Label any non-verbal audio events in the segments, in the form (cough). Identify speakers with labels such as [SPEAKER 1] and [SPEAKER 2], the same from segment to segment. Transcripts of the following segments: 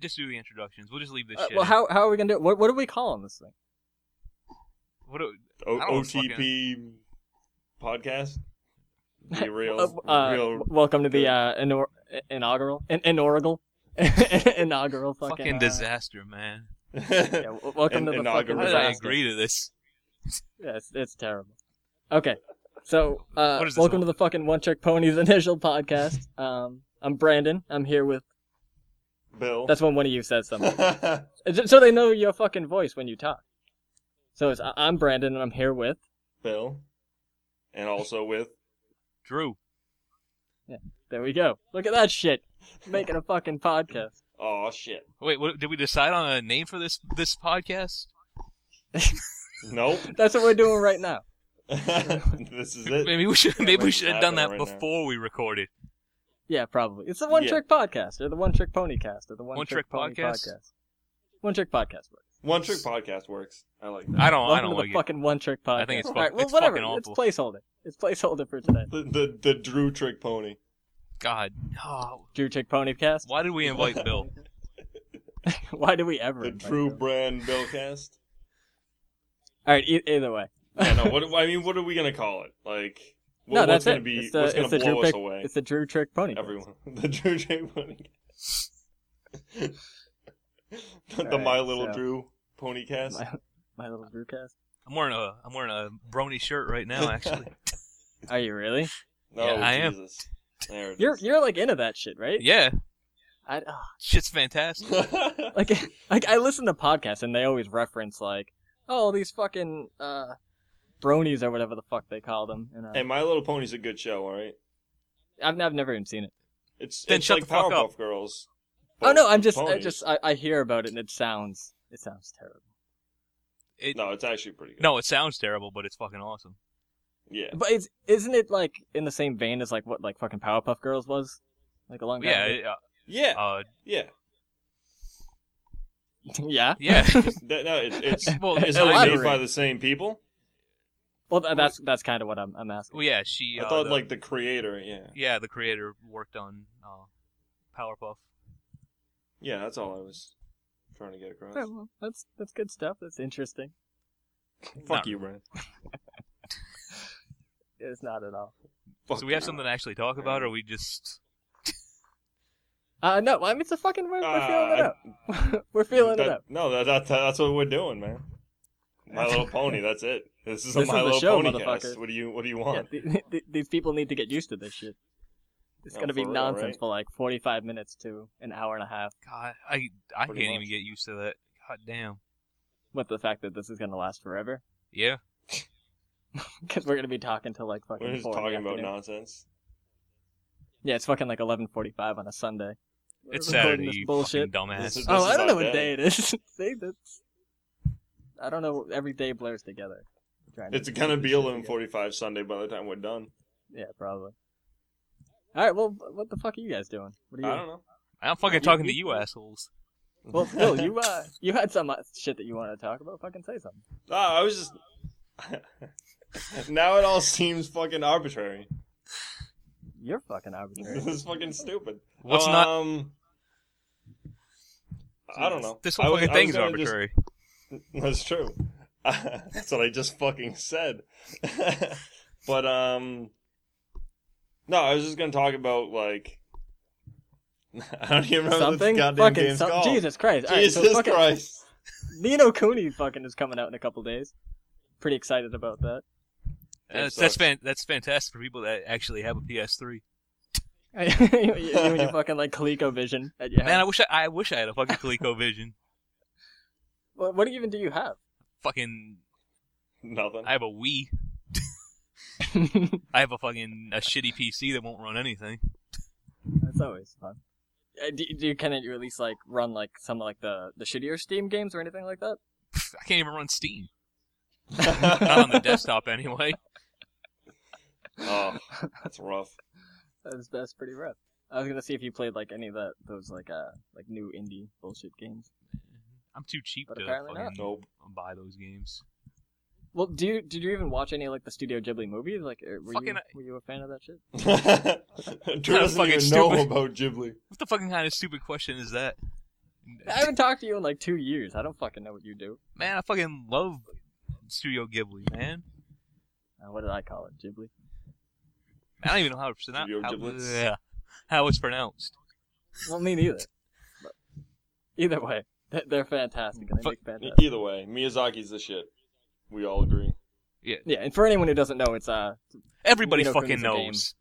[SPEAKER 1] just do the introductions. We'll just leave this
[SPEAKER 2] Uh,
[SPEAKER 1] shit.
[SPEAKER 2] well,
[SPEAKER 1] in.
[SPEAKER 2] how how are we gonna do? It? What what do we call on this thing?
[SPEAKER 1] What do-
[SPEAKER 3] O-
[SPEAKER 1] I don't
[SPEAKER 3] OTP podcast.
[SPEAKER 2] (laughs)
[SPEAKER 3] Be real,
[SPEAKER 2] Uh, uh,
[SPEAKER 3] real.
[SPEAKER 2] welcome to the uh, inor- inaugural, in- inaugural, (laughs) inaugural fucking,
[SPEAKER 1] fucking
[SPEAKER 2] uh,
[SPEAKER 1] disaster, man.
[SPEAKER 2] yeah, w- welcome
[SPEAKER 3] In-
[SPEAKER 2] to the
[SPEAKER 3] inaugural.
[SPEAKER 2] fucking.
[SPEAKER 1] How did I
[SPEAKER 2] disaster.
[SPEAKER 1] agree to this?
[SPEAKER 2] Yeah, it's, it's terrible. Okay, so uh,
[SPEAKER 1] What is this
[SPEAKER 2] welcome
[SPEAKER 1] one?
[SPEAKER 2] to the fucking One Trick Ponies (laughs) initial podcast. Um, I'm Brandon. I'm here with.
[SPEAKER 3] (laughs) Bill.
[SPEAKER 2] That's when one of you says something,
[SPEAKER 3] (laughs)
[SPEAKER 2] J- so they know your fucking voice when you talk. So it's I- I'm Brandon, and I'm here with.
[SPEAKER 3] (laughs) Bill. And also with
[SPEAKER 1] Drew.
[SPEAKER 2] There we go. Look at that shit. Making a fucking podcast.
[SPEAKER 3] oh shit.
[SPEAKER 1] Wait, what, did we decide on a name for this this podcast?
[SPEAKER 3] Nope. (laughs)
[SPEAKER 2] That's what we're doing right now.
[SPEAKER 3] this is it.
[SPEAKER 1] Maybe we should. Maybe we
[SPEAKER 3] maybe
[SPEAKER 1] should have
[SPEAKER 3] not
[SPEAKER 1] done that
[SPEAKER 3] right now.
[SPEAKER 1] before we recorded.
[SPEAKER 2] Yeah, probably. It's the One
[SPEAKER 3] Yeah.
[SPEAKER 2] Trick Podcast or the One Trick Pony Cast or the One,
[SPEAKER 1] One
[SPEAKER 2] Trick,
[SPEAKER 1] Trick
[SPEAKER 2] Pony
[SPEAKER 1] Podcast?
[SPEAKER 2] One Trick Podcast. works.
[SPEAKER 3] One trick podcast works. I like that.
[SPEAKER 1] Oh, I don't.
[SPEAKER 2] Welcome
[SPEAKER 1] I don't
[SPEAKER 2] to
[SPEAKER 1] like
[SPEAKER 2] the
[SPEAKER 1] it.
[SPEAKER 2] fucking One Trick Podcast.
[SPEAKER 1] I think it's
[SPEAKER 2] All
[SPEAKER 1] fuck-
[SPEAKER 2] right, well,
[SPEAKER 1] it's
[SPEAKER 2] whatever.
[SPEAKER 1] fucking
[SPEAKER 2] It's
[SPEAKER 1] awful.
[SPEAKER 2] placeholder. It's placeholder for today.
[SPEAKER 3] The, the the Drew trick pony.
[SPEAKER 1] God, oh,
[SPEAKER 2] Drew Trick Pony Cast.
[SPEAKER 1] why did we
[SPEAKER 3] (laughs)
[SPEAKER 1] invite Bill?
[SPEAKER 2] (laughs) Why do we ever?
[SPEAKER 3] The
[SPEAKER 2] invite
[SPEAKER 3] Drew
[SPEAKER 2] them?
[SPEAKER 3] brand Billcast.
[SPEAKER 2] All right. E- either way.
[SPEAKER 3] I know. What do- I mean, what are we gonna call it? Like, what,
[SPEAKER 2] no,
[SPEAKER 3] what's
[SPEAKER 2] that's
[SPEAKER 3] gonna
[SPEAKER 2] it.
[SPEAKER 3] be?
[SPEAKER 2] it's the,
[SPEAKER 3] what's gonna
[SPEAKER 2] it's the
[SPEAKER 3] blow
[SPEAKER 2] Drew
[SPEAKER 3] us
[SPEAKER 2] Pick-
[SPEAKER 3] away?
[SPEAKER 2] It's the Drew Trick Pony. Cast.
[SPEAKER 3] Everyone. (laughs) The Drew trick pony. (laughs) the
[SPEAKER 2] Alright,
[SPEAKER 3] My Little
[SPEAKER 2] so-
[SPEAKER 3] Drew pony cast.
[SPEAKER 2] (laughs) My, my little Drew Cast.
[SPEAKER 1] I'm wearing a I'm wearing a brony shirt right now.
[SPEAKER 2] (laughs)
[SPEAKER 3] (laughs)
[SPEAKER 1] Actually,
[SPEAKER 2] Are you really?
[SPEAKER 3] Oh,
[SPEAKER 1] Yeah, I am.
[SPEAKER 3] Jesus. There it
[SPEAKER 2] You're
[SPEAKER 3] is.
[SPEAKER 2] you're like into that shit, right?
[SPEAKER 1] yeah,
[SPEAKER 2] I, ah.
[SPEAKER 1] shit's fantastic.
[SPEAKER 3] (laughs)
[SPEAKER 2] like (laughs) like I listen to podcasts and they always reference like oh these fucking uh bronies or whatever the fuck they call them. You know?
[SPEAKER 3] and My Little Pony's a good show, all right?
[SPEAKER 2] I've I've never even seen it.
[SPEAKER 3] It's,
[SPEAKER 1] Then
[SPEAKER 3] it's
[SPEAKER 1] shut
[SPEAKER 3] like
[SPEAKER 1] the fuck
[SPEAKER 3] Powerpuff
[SPEAKER 1] up.
[SPEAKER 3] Girls.
[SPEAKER 2] Oh
[SPEAKER 3] but
[SPEAKER 2] no, I'm just I
[SPEAKER 3] ponies.
[SPEAKER 2] just I, I hear about it and it sounds it sounds terrible.
[SPEAKER 1] It, no.
[SPEAKER 3] No, it's actually pretty good.
[SPEAKER 1] it sounds terrible, but it's fucking awesome.
[SPEAKER 3] Yeah.
[SPEAKER 2] But it's isn't it like in the same vein as like what like fucking Powerpuff Girls was like a long time
[SPEAKER 1] Yeah,
[SPEAKER 2] ago?
[SPEAKER 1] it, uh,
[SPEAKER 3] Yeah.
[SPEAKER 1] uh, (laughs)
[SPEAKER 3] yeah.
[SPEAKER 2] (laughs) yeah
[SPEAKER 1] yeah.
[SPEAKER 3] That- no, it,
[SPEAKER 1] (laughs)
[SPEAKER 3] it's
[SPEAKER 1] well,
[SPEAKER 3] it's
[SPEAKER 1] I-
[SPEAKER 3] not made
[SPEAKER 2] Elaborate.
[SPEAKER 3] by the same people.
[SPEAKER 2] well th- that's that's kind of what I'm I'm asking.
[SPEAKER 1] well, yeah, she.
[SPEAKER 3] I
[SPEAKER 1] uh,
[SPEAKER 3] thought
[SPEAKER 1] the-
[SPEAKER 3] like the creator. Yeah.
[SPEAKER 1] yeah, the creator worked on uh, Powerpuff.
[SPEAKER 3] Yeah, that's all I was trying to get across.
[SPEAKER 2] Yeah, (laughs) well, that's that's good stuff. That's interesting.
[SPEAKER 3] Fuck
[SPEAKER 1] no.
[SPEAKER 3] you, Brent.
[SPEAKER 2] It's not at all.
[SPEAKER 3] Fuck
[SPEAKER 1] So we have
[SPEAKER 3] you.
[SPEAKER 1] something to actually talk about, or we just
[SPEAKER 2] Uh no, I mean it's a fucking we're, we're feeling
[SPEAKER 3] Uh,
[SPEAKER 2] it up. (laughs) we're feeling
[SPEAKER 3] That-
[SPEAKER 2] it up.
[SPEAKER 3] No, that, that, that's what we're doing, man. My Little Pony. That's it. This is a
[SPEAKER 2] This is
[SPEAKER 3] My
[SPEAKER 2] the
[SPEAKER 3] Little
[SPEAKER 2] show,
[SPEAKER 3] Pony cast.
[SPEAKER 2] motherfucker.
[SPEAKER 3] What do you What do you
[SPEAKER 2] Yeah,
[SPEAKER 3] want?
[SPEAKER 2] th- th- these people need to get used to this shit. It's
[SPEAKER 3] No,
[SPEAKER 2] gonna be
[SPEAKER 3] for real,
[SPEAKER 2] nonsense
[SPEAKER 3] right?
[SPEAKER 2] for like forty-five minutes to an hour and a half.
[SPEAKER 1] God, I I
[SPEAKER 3] Pretty
[SPEAKER 1] can't
[SPEAKER 3] much.
[SPEAKER 1] even get used to that. God damn.
[SPEAKER 2] With the fact that this is gonna last forever, (laughs)
[SPEAKER 1] Yeah.
[SPEAKER 2] because we're gonna be talking till like fucking
[SPEAKER 3] We're just
[SPEAKER 2] four in the
[SPEAKER 3] talking about
[SPEAKER 2] afternoon.
[SPEAKER 3] nonsense.
[SPEAKER 2] Yeah, it's fucking like eleven forty-five on a Sunday. We're
[SPEAKER 1] It's
[SPEAKER 2] recording
[SPEAKER 1] Saturday,
[SPEAKER 2] this
[SPEAKER 1] you
[SPEAKER 2] bullshit.
[SPEAKER 1] fucking dumbass.
[SPEAKER 3] This is-
[SPEAKER 2] oh, I don't
[SPEAKER 3] our
[SPEAKER 2] know what day
[SPEAKER 3] day.
[SPEAKER 2] it is. (laughs) See, that's. I don't know. Every day blurs together. I'm trying to
[SPEAKER 3] It's
[SPEAKER 2] put
[SPEAKER 3] gonna
[SPEAKER 2] this
[SPEAKER 3] be
[SPEAKER 2] shit
[SPEAKER 3] eleven
[SPEAKER 2] together.
[SPEAKER 3] forty-five Sunday by the time we're done.
[SPEAKER 2] Yeah, probably. All right. Well, what the fuck are you guys doing? What are you?
[SPEAKER 3] I don't know.
[SPEAKER 1] I'm fucking
[SPEAKER 2] You-
[SPEAKER 1] talking
[SPEAKER 2] you-
[SPEAKER 1] to you assholes.
[SPEAKER 2] (laughs) Well, Phil,
[SPEAKER 3] (laughs)
[SPEAKER 2] you uh, you had some uh, shit that you wanted to talk about. Fucking say something.
[SPEAKER 3] No, Ah, I was just. (laughs) now it all seems fucking arbitrary. (laughs)
[SPEAKER 2] You're fucking arbitrary.
[SPEAKER 3] This is fucking stupid.
[SPEAKER 1] What's
[SPEAKER 3] um,
[SPEAKER 1] not?
[SPEAKER 3] I don't know.
[SPEAKER 1] This whole
[SPEAKER 3] I was-
[SPEAKER 1] fucking
[SPEAKER 3] I was
[SPEAKER 1] thing's
[SPEAKER 3] gonna just-
[SPEAKER 1] arbitrary.
[SPEAKER 3] (laughs) That's true. That's what I just fucking said. (laughs) but um, no, I was just gonna talk about like (laughs) I don't even remember
[SPEAKER 2] something.
[SPEAKER 3] this goddamn
[SPEAKER 2] fucking
[SPEAKER 3] game's
[SPEAKER 2] some-
[SPEAKER 3] called.
[SPEAKER 2] Jesus Christ! All right,
[SPEAKER 3] Jesus
[SPEAKER 2] so fucking,
[SPEAKER 3] Christ!
[SPEAKER 2] Nino Cooney fucking is coming out in a couple days. Pretty excited about that.
[SPEAKER 1] That's,
[SPEAKER 3] sucks.
[SPEAKER 1] Uh, that's fan- that's fantastic for people that actually have a PS3.
[SPEAKER 2] (laughs) you, you and your fucking like ColecoVision at your
[SPEAKER 1] Man, I
[SPEAKER 2] house.
[SPEAKER 1] wish I, I wish I had a fucking ColecoVision.
[SPEAKER 2] What, what even do you have?
[SPEAKER 1] fucking,
[SPEAKER 3] Nothing.
[SPEAKER 1] I have a Wii. I have a fucking a shitty PC that won't run anything.
[SPEAKER 2] (laughs) That's always fun. Uh, do, do you can you at least like run like some like the the shittier Steam games or anything like that?
[SPEAKER 1] Pff, I can't even run Steam. Not (laughs)
[SPEAKER 2] (laughs)
[SPEAKER 3] (laughs)
[SPEAKER 1] on the desktop anyway.
[SPEAKER 3] oh, that's rough.
[SPEAKER 2] (laughs) That's that's pretty rough. I was gonna see if you played like any of that those like uh like new indie bullshit games.
[SPEAKER 1] I'm too cheap
[SPEAKER 2] But
[SPEAKER 1] to
[SPEAKER 2] apparently not.
[SPEAKER 1] fucking
[SPEAKER 3] Nope. (laughs)
[SPEAKER 1] buy those games.
[SPEAKER 2] Well, do you did you even watch any like the Studio Ghibli movies? Like, er, were
[SPEAKER 1] Fucking-
[SPEAKER 2] you were you a fan of that shit?
[SPEAKER 3] Drew doesn't
[SPEAKER 1] fucking
[SPEAKER 3] even know
[SPEAKER 1] stupid.
[SPEAKER 3] about Ghibli.
[SPEAKER 1] What the fucking kind of stupid question is that?
[SPEAKER 2] I haven't talked to you in like two years. I don't fucking know what you do.
[SPEAKER 1] Man, I fucking love Studio Ghibli, man.
[SPEAKER 2] Uh, what did I call it? Ghibli.
[SPEAKER 1] I don't even know how it's pronounced.
[SPEAKER 3] Studio
[SPEAKER 1] How,
[SPEAKER 3] Giblets?
[SPEAKER 1] yeah, how it's pronounced.
[SPEAKER 2] Well, me neither. But either way, they- they're fantastic and they
[SPEAKER 1] Fuck.
[SPEAKER 2] make fantastic.
[SPEAKER 3] Either way, Miyazaki's the shit. We all agree.
[SPEAKER 2] Yeah, and for anyone who doesn't know, it's uh,
[SPEAKER 1] Everybody
[SPEAKER 2] Nino
[SPEAKER 1] fucking
[SPEAKER 2] Kuni's a game.
[SPEAKER 1] knows.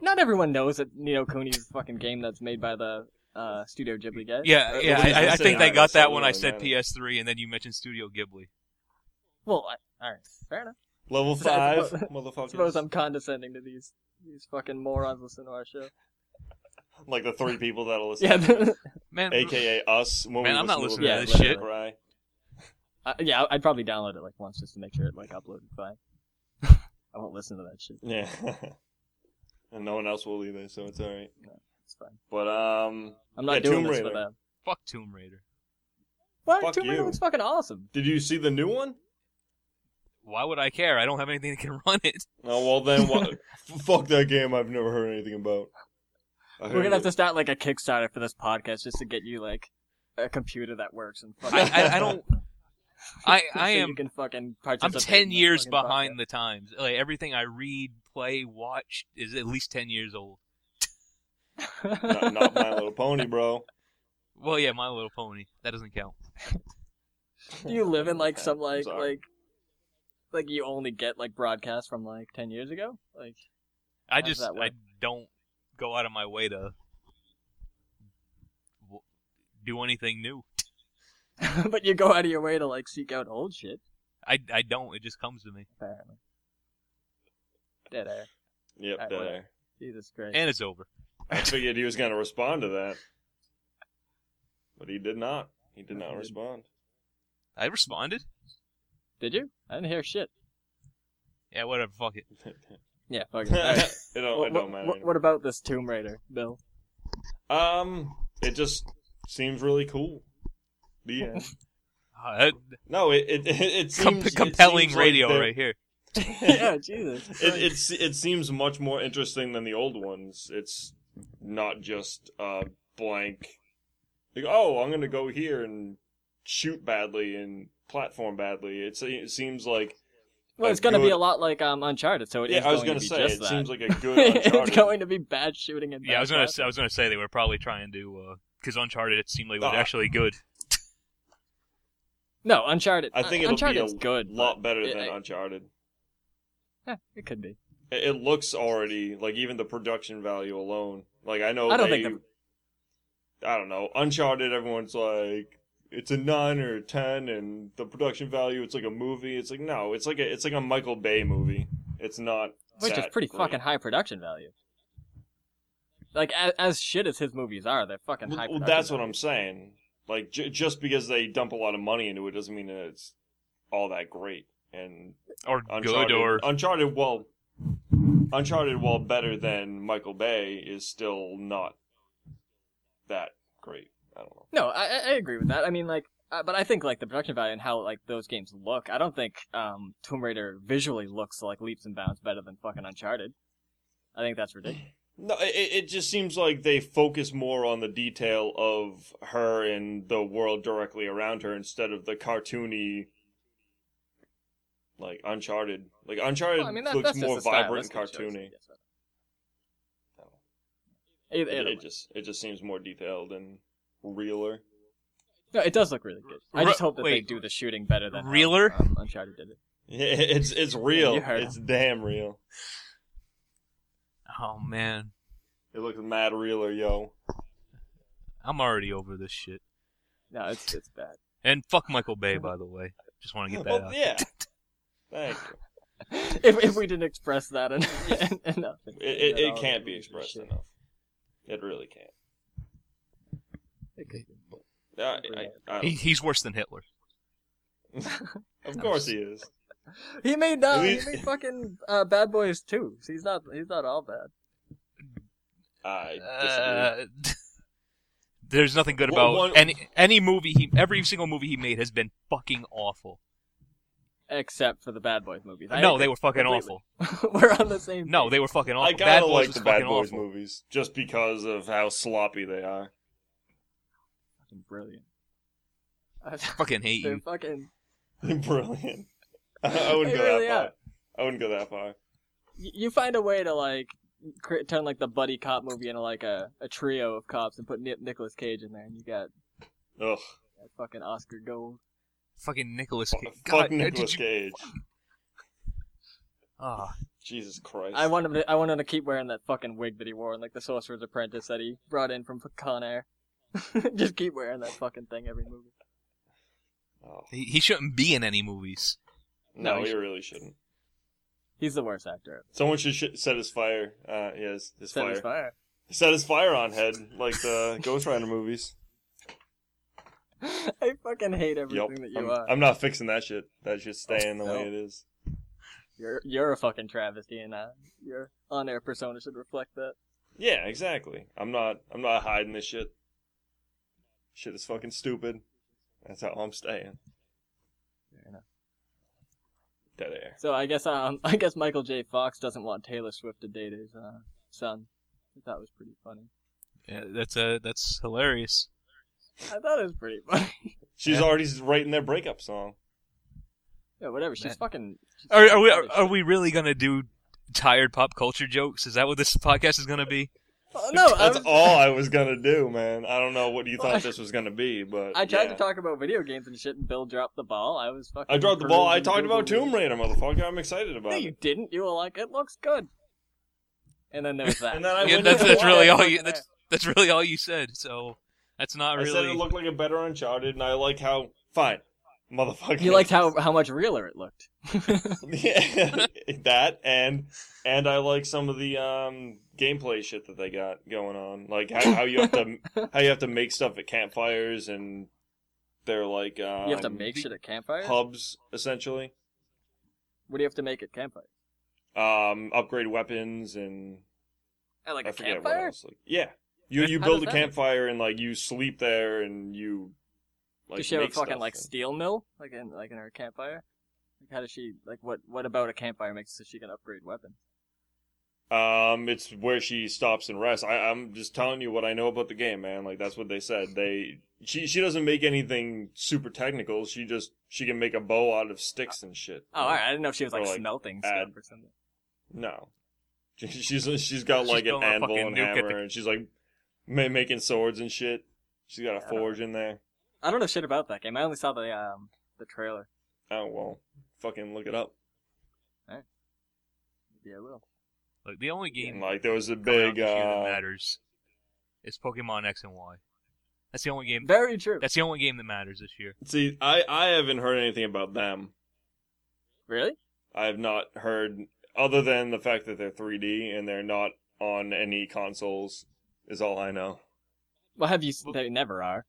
[SPEAKER 2] not everyone knows that Nino Cooney's a fucking game that's made by the uh, Studio Ghibli guys.
[SPEAKER 1] Yeah,
[SPEAKER 3] Right,
[SPEAKER 1] yeah.
[SPEAKER 3] what
[SPEAKER 1] I,
[SPEAKER 3] is
[SPEAKER 1] I-
[SPEAKER 3] this
[SPEAKER 1] I think
[SPEAKER 3] thing?
[SPEAKER 1] they
[SPEAKER 3] I
[SPEAKER 1] got
[SPEAKER 3] guess
[SPEAKER 1] that
[SPEAKER 3] it
[SPEAKER 1] when I
[SPEAKER 3] really
[SPEAKER 1] said
[SPEAKER 3] matters.
[SPEAKER 1] PS3, and then you mentioned Studio Ghibli.
[SPEAKER 2] Well, I, all right, fair enough.
[SPEAKER 3] Level
[SPEAKER 2] So
[SPEAKER 3] five,
[SPEAKER 2] I (laughs) suppose- I
[SPEAKER 3] motherfuckers.
[SPEAKER 2] suppose I'm condescending to these these fucking morons listening to our show.
[SPEAKER 3] Like the three people that'll listen.
[SPEAKER 2] (laughs) Yeah, the-
[SPEAKER 1] Man,
[SPEAKER 3] AKA us. When
[SPEAKER 1] Man,
[SPEAKER 3] we
[SPEAKER 1] I'm not
[SPEAKER 3] listen
[SPEAKER 2] listening
[SPEAKER 3] to
[SPEAKER 2] to
[SPEAKER 3] it,
[SPEAKER 2] this
[SPEAKER 3] we'll
[SPEAKER 2] shit.
[SPEAKER 3] cry.
[SPEAKER 2] I, Uh, yeah. I'd probably download it like once just to make sure it like uploaded
[SPEAKER 3] (laughs)
[SPEAKER 2] fine. I won't listen to that shit.
[SPEAKER 3] Yeah. (laughs) and no one else will either, so it's alright.
[SPEAKER 2] It's fine.
[SPEAKER 3] But, um,
[SPEAKER 2] I'm not
[SPEAKER 3] Yeah,
[SPEAKER 2] doing
[SPEAKER 3] Tomb
[SPEAKER 2] this
[SPEAKER 3] Raider.
[SPEAKER 2] for them.
[SPEAKER 1] fuck Tomb Raider.
[SPEAKER 2] What?
[SPEAKER 3] Fuck
[SPEAKER 2] Tomb Raider
[SPEAKER 3] you.
[SPEAKER 2] looks fucking awesome.
[SPEAKER 3] did you see the new one?
[SPEAKER 1] Why would I care? I don't have anything (laughs) that can run it.
[SPEAKER 3] Oh, well
[SPEAKER 2] (laughs)
[SPEAKER 3] then, what? f- (laughs) fuck that game I've never heard anything about. I
[SPEAKER 2] We're
[SPEAKER 3] heard
[SPEAKER 2] gonna have
[SPEAKER 3] it.
[SPEAKER 2] to start like a Kickstarter for this podcast just to get you like a computer that works and fucking.
[SPEAKER 1] I, I, I
[SPEAKER 2] (laughs)
[SPEAKER 1] don't. I,
[SPEAKER 2] so
[SPEAKER 1] I
[SPEAKER 2] you
[SPEAKER 1] am.
[SPEAKER 2] can fucking
[SPEAKER 1] I'm
[SPEAKER 2] participate in
[SPEAKER 1] ten
[SPEAKER 2] the
[SPEAKER 1] years
[SPEAKER 2] fucking
[SPEAKER 1] behind
[SPEAKER 2] podcast. (laughs)
[SPEAKER 1] the times. Like everything I read, play, watch is at least ten years old.
[SPEAKER 3] Not, not My
[SPEAKER 2] (laughs)
[SPEAKER 3] Little Pony, bro.
[SPEAKER 1] Well, yeah, My Little Pony. That doesn't count.
[SPEAKER 2] Do you live in like some
[SPEAKER 3] I'm
[SPEAKER 2] like
[SPEAKER 3] sorry.
[SPEAKER 2] like like you only get like broadcasts from like ten years ago? Like (laughs)
[SPEAKER 1] I
[SPEAKER 2] How's
[SPEAKER 1] just
[SPEAKER 2] that
[SPEAKER 1] I
[SPEAKER 2] work?
[SPEAKER 1] don't go out of my way to w- do anything new.
[SPEAKER 2] but you go out of your way to like seek out old shit,
[SPEAKER 1] I, I don't. It just comes to me,
[SPEAKER 2] apparently. Dead air.
[SPEAKER 3] Yep,
[SPEAKER 2] Alright,
[SPEAKER 3] dead
[SPEAKER 2] whatever.
[SPEAKER 3] air.
[SPEAKER 2] Jesus Christ.
[SPEAKER 1] and it's over.
[SPEAKER 3] I figured he was gonna respond to that, but he did not. He did not
[SPEAKER 2] He did.
[SPEAKER 3] respond. (laughs)
[SPEAKER 1] I responded.
[SPEAKER 2] Did you? I didn't hear shit.
[SPEAKER 1] Yeah, whatever. Fuck it.
[SPEAKER 3] (laughs)
[SPEAKER 2] Yeah,
[SPEAKER 3] it
[SPEAKER 2] fucking.
[SPEAKER 3] don't,
[SPEAKER 2] All right.
[SPEAKER 3] it
[SPEAKER 2] what,
[SPEAKER 3] don't matter.
[SPEAKER 2] what- what about this Tomb Raider,
[SPEAKER 3] (laughs)
[SPEAKER 2] Bill? (laughs)
[SPEAKER 3] Um, it just seems really cool.
[SPEAKER 2] (laughs)
[SPEAKER 3] The end.
[SPEAKER 1] Uh, that-
[SPEAKER 3] No, it it it, it
[SPEAKER 1] com-
[SPEAKER 3] seems it
[SPEAKER 1] compelling
[SPEAKER 3] seems like
[SPEAKER 1] radio
[SPEAKER 3] they're-
[SPEAKER 1] right here.
[SPEAKER 2] yeah, Jesus.
[SPEAKER 3] It
[SPEAKER 2] Christ.
[SPEAKER 3] it se- it seems much more interesting than the old ones. It's not just uh blank. Like, oh, I'm gonna go here and shoot badly and platform badly. It's it seems like
[SPEAKER 2] well,
[SPEAKER 3] a
[SPEAKER 2] it's going to be
[SPEAKER 3] good-
[SPEAKER 2] a lot like um, Uncharted, so it is
[SPEAKER 3] yeah, I was
[SPEAKER 2] going to
[SPEAKER 3] gonna
[SPEAKER 2] be
[SPEAKER 3] say
[SPEAKER 2] just
[SPEAKER 3] it
[SPEAKER 2] that. (laughs)
[SPEAKER 3] seems like a good.
[SPEAKER 2] it's
[SPEAKER 3] Uncharted.
[SPEAKER 2] going to be bad shooting and
[SPEAKER 1] Yeah, I was gonna
[SPEAKER 2] bad
[SPEAKER 1] say, I was gonna say they were probably trying to because Uncharted it seemed like it was
[SPEAKER 3] Ah.
[SPEAKER 1] actually good.
[SPEAKER 2] No, Uncharted.
[SPEAKER 3] I think it'll
[SPEAKER 2] Uncharted's
[SPEAKER 3] be a
[SPEAKER 2] good.
[SPEAKER 3] lot better
[SPEAKER 2] it-
[SPEAKER 3] than
[SPEAKER 2] I-
[SPEAKER 3] Uncharted.
[SPEAKER 2] but- eh, it could be.
[SPEAKER 3] It, it looks already like even the production value alone. Like I know
[SPEAKER 2] I don't
[SPEAKER 3] they,
[SPEAKER 2] think
[SPEAKER 3] I don't know Uncharted. Everyone's like it's a nine or a ten, and the production value it's like a movie. It's like no, it's like a it's like a Michael Bay movie. It's not
[SPEAKER 2] Which is
[SPEAKER 3] that
[SPEAKER 2] pretty
[SPEAKER 3] great.
[SPEAKER 2] fucking high production value. Like as, as shit as his movies are, they're fucking
[SPEAKER 3] Well,
[SPEAKER 2] high.
[SPEAKER 3] well,
[SPEAKER 2] production
[SPEAKER 3] that's what
[SPEAKER 2] value.
[SPEAKER 3] I'm saying. Like j- just because they dump a lot of money into it doesn't mean that it's all that great. And
[SPEAKER 1] Or
[SPEAKER 3] Uncharted,
[SPEAKER 1] good, or
[SPEAKER 3] Uncharted. Well, Uncharted, while better than Michael Bay, is still not that great. I don't know.
[SPEAKER 2] No, I, I- I agree with that. I mean, like, uh, but I think like the production value and how like those games look. I don't think um, Tomb Raider visually looks like leaps and bounds better than fucking Uncharted. I think that's ridiculous.
[SPEAKER 3] No, it, it it just seems like they focus more on the detail of her and the world directly around her instead of the cartoony, like Uncharted. Like Uncharted
[SPEAKER 2] Well, I mean, that,
[SPEAKER 3] looks
[SPEAKER 2] that's
[SPEAKER 3] more
[SPEAKER 2] just a
[SPEAKER 3] vibrant and
[SPEAKER 2] stylistic choice, I
[SPEAKER 3] cartoony.
[SPEAKER 2] guess, but- Either,
[SPEAKER 3] It,
[SPEAKER 2] either way.
[SPEAKER 3] it just it just seems more detailed and realer. (laughs)
[SPEAKER 2] No, it does look really good. I
[SPEAKER 1] Re-
[SPEAKER 2] just hope that
[SPEAKER 1] wait.
[SPEAKER 2] they do the shooting better than how,
[SPEAKER 1] Realer?
[SPEAKER 2] um, Uncharted did it.
[SPEAKER 3] Yeah, it's it's real.
[SPEAKER 2] you heard
[SPEAKER 3] It's damn real.
[SPEAKER 1] oh man,
[SPEAKER 3] It looks mad realer, yo.
[SPEAKER 1] I'm already over this shit.
[SPEAKER 2] No, it's it's bad. (laughs)
[SPEAKER 1] And fuck Michael Bay, by the way. Just want to (laughs) get that
[SPEAKER 3] (laughs) Well,
[SPEAKER 1] out.
[SPEAKER 3] yeah. Thank you.
[SPEAKER 2] if, if we didn't express that en- (laughs) en- enough,
[SPEAKER 3] It, it,
[SPEAKER 2] you know,
[SPEAKER 3] it can't be
[SPEAKER 2] we-
[SPEAKER 3] expressed
[SPEAKER 2] shit.
[SPEAKER 3] enough. It really can't.
[SPEAKER 2] It could be.
[SPEAKER 3] I, I, I
[SPEAKER 1] He,
[SPEAKER 3] don't-
[SPEAKER 1] he's worse than Hitler.
[SPEAKER 3] of course he is.
[SPEAKER 2] He made uh,
[SPEAKER 3] At
[SPEAKER 2] he
[SPEAKER 3] least-
[SPEAKER 2] made fucking uh, Bad Boys too. He's not he's not all bad.
[SPEAKER 3] I disagree.
[SPEAKER 1] Uh, (laughs) there's nothing good
[SPEAKER 3] Well,
[SPEAKER 1] about
[SPEAKER 3] one-
[SPEAKER 1] any any movie he every single movie he made has been fucking awful.
[SPEAKER 2] Except for the Bad Boys movies. I
[SPEAKER 1] no,
[SPEAKER 2] agree. (laughs)
[SPEAKER 1] they were fucking
[SPEAKER 2] Completely.
[SPEAKER 1] awful.
[SPEAKER 2] we're on the same.
[SPEAKER 1] No,
[SPEAKER 2] page.
[SPEAKER 1] they were fucking awful. Bad
[SPEAKER 3] I kind of
[SPEAKER 1] Boys
[SPEAKER 3] like
[SPEAKER 1] was
[SPEAKER 3] the
[SPEAKER 1] fucking
[SPEAKER 3] Bad Boys
[SPEAKER 1] awful.
[SPEAKER 3] movies just because of how sloppy they are. (laughs)
[SPEAKER 2] Fucking brilliant. I
[SPEAKER 1] Fucking hate
[SPEAKER 2] (laughs) they're
[SPEAKER 1] you.
[SPEAKER 2] fucking.
[SPEAKER 3] Brilliant. (laughs) I, I wouldn't
[SPEAKER 2] They
[SPEAKER 3] go
[SPEAKER 2] really
[SPEAKER 3] that
[SPEAKER 2] are.
[SPEAKER 3] far. I wouldn't go that far.
[SPEAKER 2] y- You find a way to like cre- turn like the buddy cop movie into like a, a trio of cops and put Ni- Nicolas Cage in there, and you got,
[SPEAKER 3] Ugh.
[SPEAKER 2] got fucking Oscar Gold.
[SPEAKER 1] Fucking Nicholas.
[SPEAKER 3] Fuck,
[SPEAKER 1] Cage.
[SPEAKER 3] fuck
[SPEAKER 1] God, did
[SPEAKER 3] Nicolas
[SPEAKER 1] you-
[SPEAKER 3] Cage.
[SPEAKER 1] Ah,
[SPEAKER 3] Jesus Christ.
[SPEAKER 2] I want him to. I want him to keep wearing that fucking wig that he wore in like the Sorcerer's Apprentice that he brought in from Con Air. (laughs) Just keep wearing that fucking thing every movie.
[SPEAKER 3] Oh.
[SPEAKER 1] he, he shouldn't be in any movies.
[SPEAKER 3] No,
[SPEAKER 2] No,
[SPEAKER 3] he
[SPEAKER 2] he-
[SPEAKER 3] really shouldn't.
[SPEAKER 2] He's the worst actor.
[SPEAKER 3] Someone should sh- set his fire. Uh, yeah, his, his
[SPEAKER 2] Set
[SPEAKER 3] fire.
[SPEAKER 2] his fire.
[SPEAKER 3] Set his fire on head like the Ghost Rider movies.
[SPEAKER 2] (laughs) I fucking hate (laughs) everything
[SPEAKER 3] Yup.
[SPEAKER 2] that you
[SPEAKER 3] I'm,
[SPEAKER 2] are. Oh,
[SPEAKER 3] I'm not fixing that shit. That shit's staying the
[SPEAKER 2] No.
[SPEAKER 3] way it is.
[SPEAKER 2] You're you're a fucking travesty, and uh, your on-air persona should reflect that.
[SPEAKER 3] Yeah, exactly. I'm not. I'm not hiding this shit. Shit is fucking stupid. That's how I'm staying.
[SPEAKER 2] Fair enough.
[SPEAKER 3] Dead air.
[SPEAKER 2] So I guess um (laughs) I guess Michael J. Fox doesn't want Taylor Swift to date his uh, son. I thought it was pretty funny.
[SPEAKER 1] Yeah, that's uh, that's hilarious.
[SPEAKER 2] I thought it was pretty (laughs) funny.
[SPEAKER 3] She's
[SPEAKER 1] Yeah.
[SPEAKER 3] already writing their breakup song.
[SPEAKER 2] yeah, whatever. She's
[SPEAKER 1] Man.
[SPEAKER 2] fucking. she's
[SPEAKER 1] Are, are we
[SPEAKER 2] fucking
[SPEAKER 1] are, are we really gonna do tired pop culture jokes? Is that what this podcast is gonna be?
[SPEAKER 2] Oh, no, I
[SPEAKER 3] That's
[SPEAKER 2] was-
[SPEAKER 3] all I was gonna do, man. I don't know what you
[SPEAKER 2] (laughs)
[SPEAKER 3] thought this was gonna be, but
[SPEAKER 2] I tried
[SPEAKER 3] yeah.
[SPEAKER 2] to talk about video games and shit, and Bill dropped the ball. I was fucking.
[SPEAKER 3] I dropped the ball. I
[SPEAKER 2] perusing
[SPEAKER 3] talked about
[SPEAKER 2] Google.
[SPEAKER 3] Tomb Raider, motherfucker. I'm excited about
[SPEAKER 2] No,
[SPEAKER 3] it.
[SPEAKER 2] you didn't. You were like, it looks good. And then there was that.
[SPEAKER 3] (laughs) And then I
[SPEAKER 1] Yeah,
[SPEAKER 3] went
[SPEAKER 1] that's
[SPEAKER 3] to
[SPEAKER 1] that's
[SPEAKER 3] the
[SPEAKER 1] really
[SPEAKER 2] wall.
[SPEAKER 1] all you that's that's really all you said. So that's not
[SPEAKER 3] I said it
[SPEAKER 1] really.
[SPEAKER 3] looked like a better Uncharted, and I like how fine, motherfucker. (laughs)
[SPEAKER 2] you liked how how much realer it looked.
[SPEAKER 3] yeah, that, and and I like some of the um gameplay shit that they got going on, like how, how you
[SPEAKER 2] (laughs)
[SPEAKER 3] have to how you have to make stuff at campfires, and they're like um,
[SPEAKER 2] you have to make shit at campfires.
[SPEAKER 3] hubs essentially,
[SPEAKER 2] What do you have to make at campfires?
[SPEAKER 3] um, upgrade weapons, and
[SPEAKER 2] At like
[SPEAKER 3] I
[SPEAKER 2] a
[SPEAKER 3] forget what
[SPEAKER 2] campfire?
[SPEAKER 3] else. Like, yeah, you you
[SPEAKER 2] How
[SPEAKER 3] build a
[SPEAKER 2] does that work?
[SPEAKER 3] campfire and like you sleep there and you. Like,
[SPEAKER 2] does she have a
[SPEAKER 3] make
[SPEAKER 2] fucking
[SPEAKER 3] stuff
[SPEAKER 2] like
[SPEAKER 3] and-
[SPEAKER 2] steel mill, like in like in her campfire? Like how does she like what what about a campfire makes it so she can upgrade weapons?
[SPEAKER 3] Um, it's where she stops and rests. I, I'm just telling you what I know about the game, man. Like that's what they said. They she she doesn't make anything super technical. She just she can make a bow out of sticks and shit.
[SPEAKER 2] Oh, all right. I didn't know if she was
[SPEAKER 3] Or,
[SPEAKER 2] like,
[SPEAKER 3] like,
[SPEAKER 2] smelting
[SPEAKER 3] add-
[SPEAKER 2] stuff or something.
[SPEAKER 3] No, (laughs) She- she's she's got
[SPEAKER 1] She's
[SPEAKER 3] like an
[SPEAKER 1] building a
[SPEAKER 3] anvil
[SPEAKER 1] fucking
[SPEAKER 3] and
[SPEAKER 1] nuke at
[SPEAKER 3] hammer,
[SPEAKER 1] the-
[SPEAKER 3] and she's like ma- making swords and shit. She's got a
[SPEAKER 2] Yeah, I don't-
[SPEAKER 3] forge in there.
[SPEAKER 2] I don't know shit about that game. I only saw the um the trailer.
[SPEAKER 3] Oh well, fucking look it up.
[SPEAKER 2] Maybe I will.
[SPEAKER 1] Like, the only game
[SPEAKER 3] And, like there was a
[SPEAKER 1] coming out
[SPEAKER 3] big
[SPEAKER 1] this year that
[SPEAKER 3] uh,
[SPEAKER 1] matters is Pokemon X and Y. That's the only game.
[SPEAKER 2] Very true.
[SPEAKER 1] That's the only game that matters this year.
[SPEAKER 3] see. I I haven't heard anything about them.
[SPEAKER 2] Really?
[SPEAKER 3] I have not heard other than the fact that they're 3D and they're not on any consoles is all I know.
[SPEAKER 2] Well, have you? s- They never are.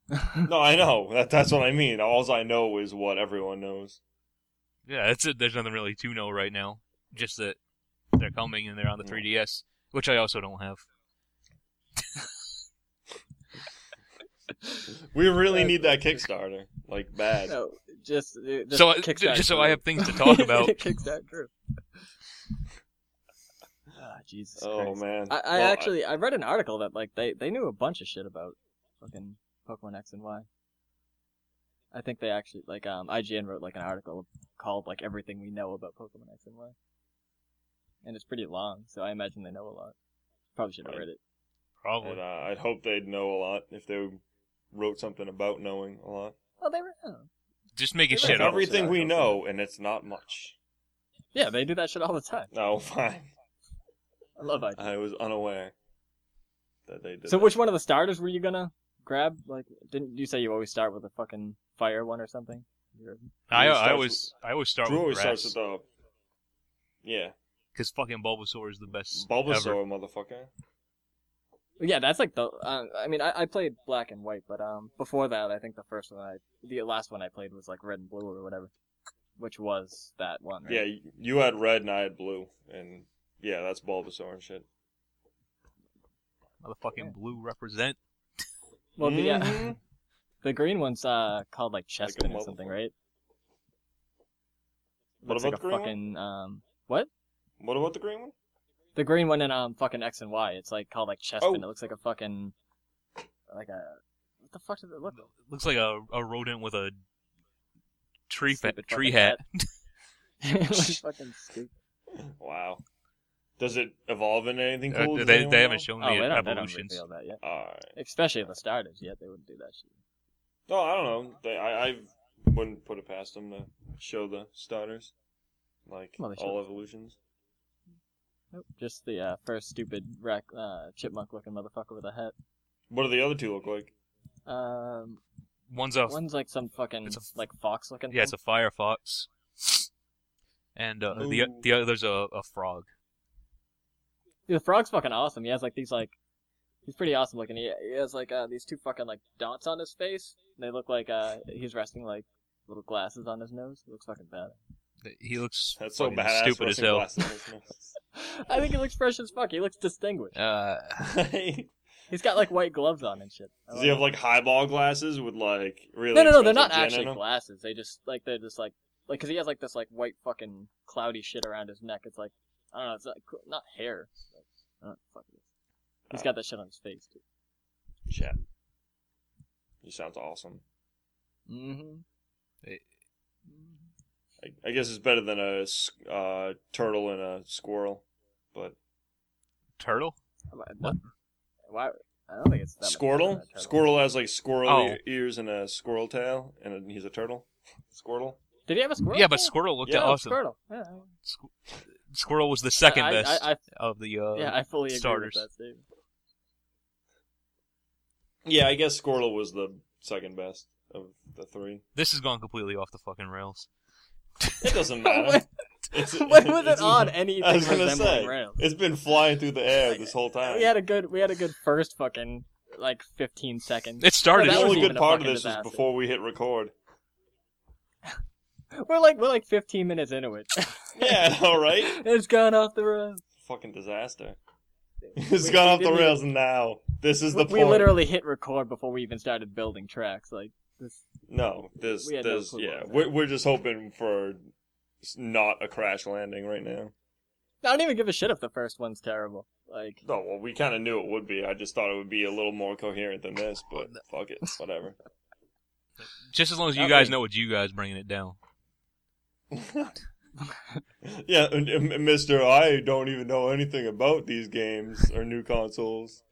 [SPEAKER 3] No, I know. That that's what I mean. All I know is what everyone knows.
[SPEAKER 1] Yeah, that's it. There's nothing really to know right now. Just that they're coming and they're on the
[SPEAKER 3] Yeah.
[SPEAKER 1] 3DS, which I also don't have.
[SPEAKER 3] We really need that Kickstarter like bad.
[SPEAKER 2] No, just, uh, just
[SPEAKER 1] So I-
[SPEAKER 2] Kickstart
[SPEAKER 1] just so I
[SPEAKER 2] Drew.
[SPEAKER 1] have things to
[SPEAKER 2] (laughs)
[SPEAKER 1] talk about.
[SPEAKER 2] Kickstart Drew. Ah, Jesus
[SPEAKER 3] oh
[SPEAKER 2] Christ.
[SPEAKER 3] man.
[SPEAKER 2] I, I
[SPEAKER 3] Well,
[SPEAKER 2] actually I read an article that like they, they knew a bunch of shit about fucking Pokemon X and Y. I think they actually like um IGN wrote like an article called like everything we know about Pokemon X and Y, and it's pretty long, so I imagine they know a lot. Probably should have read it.
[SPEAKER 3] I'd,
[SPEAKER 1] Probably.
[SPEAKER 3] uh, I'd hope they'd know a lot if they wrote something about knowing a lot.
[SPEAKER 2] Oh, they were. Oh.
[SPEAKER 1] Just making
[SPEAKER 2] They
[SPEAKER 1] shit
[SPEAKER 2] might
[SPEAKER 1] up.
[SPEAKER 3] Everything we
[SPEAKER 2] Yeah.
[SPEAKER 3] know, and it's not much.
[SPEAKER 2] Yeah, they do that shit all the time.
[SPEAKER 3] No, (laughs) fine.
[SPEAKER 2] I love IGN.
[SPEAKER 3] I was unaware that they did.
[SPEAKER 2] So
[SPEAKER 3] that.
[SPEAKER 2] which one of the starters were you gonna grab? Like, didn't you say you always start with a fucking fire one or something? You're-
[SPEAKER 1] I,
[SPEAKER 3] Drew starts
[SPEAKER 1] I always I always start
[SPEAKER 3] Drew
[SPEAKER 1] with
[SPEAKER 3] always starts
[SPEAKER 1] grass
[SPEAKER 3] with the. Yeah,
[SPEAKER 1] because fucking Bulbasaur is the best.
[SPEAKER 3] Bulbasaur,
[SPEAKER 1] Ever.
[SPEAKER 3] motherfucker.
[SPEAKER 2] Yeah, that's like the. Uh, I mean, I, I played black and white, but um, before that, I think the first one I, the last one I played was like red and blue or whatever, which was that one. Right?
[SPEAKER 3] Yeah, y- you had red and I had blue, and yeah, that's Bulbasaur and shit.
[SPEAKER 1] Motherfucking blue represent.
[SPEAKER 2] Well, the uh,
[SPEAKER 3] Mhm.
[SPEAKER 2] (laughs) the green one's uh called like
[SPEAKER 3] Like a
[SPEAKER 2] chestnut or something,
[SPEAKER 3] motherfucker.
[SPEAKER 2] right?
[SPEAKER 3] What
[SPEAKER 2] Looks
[SPEAKER 3] about
[SPEAKER 2] like
[SPEAKER 3] the green
[SPEAKER 2] a
[SPEAKER 3] one?
[SPEAKER 2] fucking um what?
[SPEAKER 3] What about the green one?
[SPEAKER 2] The green one in um fucking X and Y. It's like called like chestnut.
[SPEAKER 3] Oh.
[SPEAKER 2] It looks like a fucking like a What the fuck did it look?
[SPEAKER 1] Looks like a, a rodent with a tree fa-
[SPEAKER 2] Stupid
[SPEAKER 1] tree
[SPEAKER 2] fucking
[SPEAKER 1] hat. (laughs)
[SPEAKER 2] it (laughs) looks fucking stupid.
[SPEAKER 3] Wow. Does it evolve into anything
[SPEAKER 1] Uh,
[SPEAKER 3] cool? Does
[SPEAKER 1] they
[SPEAKER 3] anyone
[SPEAKER 1] they
[SPEAKER 3] know?
[SPEAKER 1] haven't shown
[SPEAKER 2] Oh, they
[SPEAKER 1] any
[SPEAKER 2] don't, they don't
[SPEAKER 1] evolutions.
[SPEAKER 2] reveal that yet.
[SPEAKER 3] All right.
[SPEAKER 2] Especially the starters yet, they wouldn't do that shit.
[SPEAKER 3] No, I don't know. They, I, I wouldn't put it past them to show the starters, like
[SPEAKER 2] Well, they should.
[SPEAKER 3] all evolutions.
[SPEAKER 2] Nope. Just the uh, first stupid rac- uh, chipmunk-looking motherfucker with a hat.
[SPEAKER 3] What do the other two look like?
[SPEAKER 2] Um,
[SPEAKER 1] One's a
[SPEAKER 2] one's like some fucking
[SPEAKER 1] Oh, it's a f-
[SPEAKER 2] like fox-looking.
[SPEAKER 1] yeah, it's a firefox, and uh, the
[SPEAKER 3] Ooh.
[SPEAKER 1] the other's a, a frog.
[SPEAKER 2] The frog's fucking awesome. He has like these like he's pretty awesome looking. He, he has like uh, these two fucking like dots on his face. And they look like uh he's resting like little glasses on his nose. It looks fucking bad. (laughs)
[SPEAKER 1] He looks
[SPEAKER 3] That's so
[SPEAKER 1] fucking
[SPEAKER 3] badass.
[SPEAKER 1] stupid as
[SPEAKER 3] rusty
[SPEAKER 1] hell. (laughs)
[SPEAKER 3] (laughs) glasses.
[SPEAKER 2] I think he looks fresh as fuck. He looks distinguished.
[SPEAKER 1] Uh,
[SPEAKER 3] Does
[SPEAKER 2] He's got like white gloves on and shit. I
[SPEAKER 3] he
[SPEAKER 2] love
[SPEAKER 3] have
[SPEAKER 2] it.
[SPEAKER 3] like highball glasses with like really?
[SPEAKER 2] no, no, no. They're
[SPEAKER 3] expensive
[SPEAKER 2] not
[SPEAKER 3] gin in
[SPEAKER 2] actually
[SPEAKER 3] them?
[SPEAKER 2] glasses. They just like they're just like like because he has like this like white fucking cloudy shit around his neck. It's like I don't know. It's like not hair. It's like, I don't know what the fuck it is. He's got that shit on his face too.
[SPEAKER 3] Chat. You sounds awesome.
[SPEAKER 2] Mm-hmm.
[SPEAKER 1] Hey.
[SPEAKER 3] I, I guess it's better than a s- uh, turtle and a squirrel, but
[SPEAKER 1] turtle?
[SPEAKER 2] What? Why? I don't think it's that much better
[SPEAKER 3] Squirtle.
[SPEAKER 2] than a turtle.
[SPEAKER 3] Squirrel has like squirrel
[SPEAKER 1] Oh.
[SPEAKER 3] e- ears and a squirrel tail, and a, he's a turtle. (laughs) Squirtle.
[SPEAKER 2] Did he have a squirrel?
[SPEAKER 1] Yeah, but
[SPEAKER 2] tail?
[SPEAKER 1] squirrel looked
[SPEAKER 3] Yeah,
[SPEAKER 1] awesome.
[SPEAKER 2] Squirtle. Yeah.
[SPEAKER 1] Squ- squirrel was the second
[SPEAKER 2] I, I-
[SPEAKER 1] best
[SPEAKER 2] I,
[SPEAKER 1] of the. Uh,
[SPEAKER 2] I, yeah, I fully agree
[SPEAKER 1] starters.
[SPEAKER 2] with that (laughs) statement.
[SPEAKER 3] Yeah, I guess Squirtle was the second best of the three.
[SPEAKER 1] This has gone completely off the fucking rails.
[SPEAKER 2] (laughs)
[SPEAKER 3] It doesn't
[SPEAKER 2] when,
[SPEAKER 3] matter.
[SPEAKER 2] (laughs)
[SPEAKER 3] It's-
[SPEAKER 2] when was it
[SPEAKER 3] it's-
[SPEAKER 2] on anything
[SPEAKER 3] I was gonna
[SPEAKER 2] resembling
[SPEAKER 3] say.
[SPEAKER 2] rails?
[SPEAKER 3] It's been flying through the air this whole time.
[SPEAKER 2] We had a good, we had a good first fucking like 15 seconds.
[SPEAKER 1] It started.
[SPEAKER 2] Yeah,
[SPEAKER 3] the
[SPEAKER 2] that was
[SPEAKER 3] only good
[SPEAKER 2] even a
[SPEAKER 3] part of
[SPEAKER 2] fucking
[SPEAKER 3] this was
[SPEAKER 2] disaster.
[SPEAKER 3] before we hit record.
[SPEAKER 2] We're like, we're like 15 minutes into it.
[SPEAKER 3] Yeah, all right.
[SPEAKER 2] (laughs) it's gone off the rails.
[SPEAKER 3] Fucking disaster.
[SPEAKER 2] We-
[SPEAKER 3] (laughs) It's
[SPEAKER 2] we
[SPEAKER 3] gone off the
[SPEAKER 2] didn't
[SPEAKER 3] rails now. This is the
[SPEAKER 2] we
[SPEAKER 3] point.
[SPEAKER 2] literally hit record before we even started building tracks. Like this,
[SPEAKER 3] No, there's,
[SPEAKER 2] We had no
[SPEAKER 3] there's,
[SPEAKER 2] clue what
[SPEAKER 3] yeah.
[SPEAKER 2] was
[SPEAKER 3] We're, we're just hoping for s- not a crash landing right now.
[SPEAKER 2] I don't even give a shit if the first one's terrible. Like,
[SPEAKER 3] No, well, we kind of knew it would be. I just thought it would be a little more coherent than this, but fuck it, whatever.
[SPEAKER 1] Just as long as you
[SPEAKER 2] That
[SPEAKER 1] guys
[SPEAKER 2] way-
[SPEAKER 1] know what you guys bringing it down.
[SPEAKER 3] yeah, and- and- and Mister, I don't even know anything about these games or new consoles.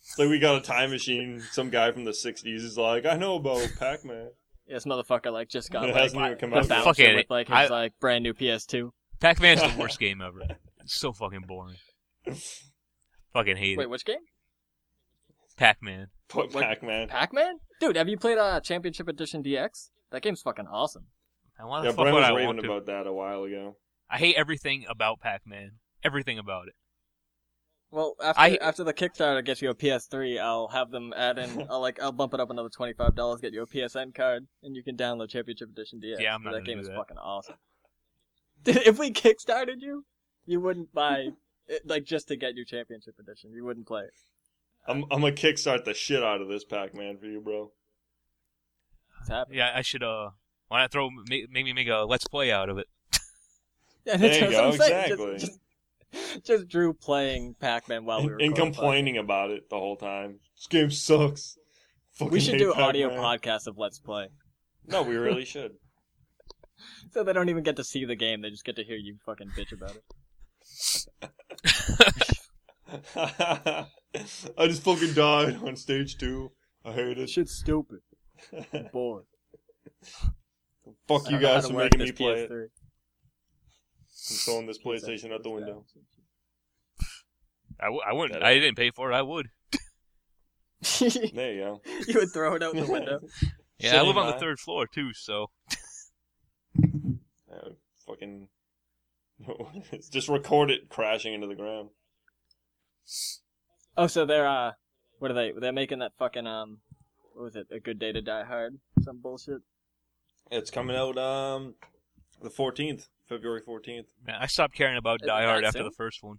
[SPEAKER 3] It's like we got a time machine. Some guy from the '60s is like, I know about Pac-Man.
[SPEAKER 2] this motherfucker like just got
[SPEAKER 3] It
[SPEAKER 2] like
[SPEAKER 3] hasn't even come
[SPEAKER 2] the
[SPEAKER 3] out yet.
[SPEAKER 2] bouncer
[SPEAKER 1] Fuck it.
[SPEAKER 2] with like his
[SPEAKER 1] I-
[SPEAKER 2] like brand new PS2.
[SPEAKER 1] Pac Man's the
[SPEAKER 2] (laughs)
[SPEAKER 1] worst game ever. It's so fucking boring. Fucking hate
[SPEAKER 2] Wait,
[SPEAKER 1] it.
[SPEAKER 2] which game?
[SPEAKER 1] Pac Man.
[SPEAKER 3] Put
[SPEAKER 2] What?
[SPEAKER 3] Pac-Man.
[SPEAKER 2] Pac-Man? Dude, have you played uh, Championship Edition DX? That game's fucking awesome.
[SPEAKER 1] I want to
[SPEAKER 3] Yeah,
[SPEAKER 1] fuck
[SPEAKER 3] Brent
[SPEAKER 1] what
[SPEAKER 3] was
[SPEAKER 1] I want
[SPEAKER 3] raving
[SPEAKER 1] to.
[SPEAKER 3] about that a while ago.
[SPEAKER 1] I hate everything about Pac Man. Everything about it.
[SPEAKER 2] Well, after
[SPEAKER 1] I-
[SPEAKER 2] after the Kickstarter gets you a PS3, I'll have them
[SPEAKER 1] (laughs)
[SPEAKER 2] add in. I'll like I'll bump it up another twenty five dollars, get you a PSN card, and you can download Championship Edition DX.
[SPEAKER 1] Yeah, I'm not
[SPEAKER 2] that
[SPEAKER 1] gonna
[SPEAKER 2] game
[SPEAKER 1] do
[SPEAKER 2] is
[SPEAKER 1] that.
[SPEAKER 2] fucking awesome. (laughs) Dude, if we kickstarted you, you wouldn't
[SPEAKER 1] (laughs)
[SPEAKER 2] buy it, like just to get your Championship Edition. You wouldn't play it.
[SPEAKER 3] I'm I'm gonna kickstart the shit out of this Pac-Man for you, bro.
[SPEAKER 2] It's happening. (laughs)
[SPEAKER 1] Yeah, I should. Uh, why not throw? Make, make me make a let's play out of it.
[SPEAKER 2] Yeah,
[SPEAKER 3] There you
[SPEAKER 2] that's what
[SPEAKER 3] go,
[SPEAKER 2] I'm saying. Just-
[SPEAKER 3] exactly.
[SPEAKER 2] Just, just Drew playing Pac-Man while we were
[SPEAKER 3] And, and complaining about it the whole time. This game sucks. Fucking
[SPEAKER 2] We should
[SPEAKER 3] hate
[SPEAKER 2] do audio
[SPEAKER 3] Pac-Man.
[SPEAKER 2] podcasts of Let's Play.
[SPEAKER 3] (laughs) No, we really should.
[SPEAKER 2] So they don't even get to see the game, they just get to hear you fucking bitch about it.
[SPEAKER 3] (laughs) I just fucking died on stage two. I hate (laughs) it.
[SPEAKER 2] shit's stupid. Bored.
[SPEAKER 3] Fuck you guys for making me play it. I'm throwing this PlayStation out the window.
[SPEAKER 1] I, w- I wouldn't.
[SPEAKER 3] That-
[SPEAKER 1] I didn't pay for it. I would.
[SPEAKER 2] you
[SPEAKER 3] There you go.
[SPEAKER 2] would throw it out
[SPEAKER 3] (laughs)
[SPEAKER 2] the window.
[SPEAKER 1] Yeah,
[SPEAKER 3] Shit
[SPEAKER 1] I live
[SPEAKER 3] ain't
[SPEAKER 1] on the
[SPEAKER 3] mine.
[SPEAKER 1] third floor too. So
[SPEAKER 3] Yeah, fucking. (laughs) just record it crashing into the ground.
[SPEAKER 2] Oh, so they're uh, what are they? They're making that fucking um, what was it? A good day to die hard? Some bullshit.
[SPEAKER 3] It's coming out um the 14th, February 14th.
[SPEAKER 1] man, I stopped caring about
[SPEAKER 2] Is
[SPEAKER 1] Die
[SPEAKER 2] it
[SPEAKER 1] Hard
[SPEAKER 2] that
[SPEAKER 1] after
[SPEAKER 2] soon?
[SPEAKER 1] the first one.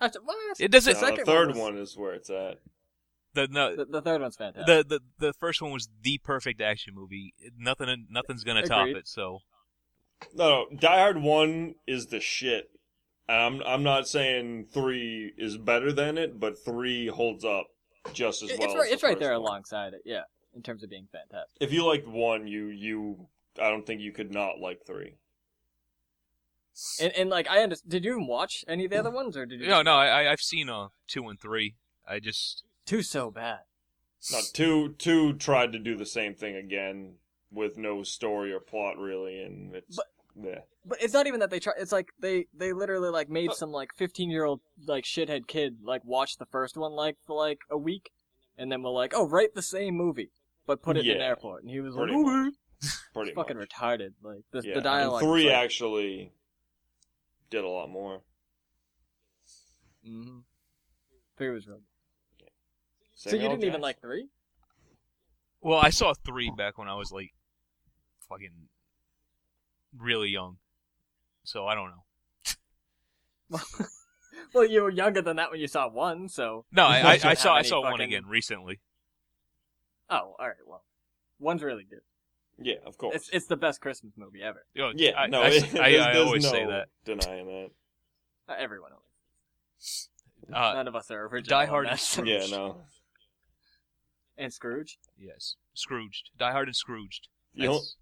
[SPEAKER 2] After, what?
[SPEAKER 1] It doesn't-
[SPEAKER 2] The
[SPEAKER 1] No,
[SPEAKER 3] Now, the
[SPEAKER 2] second
[SPEAKER 3] Uh, third
[SPEAKER 2] one. was-
[SPEAKER 3] one is where it's at.
[SPEAKER 1] The no,
[SPEAKER 2] The, the third one's fantastic.
[SPEAKER 1] the, the the first one was the perfect action movie. Nothing nothing's gonna top
[SPEAKER 2] Agreed.
[SPEAKER 1] it. So
[SPEAKER 3] No, no, Die Hard One is the shit. And I'm I'm not saying three is better than it, but three holds up just as
[SPEAKER 2] It-
[SPEAKER 3] well.
[SPEAKER 2] it's
[SPEAKER 3] as
[SPEAKER 2] right,
[SPEAKER 3] the
[SPEAKER 2] it's right
[SPEAKER 3] first
[SPEAKER 2] there
[SPEAKER 3] one.
[SPEAKER 2] alongside it. Yeah, in terms of being fantastic.
[SPEAKER 3] If you liked one, you you I don't think you could not like three.
[SPEAKER 2] And, and like I understand. Did you even watch any of the other ones, or did you?
[SPEAKER 1] No, no, I, I- I've seen uh, two and three. I just
[SPEAKER 2] Two so bad.
[SPEAKER 3] Not two. Two tried to do the same thing again with no story or plot really, and it's
[SPEAKER 2] But-
[SPEAKER 3] yeah.
[SPEAKER 2] But it's not even that they try. It's like they they literally like made
[SPEAKER 3] But-
[SPEAKER 2] some like fifteen year old like shithead kid like watch the first one like for like a week, and then we're like, oh, write the same movie, but put it in an
[SPEAKER 3] Yeah,
[SPEAKER 2] airport, and he was like,
[SPEAKER 3] pretty much.
[SPEAKER 2] "Okay."
[SPEAKER 3] pretty
[SPEAKER 2] fucking
[SPEAKER 3] much.
[SPEAKER 2] retarded. Like the,
[SPEAKER 3] Yeah,
[SPEAKER 2] the dialogue.
[SPEAKER 3] And
[SPEAKER 2] is
[SPEAKER 3] three
[SPEAKER 2] like,
[SPEAKER 3] actually did a lot more.
[SPEAKER 2] mhm. Three was real. So you
[SPEAKER 3] Samuel
[SPEAKER 2] didn't even
[SPEAKER 3] Jackson.
[SPEAKER 2] like three?
[SPEAKER 1] well, I saw three back when I was like fucking really young, so I don't know.
[SPEAKER 2] Well, you were younger than that when you saw one, so
[SPEAKER 1] No,
[SPEAKER 2] You
[SPEAKER 3] (laughs)
[SPEAKER 1] I, I,
[SPEAKER 2] don't
[SPEAKER 1] I
[SPEAKER 2] have
[SPEAKER 1] saw I
[SPEAKER 2] any
[SPEAKER 1] saw one
[SPEAKER 2] fucking-
[SPEAKER 1] again recently.
[SPEAKER 2] oh, all right. Well, one's really good.
[SPEAKER 3] Yeah, of course.
[SPEAKER 2] It's it's the best Christmas movie ever.
[SPEAKER 1] Yo,
[SPEAKER 3] yeah,
[SPEAKER 1] I,
[SPEAKER 3] no,
[SPEAKER 1] I,
[SPEAKER 3] it, (laughs)
[SPEAKER 1] I-
[SPEAKER 3] there's,
[SPEAKER 1] I
[SPEAKER 3] there's
[SPEAKER 1] always
[SPEAKER 3] no
[SPEAKER 1] say that.
[SPEAKER 3] Denying that.
[SPEAKER 2] (laughs) Uh, everyone else.
[SPEAKER 1] Uh,
[SPEAKER 2] None of us are original.
[SPEAKER 1] Die
[SPEAKER 2] on
[SPEAKER 1] Hard
[SPEAKER 2] that.
[SPEAKER 1] and Scrooged.
[SPEAKER 3] Yeah, no.
[SPEAKER 2] (laughs) and Scrooge.
[SPEAKER 1] Yes, Scrooged. Die Hard and Scrooged.
[SPEAKER 3] The, o-
[SPEAKER 1] That's-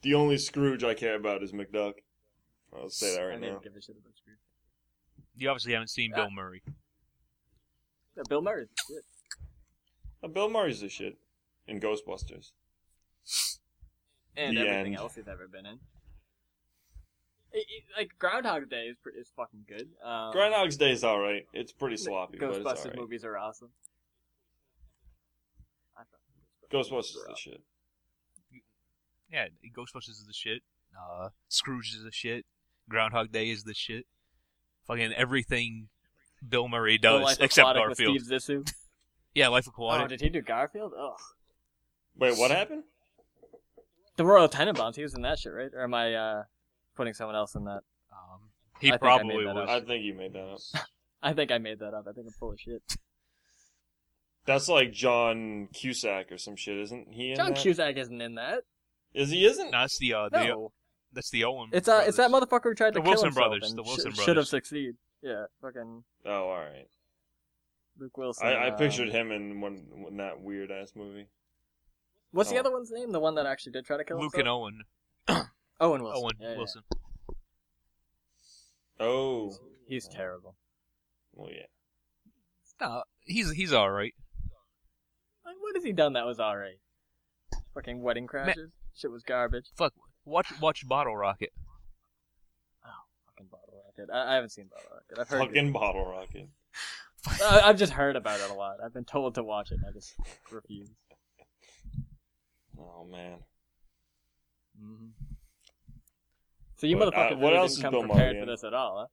[SPEAKER 3] the only Scrooge I care about is McDuck. I'll say that
[SPEAKER 2] I
[SPEAKER 3] right
[SPEAKER 2] didn't
[SPEAKER 3] now.
[SPEAKER 2] give a shit about Scrooge.
[SPEAKER 1] you obviously haven't
[SPEAKER 2] uh,
[SPEAKER 1] seen Bill Murray.
[SPEAKER 2] Yeah, Bill Murray's good.
[SPEAKER 3] Uh, Bill Murray's the shit in Ghostbusters.
[SPEAKER 2] and
[SPEAKER 3] The
[SPEAKER 2] everything
[SPEAKER 3] end.
[SPEAKER 2] else he's ever been in. It- it- like Groundhog Day is pre- is fucking good. Um,
[SPEAKER 3] Groundhog's Day is all right. It's pretty sloppy, but it's all
[SPEAKER 2] Ghostbusters
[SPEAKER 3] right.
[SPEAKER 2] movies are awesome. I thought
[SPEAKER 3] Ghostbusters is the shit.
[SPEAKER 1] Yeah, Ghostbusters is the shit. Uh, Scrooge is the shit. Groundhog Day is the shit. Fucking everything Bill Murray
[SPEAKER 2] The
[SPEAKER 1] does
[SPEAKER 2] Life
[SPEAKER 1] except
[SPEAKER 2] Aquatic with
[SPEAKER 1] Garfield.
[SPEAKER 2] Steve Zissou.
[SPEAKER 1] Yeah, Life
[SPEAKER 2] Oh,
[SPEAKER 1] Aquatic.
[SPEAKER 2] did he do Garfield? Oh,
[SPEAKER 3] Wait, what happened?
[SPEAKER 2] the Royal Tenenbaums. He was in that shit, right? Or am I uh, putting someone else in that?
[SPEAKER 1] Um, he
[SPEAKER 2] I think I
[SPEAKER 1] probably
[SPEAKER 2] made that
[SPEAKER 1] was.
[SPEAKER 3] I think you made that up.
[SPEAKER 2] I think I made that up. I think I'm full of shit.
[SPEAKER 3] That's like John Cusack or some shit, isn't he? In
[SPEAKER 2] John
[SPEAKER 3] that?
[SPEAKER 2] Cusack isn't in that.
[SPEAKER 3] Is he? Isn't?
[SPEAKER 1] No, that's the uh, the
[SPEAKER 2] No,
[SPEAKER 1] that's the Owen.
[SPEAKER 2] it's uh, it's that
[SPEAKER 1] brothers.
[SPEAKER 2] motherfucker who tried
[SPEAKER 1] The
[SPEAKER 2] to
[SPEAKER 1] Wilson
[SPEAKER 2] kill himself
[SPEAKER 1] brothers,
[SPEAKER 2] and
[SPEAKER 1] the Wilson
[SPEAKER 2] should have
[SPEAKER 1] brothers.
[SPEAKER 2] succeeded. Yeah, fucking
[SPEAKER 3] Oh, all right.
[SPEAKER 2] Luke Wilson.
[SPEAKER 3] I, I
[SPEAKER 2] uh,
[SPEAKER 3] pictured him in one in that weird ass movie.
[SPEAKER 2] What's the
[SPEAKER 3] Oh.
[SPEAKER 2] other one's name? The one that actually did try to kill
[SPEAKER 1] Luke and
[SPEAKER 2] himself.
[SPEAKER 1] Owen.
[SPEAKER 2] Owen Wilson.
[SPEAKER 1] Owen
[SPEAKER 2] Yeah, yeah.
[SPEAKER 1] Wilson.
[SPEAKER 3] Oh,
[SPEAKER 2] He's terrible.
[SPEAKER 3] well, yeah.
[SPEAKER 1] No, he's he's all right.
[SPEAKER 2] Like, what has he done that was alright? Fucking wedding crashes. Shit was garbage.
[SPEAKER 1] Fuck, watch watch Bottle Rocket.
[SPEAKER 2] Fucking Bottle Rocket. I, I haven't seen Bottle Rocket. I've heard.
[SPEAKER 3] Fucking bottle rocket.
[SPEAKER 2] I, I've just heard about it a lot. I've been told to watch it. and I just refuse.
[SPEAKER 3] Oh man.
[SPEAKER 2] Mm-hmm. So you
[SPEAKER 3] But, uh,
[SPEAKER 2] motherfucker
[SPEAKER 3] what
[SPEAKER 2] really
[SPEAKER 3] else
[SPEAKER 2] didn't
[SPEAKER 3] is
[SPEAKER 2] come
[SPEAKER 3] Bill Murray
[SPEAKER 2] prepared
[SPEAKER 3] in?
[SPEAKER 2] for this at all, huh?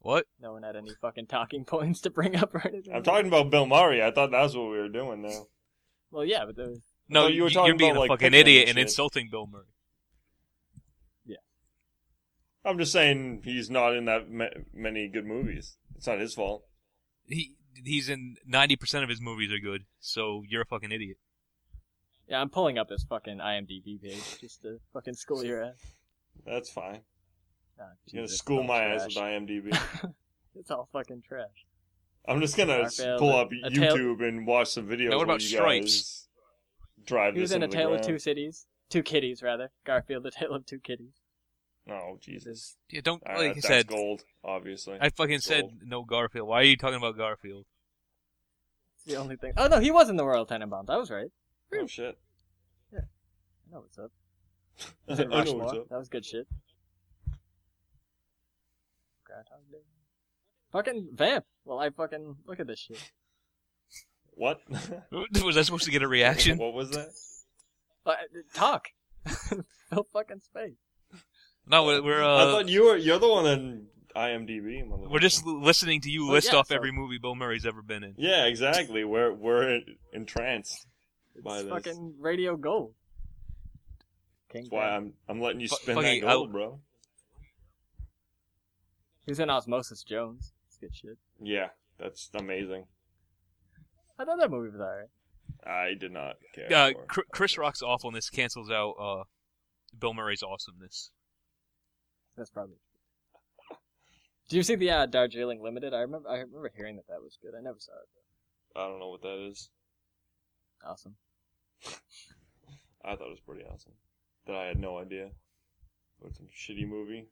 [SPEAKER 1] What?
[SPEAKER 2] No one had any fucking talking (laughs) points to bring up or anything.
[SPEAKER 3] I'm talking about Bill Murray. I thought that's what we were doing now.
[SPEAKER 2] Well, yeah, but there was,
[SPEAKER 1] No,
[SPEAKER 3] thought you were
[SPEAKER 1] y-
[SPEAKER 3] talking
[SPEAKER 1] you're being
[SPEAKER 3] about,
[SPEAKER 1] a
[SPEAKER 3] like,
[SPEAKER 1] fucking
[SPEAKER 3] Pikmin and
[SPEAKER 1] idiot and
[SPEAKER 3] shit.
[SPEAKER 1] insulting Bill Murray.
[SPEAKER 3] I'm just saying he's not in that ma- many good movies. It's not his fault.
[SPEAKER 1] He he's in ninety percent of his movies are good. So you're a fucking idiot.
[SPEAKER 2] yeah, I'm pulling up his fucking IMDb page just to fucking school your ass.
[SPEAKER 3] That's fine.
[SPEAKER 2] Nah,
[SPEAKER 3] You're gonna
[SPEAKER 2] Jesus,
[SPEAKER 3] school
[SPEAKER 2] it's
[SPEAKER 3] my
[SPEAKER 2] all
[SPEAKER 3] ass with
[SPEAKER 2] trash.
[SPEAKER 3] IMDb.
[SPEAKER 2] (laughs) It's all fucking trash.
[SPEAKER 3] I'm just gonna s-
[SPEAKER 2] Raphael,
[SPEAKER 3] pull up
[SPEAKER 2] a tail-
[SPEAKER 3] YouTube and watch some videos.
[SPEAKER 1] Now, what
[SPEAKER 3] where
[SPEAKER 1] about
[SPEAKER 3] you
[SPEAKER 1] Stripes?
[SPEAKER 3] Guys drive
[SPEAKER 2] He was
[SPEAKER 3] this
[SPEAKER 2] in A
[SPEAKER 3] into the
[SPEAKER 2] Tale of Two
[SPEAKER 3] ground.
[SPEAKER 2] Cities, Two Kitties rather. Garfield, A Tale of Two Kitties.
[SPEAKER 3] Oh Jesus!
[SPEAKER 1] Yeah, don't
[SPEAKER 3] Ah,
[SPEAKER 1] like I
[SPEAKER 3] that's
[SPEAKER 1] said.
[SPEAKER 3] gold, obviously.
[SPEAKER 1] I fucking said
[SPEAKER 3] Gold.
[SPEAKER 1] no Garfield. Why are you talking about Garfield? (laughs)
[SPEAKER 2] It's the only thing. Oh no, he was in the Royal Tenenbaums. I was right.
[SPEAKER 3] Oh shit!
[SPEAKER 2] I know what's up. He
[SPEAKER 3] (laughs) I
[SPEAKER 2] was in
[SPEAKER 3] know
[SPEAKER 2] Rushmore.
[SPEAKER 3] what's up.
[SPEAKER 2] That was good shit. Groundhog Day. Fucking vamp. Well, I fucking look at this shit.
[SPEAKER 3] What? (laughs)
[SPEAKER 1] Was I supposed to get a reaction?
[SPEAKER 3] what was that?
[SPEAKER 2] Uh, talk. (laughs) Fill fucking space.
[SPEAKER 1] No, we're we're,
[SPEAKER 3] I
[SPEAKER 1] uh,
[SPEAKER 3] thought you were you're the one in IMDb. motherfucker.
[SPEAKER 1] we're just l- listening to you
[SPEAKER 2] Oh,
[SPEAKER 1] list
[SPEAKER 2] yeah,
[SPEAKER 1] off
[SPEAKER 2] so-
[SPEAKER 1] every movie Bill Murray's ever been in.
[SPEAKER 3] yeah, exactly. We're we're entranced. Buy
[SPEAKER 2] It's
[SPEAKER 3] this.
[SPEAKER 2] fucking radio gold. King
[SPEAKER 3] That's why
[SPEAKER 2] Crab.
[SPEAKER 3] I'm I'm letting you
[SPEAKER 1] Fu-
[SPEAKER 3] spin
[SPEAKER 1] fucking-
[SPEAKER 3] that gold, bro.
[SPEAKER 2] He was in Osmosis Jones. It's good shit.
[SPEAKER 3] Yeah, that's amazing.
[SPEAKER 2] I thought that movie was alright.
[SPEAKER 3] I did not care.
[SPEAKER 1] Uh,
[SPEAKER 3] for-
[SPEAKER 1] Cr- Chris Rock's awfulness cancels out uh, Bill Murray's awesomeness.
[SPEAKER 2] (laughs) That's probably. Do you see the uh, Darjeeling Limited? I remember I remember hearing that that was good. I never saw it.
[SPEAKER 3] I don't know what that is.
[SPEAKER 2] Awesome.
[SPEAKER 3] I thought it was pretty awesome. That I had no idea. But some shitty movie.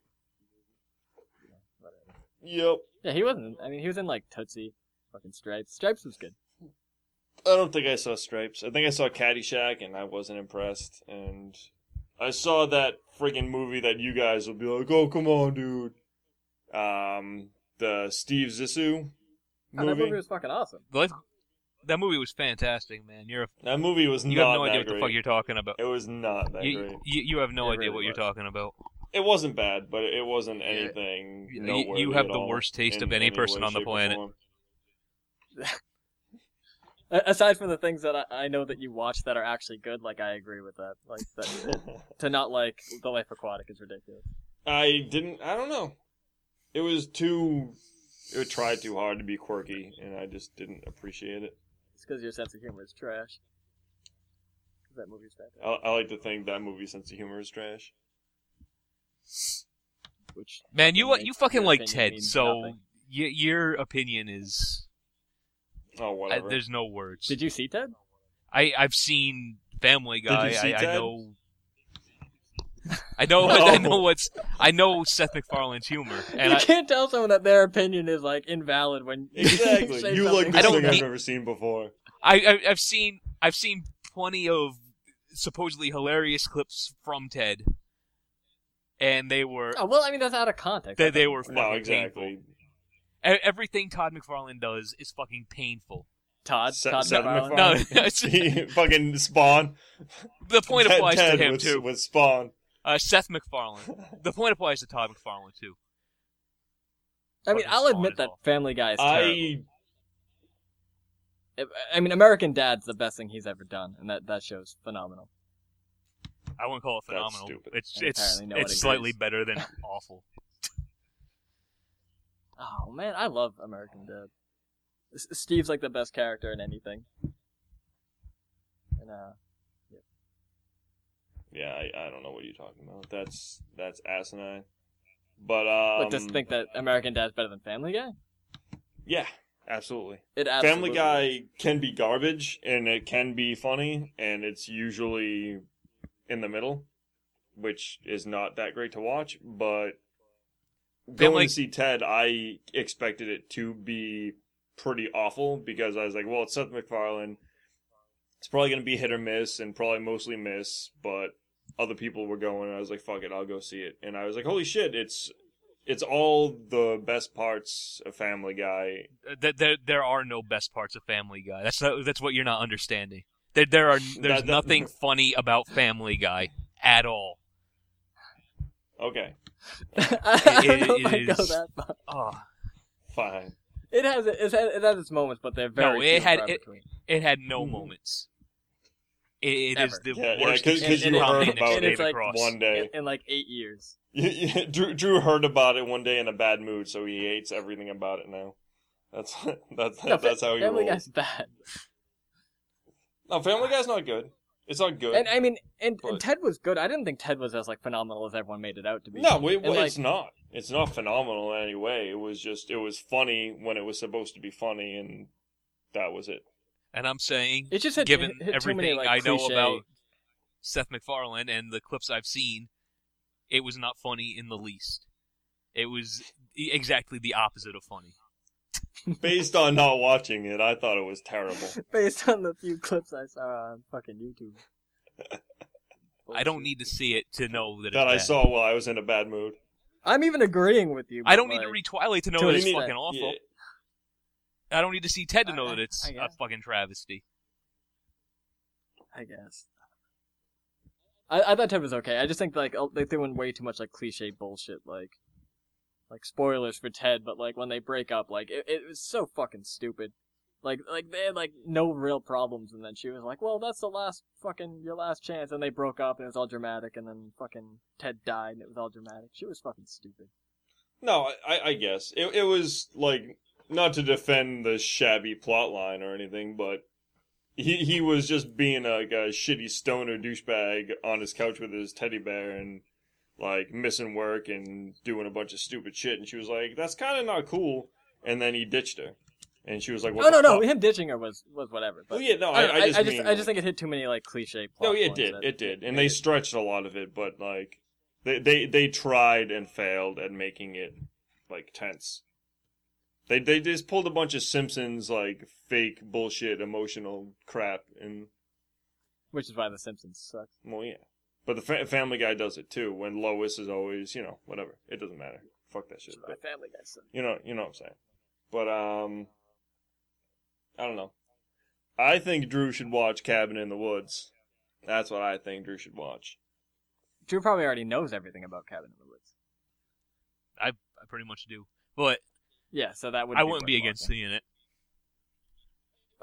[SPEAKER 2] Whatever.
[SPEAKER 3] Yep.
[SPEAKER 2] Yeah, he wasn't. I mean, he was in like Tootsie, fucking Stripes. Stripes was good.
[SPEAKER 3] I don't think I saw Stripes. I think I saw Caddyshack, and I wasn't impressed. And I saw that friggin' movie that you guys will be like, "Oh, come on, dude." Um, the Steve Zissou
[SPEAKER 2] Oh, that
[SPEAKER 3] movie.
[SPEAKER 2] movie was fucking awesome.
[SPEAKER 1] The life- that movie was fantastic, man. You're a,
[SPEAKER 3] that movie was
[SPEAKER 1] you
[SPEAKER 3] not
[SPEAKER 1] have no
[SPEAKER 3] that
[SPEAKER 1] idea what the
[SPEAKER 3] great.
[SPEAKER 1] fuck you're talking about.
[SPEAKER 3] it was not that great.
[SPEAKER 1] You, you, you have no
[SPEAKER 2] It
[SPEAKER 1] idea
[SPEAKER 2] really
[SPEAKER 1] what you're
[SPEAKER 2] was.
[SPEAKER 1] talking about.
[SPEAKER 3] It wasn't bad, but it wasn't anything.
[SPEAKER 1] You- You,
[SPEAKER 3] noteworthy
[SPEAKER 1] you have
[SPEAKER 3] at
[SPEAKER 1] the
[SPEAKER 3] all
[SPEAKER 1] worst taste
[SPEAKER 3] in
[SPEAKER 1] of any person
[SPEAKER 3] way,
[SPEAKER 1] on the
[SPEAKER 3] shape, or
[SPEAKER 1] planet.
[SPEAKER 3] form.
[SPEAKER 2] A- aside from the things that I, I know that you watch that are actually good, like I agree with that. Like
[SPEAKER 3] (laughs)
[SPEAKER 2] that, to not like The Life Aquatic is ridiculous.
[SPEAKER 3] I didn't. I don't know. It was too. It tried too hard to be quirky, and I just didn't appreciate it.
[SPEAKER 2] It's because your sense of humor is trash. 'Cause That movie's bad,
[SPEAKER 3] I, I like to think that movie's sense of humor is trash.
[SPEAKER 2] which
[SPEAKER 1] Man, you
[SPEAKER 2] fucking
[SPEAKER 1] you
[SPEAKER 2] makes
[SPEAKER 1] fucking
[SPEAKER 2] your
[SPEAKER 1] like
[SPEAKER 2] opinion
[SPEAKER 1] Ted,
[SPEAKER 2] mean
[SPEAKER 1] so y-
[SPEAKER 2] nothing.
[SPEAKER 1] your opinion is
[SPEAKER 3] Oh,
[SPEAKER 1] I,
[SPEAKER 3] whatever.
[SPEAKER 1] there's no words.
[SPEAKER 2] Did you see Ted?
[SPEAKER 1] I I've seen Family
[SPEAKER 3] you
[SPEAKER 1] Guy.
[SPEAKER 3] see
[SPEAKER 1] I, I
[SPEAKER 3] Ted?
[SPEAKER 1] know. (laughs) I know. (laughs)
[SPEAKER 3] No.
[SPEAKER 1] I know what's. I know Seth MacFarlane's humor, and
[SPEAKER 2] you
[SPEAKER 1] I,
[SPEAKER 2] can't tell someone that their opinion is like invalid when (laughs) you (laughs)
[SPEAKER 3] exactly.
[SPEAKER 2] say
[SPEAKER 3] you like
[SPEAKER 2] something.
[SPEAKER 1] I
[SPEAKER 3] this
[SPEAKER 1] don't
[SPEAKER 3] thing I've
[SPEAKER 1] need-
[SPEAKER 3] never seen before.
[SPEAKER 1] I, I I've seen I've seen plenty of supposedly hilarious clips from Ted, and they were
[SPEAKER 2] Oh, well, I mean that's out of context.
[SPEAKER 1] they, they were fucking
[SPEAKER 3] No, exactly.
[SPEAKER 1] painful.
[SPEAKER 2] (laughs)
[SPEAKER 1] E- Everything Todd McFarlane does is fucking
[SPEAKER 3] (laughs)
[SPEAKER 1] painful.
[SPEAKER 2] Todd.
[SPEAKER 3] Se-
[SPEAKER 2] Todd
[SPEAKER 3] Seth
[SPEAKER 2] MacFarlane.
[SPEAKER 1] No, (laughs)
[SPEAKER 3] Fine.
[SPEAKER 1] it's,
[SPEAKER 3] He fucking Spawn.
[SPEAKER 1] the point
[SPEAKER 3] Ted-
[SPEAKER 1] applies
[SPEAKER 3] Ted
[SPEAKER 1] to him
[SPEAKER 3] with,
[SPEAKER 1] too.
[SPEAKER 3] With Spawn.
[SPEAKER 1] Uh, Seth MacFarlane. The point applies to Todd McFarlane too.
[SPEAKER 2] I mean,
[SPEAKER 1] fucking
[SPEAKER 2] I'll
[SPEAKER 1] Spawn
[SPEAKER 2] admit
[SPEAKER 1] is
[SPEAKER 2] that
[SPEAKER 1] awful.
[SPEAKER 2] Family Guy is terrible.
[SPEAKER 3] I
[SPEAKER 2] I... I mean, American Dad's the best thing he's ever done, and that that show's phenomenal.
[SPEAKER 1] I wouldn't call it
[SPEAKER 3] That's
[SPEAKER 1] phenomenal.
[SPEAKER 3] stupid.
[SPEAKER 1] It's
[SPEAKER 2] And
[SPEAKER 1] it's
[SPEAKER 2] apparently no one
[SPEAKER 1] it's slightly
[SPEAKER 2] agrees.
[SPEAKER 1] better
[SPEAKER 2] (laughs)
[SPEAKER 1] than awful.
[SPEAKER 2] Oh man, I love American Dad. S- Steve's like the best character in anything. And uh,
[SPEAKER 3] yeah, I, I don't know what you're talking about. That's that's asinine. But um,
[SPEAKER 2] but just think that American Dad's better than Family Guy.
[SPEAKER 3] yeah, absolutely.
[SPEAKER 2] It
[SPEAKER 3] Family
[SPEAKER 2] absolutely
[SPEAKER 1] (laughs)
[SPEAKER 3] Guy can be garbage and it can be funny, and it's usually in the middle, which is not that great to watch. But going
[SPEAKER 1] Family-
[SPEAKER 3] to see Ted, I expected it to be pretty awful because I was like, well, it's Seth MacFarlane. It's probably going to be hit or miss, and probably mostly miss. But other people were going, and I was like, fuck it, I'll go see it. And I was like, holy shit, it's it's all the best parts of Family Guy
[SPEAKER 1] Uh, There, there there are no best parts of Family Guy. That's not, that's what you're not understanding. There there
[SPEAKER 3] (laughs)
[SPEAKER 1] are there's
[SPEAKER 3] That- that-
[SPEAKER 1] nothing funny about Family Guy at all.
[SPEAKER 3] Okay,
[SPEAKER 2] (laughs) I
[SPEAKER 1] It-
[SPEAKER 2] don't
[SPEAKER 1] it
[SPEAKER 2] like go
[SPEAKER 1] is-
[SPEAKER 2] that far.
[SPEAKER 1] Oh,
[SPEAKER 3] fine.
[SPEAKER 2] It has it has, it has its moments, but they're very.
[SPEAKER 1] No,
[SPEAKER 2] few
[SPEAKER 1] it
[SPEAKER 2] and
[SPEAKER 1] had-
[SPEAKER 2] far
[SPEAKER 1] it-
[SPEAKER 2] between.
[SPEAKER 1] it had no
[SPEAKER 3] Mhm.
[SPEAKER 1] moments. It, it is
[SPEAKER 2] Mm-hmm. Ever.
[SPEAKER 1] the
[SPEAKER 3] Yeah, yeah,
[SPEAKER 1] worst
[SPEAKER 3] 'cause- 'cause
[SPEAKER 1] excuse
[SPEAKER 2] you
[SPEAKER 1] comedy
[SPEAKER 2] heard
[SPEAKER 1] next
[SPEAKER 2] about
[SPEAKER 1] to
[SPEAKER 2] it
[SPEAKER 1] David
[SPEAKER 2] like
[SPEAKER 1] Cross.
[SPEAKER 3] One
[SPEAKER 2] in,
[SPEAKER 3] day,
[SPEAKER 2] in like eight years.
[SPEAKER 3] (laughs) Drew, Drew heard about it one day in a bad mood, so he hates everything about it now. That's (laughs) that's
[SPEAKER 2] No,
[SPEAKER 3] that's how he
[SPEAKER 2] Family
[SPEAKER 3] rolls.
[SPEAKER 2] Guy's bad.
[SPEAKER 3] No, Family Guy's not good. It's not good.
[SPEAKER 2] And I mean, and,
[SPEAKER 3] But-
[SPEAKER 2] and Ted was good. I didn't think Ted was as like phenomenal as everyone made it out to be.
[SPEAKER 3] no, it,
[SPEAKER 2] and, like-
[SPEAKER 3] it's not. It's not phenomenal in any way. It was just it was funny when it was supposed to be funny, and that
[SPEAKER 2] (laughs)
[SPEAKER 3] was it.
[SPEAKER 1] And I'm saying,
[SPEAKER 2] It just hit,
[SPEAKER 1] given
[SPEAKER 2] hit- hit too
[SPEAKER 1] everything
[SPEAKER 2] many, like,
[SPEAKER 1] I know
[SPEAKER 2] cliche-
[SPEAKER 1] about Seth MacFarlane and the clips I've seen, it was not funny in the least. It was e- exactly the opposite of funny.
[SPEAKER 3] Based on not watching it, I thought it was terrible.
[SPEAKER 2] (laughs) based on the few clips I saw on fucking YouTube.
[SPEAKER 1] (laughs) I don't need to see it to know that it's
[SPEAKER 3] that I
[SPEAKER 1] bad.
[SPEAKER 3] saw while I was in a bad mood.
[SPEAKER 2] I'm even agreeing with you.
[SPEAKER 1] I
[SPEAKER 2] but,
[SPEAKER 1] don't need to
[SPEAKER 2] like,
[SPEAKER 1] read Twilight to know
[SPEAKER 2] to
[SPEAKER 1] that
[SPEAKER 2] an
[SPEAKER 1] it's
[SPEAKER 2] extent,
[SPEAKER 1] fucking awful.
[SPEAKER 3] Yeah,
[SPEAKER 1] I don't need to see Ted to know
[SPEAKER 2] I-
[SPEAKER 1] that
[SPEAKER 2] I-
[SPEAKER 1] it's
[SPEAKER 2] I
[SPEAKER 1] a
[SPEAKER 2] guess.
[SPEAKER 1] fucking travesty.
[SPEAKER 2] I guess. I, I thought Ted was okay. I just think like oh, they threw in way too much like cliche bullshit, like like spoilers for Ted. But like when they break up, like it, it was so fucking stupid. Like like they had like no real problems, and then she was like, "Well, that's the last fucking your last chance," and they broke up, and it was all dramatic, and then fucking Ted died, and it was all dramatic. She was fucking stupid.
[SPEAKER 3] No, I- I, I guess it. It was like not to defend the shabby plot line or anything, but he he was just being like a shitty stoner douchebag on his couch with his teddy bear, and like missing work and doing a bunch of stupid shit. And she was like, "That's kind of not cool." And then he ditched her, and she was like,
[SPEAKER 2] Oh, No,
[SPEAKER 3] "What
[SPEAKER 2] no,
[SPEAKER 3] the
[SPEAKER 2] no.
[SPEAKER 3] fuck?
[SPEAKER 2] Him ditching her was was whatever. But
[SPEAKER 3] Oh yeah, no,
[SPEAKER 2] I, don't know,
[SPEAKER 3] I, I just, mean,
[SPEAKER 2] I just think it hit too many like cliche. Plot
[SPEAKER 3] no, yeah, it
[SPEAKER 2] points
[SPEAKER 3] did,
[SPEAKER 2] that-
[SPEAKER 3] it did, and they stretched a lot of it, but like they they they tried and failed at making it like tense. They they just pulled a bunch of Simpsons like fake bullshit emotional crap, and
[SPEAKER 2] which is why The Simpsons sucks.
[SPEAKER 3] well, yeah, but the fa- Family Guy does it too. When Lois is always, you know, whatever, it doesn't matter. Fuck that shit.
[SPEAKER 2] Which is why Family Guy sucks.
[SPEAKER 3] You know, you know what I'm saying. But um, I don't know. I think Drew should watch Cabin in the Woods. That's what I think Drew should watch.
[SPEAKER 2] Drew probably already knows everything about Cabin in the Woods.
[SPEAKER 1] I pretty much do, but
[SPEAKER 2] Yeah, so that would.
[SPEAKER 1] I wouldn't be against seeing it.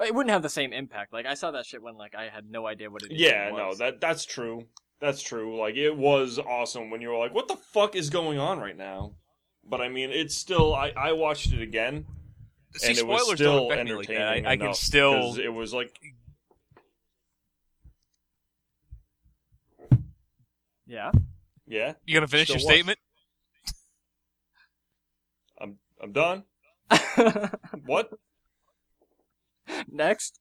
[SPEAKER 2] It wouldn't have the same impact. Like I saw that shit when like I had no idea what it. even
[SPEAKER 3] Yeah, no,
[SPEAKER 2] was.
[SPEAKER 3] that that's true. That's true. Like it was awesome when you were like, "What the fuck is going on right now?" But I mean, it's still. I I watched it again,
[SPEAKER 1] See,
[SPEAKER 3] and it was
[SPEAKER 1] spoilers
[SPEAKER 3] still
[SPEAKER 1] don't affect me like
[SPEAKER 3] entertaining.
[SPEAKER 1] that. I, I can
[SPEAKER 3] enough,
[SPEAKER 1] still
[SPEAKER 3] 'cause It was like,
[SPEAKER 2] Yeah.
[SPEAKER 3] yeah,
[SPEAKER 1] You gonna finish
[SPEAKER 3] Still
[SPEAKER 1] your
[SPEAKER 3] was.
[SPEAKER 1] statement?
[SPEAKER 3] I'm I'm done. What,
[SPEAKER 2] (laughs) Next.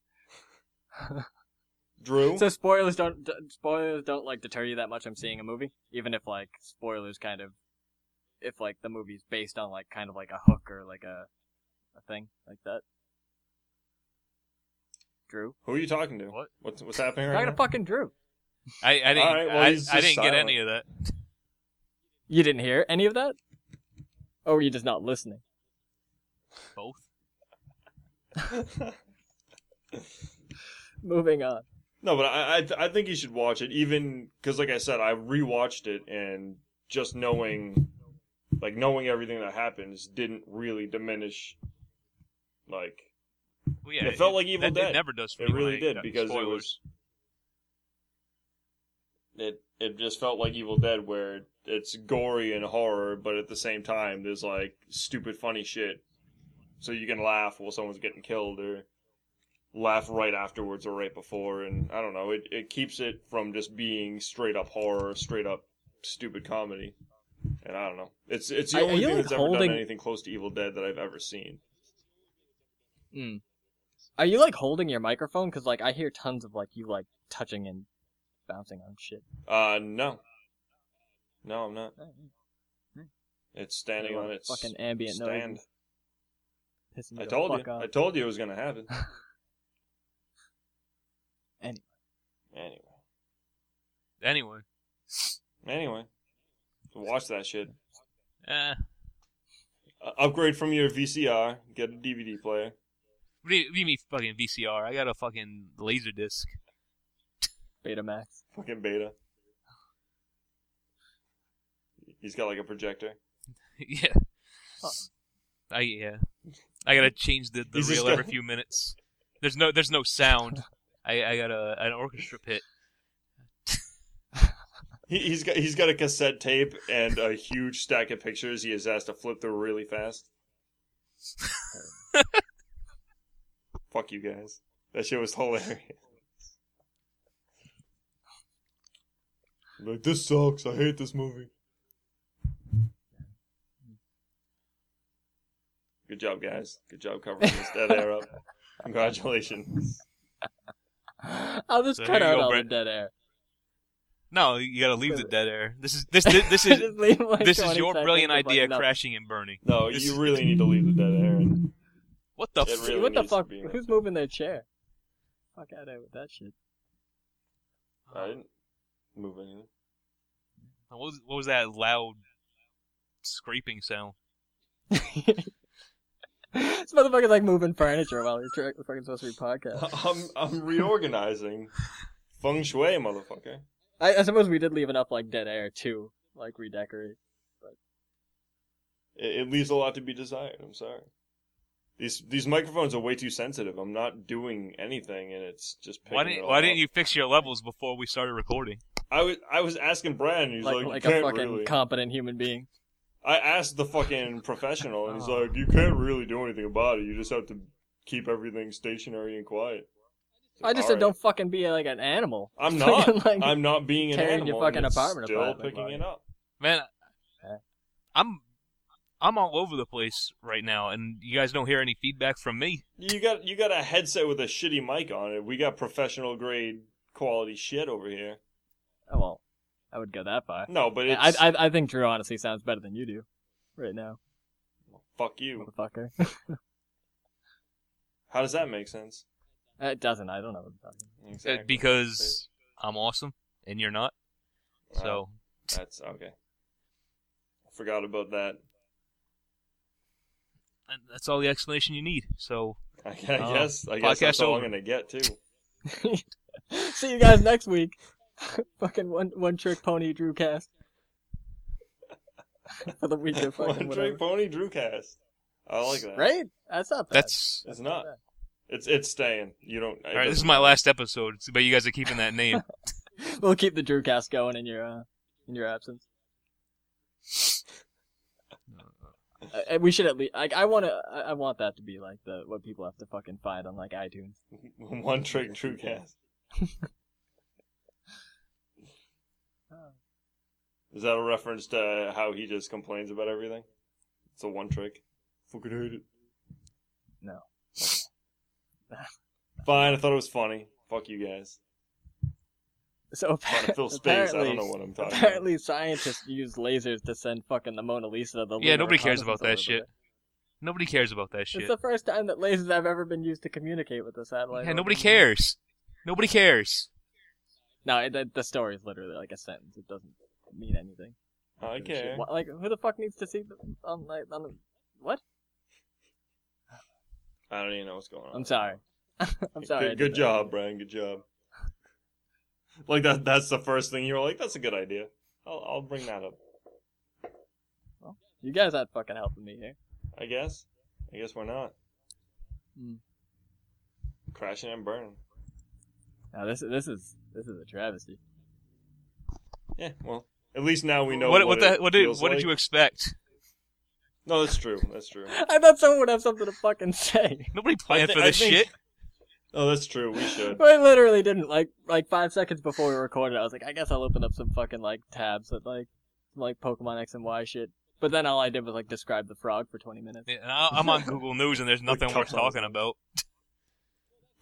[SPEAKER 3] Drew?
[SPEAKER 1] (laughs)
[SPEAKER 2] So spoilers don't d- spoilers don't like deter you that much from seeing a movie, even if like spoilers kind of, if like the movie's based on like kind of like a hook or like a, a thing like that. Drew,
[SPEAKER 3] Who are you talking to?
[SPEAKER 1] What?
[SPEAKER 3] What's what's happening
[SPEAKER 2] talking
[SPEAKER 3] right
[SPEAKER 2] to
[SPEAKER 3] now?
[SPEAKER 2] fucking Drew.
[SPEAKER 1] I, I didn't.
[SPEAKER 3] Alright, well,
[SPEAKER 1] I, I didn't
[SPEAKER 3] he's just
[SPEAKER 1] get any of that.
[SPEAKER 2] You didn't hear any of that, or were you just not listening?
[SPEAKER 1] Both.
[SPEAKER 2] Moving on.
[SPEAKER 3] (laughs) No, but I I, th- I think you should watch it, even because, like I said, I rewatched it, and just knowing, like knowing everything that happens, didn't really diminish. Like
[SPEAKER 1] Well, yeah,
[SPEAKER 3] It felt like Evil
[SPEAKER 1] that-
[SPEAKER 3] Dead.
[SPEAKER 1] It never does. For
[SPEAKER 3] it
[SPEAKER 1] me when
[SPEAKER 3] really
[SPEAKER 1] I-
[SPEAKER 3] did
[SPEAKER 1] uh,
[SPEAKER 3] because
[SPEAKER 1] spoilers.
[SPEAKER 3] it was. It it just felt like Evil Dead, where it's gory and horror, but at the same time, there's like stupid funny shit, so you can laugh while someone's getting killed or laugh right afterwards or right before and i don't know it, it keeps it from just being straight up horror straight up stupid comedy and i don't know it's it's the
[SPEAKER 2] Are- are
[SPEAKER 3] only
[SPEAKER 2] you,
[SPEAKER 3] thing
[SPEAKER 2] like,
[SPEAKER 3] that's ever
[SPEAKER 2] holding-
[SPEAKER 3] done anything close to evil dead that i've ever seen
[SPEAKER 2] Mm. Are you like holding your microphone? Cause like I hear tons of like you like touching and bouncing on shit.
[SPEAKER 3] uh no no i'm not it's standing on its
[SPEAKER 2] fucking ambient
[SPEAKER 3] stand
[SPEAKER 2] noise. is Pissing me
[SPEAKER 3] i
[SPEAKER 2] the
[SPEAKER 3] told
[SPEAKER 2] fuck
[SPEAKER 3] you
[SPEAKER 2] off.
[SPEAKER 3] i told you it was
[SPEAKER 2] (laughs)
[SPEAKER 3] gonna happen
[SPEAKER 2] Anyway.
[SPEAKER 3] anyway
[SPEAKER 1] anyway.
[SPEAKER 3] anyway watch that shit
[SPEAKER 1] Eh.
[SPEAKER 3] uh, upgrade from your vcr get a dvd player
[SPEAKER 1] What do you, what do you mean fucking VCR? I got a fucking laser disc.
[SPEAKER 2] Betamax. (gasps)
[SPEAKER 3] Fucking beta. He's got like a projector.
[SPEAKER 1] (laughs) yeah.
[SPEAKER 2] Huh.
[SPEAKER 1] I yeah. I gotta change the, the
[SPEAKER 3] Uh. He's just
[SPEAKER 1] reel every
[SPEAKER 3] got-
[SPEAKER 1] few minutes. There's no there's no sound. I, I got a an orchestra pit.
[SPEAKER 3] He, he's got he's got a cassette tape and a huge stack of pictures. He is asked to flip through really fast. (laughs) Fuck you guys. That shit was hilarious. Like this sucks. I hate this movie. Good job, guys. Good job covering this dead air (laughs) up. Congratulations.
[SPEAKER 2] I'll just
[SPEAKER 1] So
[SPEAKER 2] cut
[SPEAKER 1] here you
[SPEAKER 2] out
[SPEAKER 1] go,
[SPEAKER 2] all the
[SPEAKER 1] Brett.
[SPEAKER 2] dead air.
[SPEAKER 1] No, you gotta leave the dead air. This is this this,
[SPEAKER 2] (laughs)
[SPEAKER 1] this
[SPEAKER 3] (laughs)
[SPEAKER 1] is
[SPEAKER 2] Just leave, like,
[SPEAKER 1] this is
[SPEAKER 2] 20
[SPEAKER 1] your
[SPEAKER 2] seconds
[SPEAKER 1] brilliant
[SPEAKER 2] of, like,
[SPEAKER 1] idea
[SPEAKER 2] nothing.
[SPEAKER 1] crashing and burning.
[SPEAKER 3] No,
[SPEAKER 1] This-
[SPEAKER 3] you really need to leave the dead air. And
[SPEAKER 1] What the
[SPEAKER 3] It
[SPEAKER 1] f-
[SPEAKER 2] See,
[SPEAKER 3] really
[SPEAKER 2] what the
[SPEAKER 3] needs to
[SPEAKER 2] fuck?
[SPEAKER 3] be in
[SPEAKER 2] Who's moving their chair? (laughs) Fuck out of here with that shit. (laughs)
[SPEAKER 3] I didn't move anything.
[SPEAKER 1] what was what was that loud scraping sound?
[SPEAKER 2] this motherfucker's like moving furniture while he's tr- fucking supposed to be podcast.
[SPEAKER 1] (laughs)
[SPEAKER 3] (laughs) I'm I'm reorganizing. Feng Shui, motherfucker.
[SPEAKER 2] I, I suppose we did leave enough like dead air to like redecorate.
[SPEAKER 3] It, it leaves a lot to be desired. I'm sorry. These these microphones are way too sensitive. I'm not doing anything, and it's just picking
[SPEAKER 1] Why
[SPEAKER 3] it
[SPEAKER 1] didn't
[SPEAKER 3] all
[SPEAKER 1] Why
[SPEAKER 3] up.
[SPEAKER 1] didn't you fix your levels before we started recording?
[SPEAKER 3] I was I was asking Brad, and he's
[SPEAKER 2] Like,
[SPEAKER 3] like,
[SPEAKER 2] like
[SPEAKER 3] you
[SPEAKER 2] a
[SPEAKER 3] can't
[SPEAKER 2] fucking
[SPEAKER 3] really.
[SPEAKER 2] competent human being.
[SPEAKER 3] I asked the fucking (laughs) professional, and he's
[SPEAKER 2] Oh.
[SPEAKER 3] like, you can't really do anything about it. You just have to keep everything stationary and quiet.
[SPEAKER 2] I just
[SPEAKER 3] All
[SPEAKER 2] said
[SPEAKER 3] right.
[SPEAKER 2] don't fucking be (laughs) like an animal.
[SPEAKER 3] I'm
[SPEAKER 2] Fucking,
[SPEAKER 3] not. I'm not being an
[SPEAKER 2] tearing
[SPEAKER 3] animal.
[SPEAKER 2] your fucking
[SPEAKER 3] and it's
[SPEAKER 2] apartment
[SPEAKER 3] still
[SPEAKER 2] apart,
[SPEAKER 3] picking
[SPEAKER 2] like-
[SPEAKER 3] it up.
[SPEAKER 1] Man, I'm I'm all over the place right now, and you guys don't hear any feedback from me.
[SPEAKER 3] You got you got a headset with a shitty mic on it. We got professional grade quality shit over here.
[SPEAKER 2] Oh, well, I would go that far.
[SPEAKER 3] No, but
[SPEAKER 2] I,
[SPEAKER 3] it's
[SPEAKER 2] I I think Drew honestly sounds better than you do, right now,
[SPEAKER 3] fuck you.
[SPEAKER 2] motherfucker.
[SPEAKER 3] How does that make sense?
[SPEAKER 2] Uh, it doesn't. I don't know what I'm talking.
[SPEAKER 1] Uh,
[SPEAKER 3] Exactly.
[SPEAKER 1] because I'm awesome and you're not.
[SPEAKER 3] Uh,
[SPEAKER 1] So
[SPEAKER 3] that's okay. I forgot about that. (laughs)
[SPEAKER 1] and that's all the explanation you need. So
[SPEAKER 3] I, gu- I
[SPEAKER 1] Oh,
[SPEAKER 3] guess I guess
[SPEAKER 1] podcast
[SPEAKER 3] that's all I'm
[SPEAKER 1] over.
[SPEAKER 2] (laughs)
[SPEAKER 3] gonna get too.
[SPEAKER 2] about. (laughs) See you guys next week. (laughs) Fucking one one trick pony Drew cast. (laughs) For the week of fucking
[SPEAKER 3] (laughs) One
[SPEAKER 2] whatever.
[SPEAKER 3] Trick Pony Drewcast. I like that.
[SPEAKER 2] Right? That's not bad.
[SPEAKER 1] that's
[SPEAKER 3] It's not. It's it's staying. You don't.
[SPEAKER 1] all right. This is my last episode, but you guys are keeping that
[SPEAKER 3] (laughs)
[SPEAKER 1] name.
[SPEAKER 2] (laughs) We'll keep the Drew cast going in your uh, in your absence. I, I- we should at least. Like, I want to. I, I want that to be like the what people have to fucking find on like iTunes.
[SPEAKER 3] (laughs) One Trick Drewcast. Is that a reference to how he just complains about everything? It's a one trick. Fucking hate it.
[SPEAKER 2] No.
[SPEAKER 3] (laughs) Fine, I thought it was funny. Fuck you guys.
[SPEAKER 2] So
[SPEAKER 3] Trying to
[SPEAKER 2] (laughs)
[SPEAKER 3] fill
[SPEAKER 2] apparently,
[SPEAKER 3] space. I don't know what I'm talking
[SPEAKER 2] apparently scientists use lasers to send fucking the Mona Lisa. The
[SPEAKER 1] Yeah,
[SPEAKER 2] lunar
[SPEAKER 1] nobody cares about that
[SPEAKER 2] reconnaissance
[SPEAKER 1] shit.
[SPEAKER 2] orbit.
[SPEAKER 1] Nobody cares about that shit.
[SPEAKER 2] It's the first time that lasers have ever been used to communicate with the satellite.
[SPEAKER 1] Yeah, nobody
[SPEAKER 2] orbit.
[SPEAKER 1] cares. Nobody cares.
[SPEAKER 2] No, it, the, the story is literally like a sentence. It doesn't mean anything.
[SPEAKER 3] about. I
[SPEAKER 2] Give a shit.
[SPEAKER 3] care.
[SPEAKER 2] Wha- Like, who the fuck needs to see the, on like on the, what?
[SPEAKER 3] I don't even know what's going on.
[SPEAKER 2] I'm sorry. I'm sorry. I
[SPEAKER 3] Good, good
[SPEAKER 2] did that.
[SPEAKER 3] job, Brian. Good job. Like that. That's the first thing you were like. That's a good idea. I'll, I'll bring that up.
[SPEAKER 2] You guys aren't fucking helping me here.
[SPEAKER 3] I guess. I guess we're not.
[SPEAKER 2] Hmm.
[SPEAKER 3] Crashing and burning.
[SPEAKER 2] Now this this is this is a travesty.
[SPEAKER 3] Yeah. Well, at least now we know
[SPEAKER 1] what
[SPEAKER 3] what
[SPEAKER 1] what
[SPEAKER 3] it
[SPEAKER 1] the, what did
[SPEAKER 3] feels
[SPEAKER 1] what
[SPEAKER 3] like.
[SPEAKER 1] did you expect?
[SPEAKER 3] No, that's true.
[SPEAKER 1] (laughs)
[SPEAKER 3] That's true.
[SPEAKER 2] (laughs) I thought someone would have something to fucking (laughs) say.
[SPEAKER 1] Nobody
[SPEAKER 3] I
[SPEAKER 1] planned
[SPEAKER 3] thi-
[SPEAKER 1] for
[SPEAKER 3] I
[SPEAKER 1] this
[SPEAKER 3] think-
[SPEAKER 1] shit.
[SPEAKER 3] Oh, that's true. We should.
[SPEAKER 2] I literally didn't like like five seconds before we recorded. I was like, I guess I'll open up some fucking like tabs that like like Pokemon X and Y shit. But then all I did was like describe the frog for twenty minutes.
[SPEAKER 1] Yeah, and I- I'm on Google News and there's nothing worth
[SPEAKER 3] Come on.
[SPEAKER 1] talking about.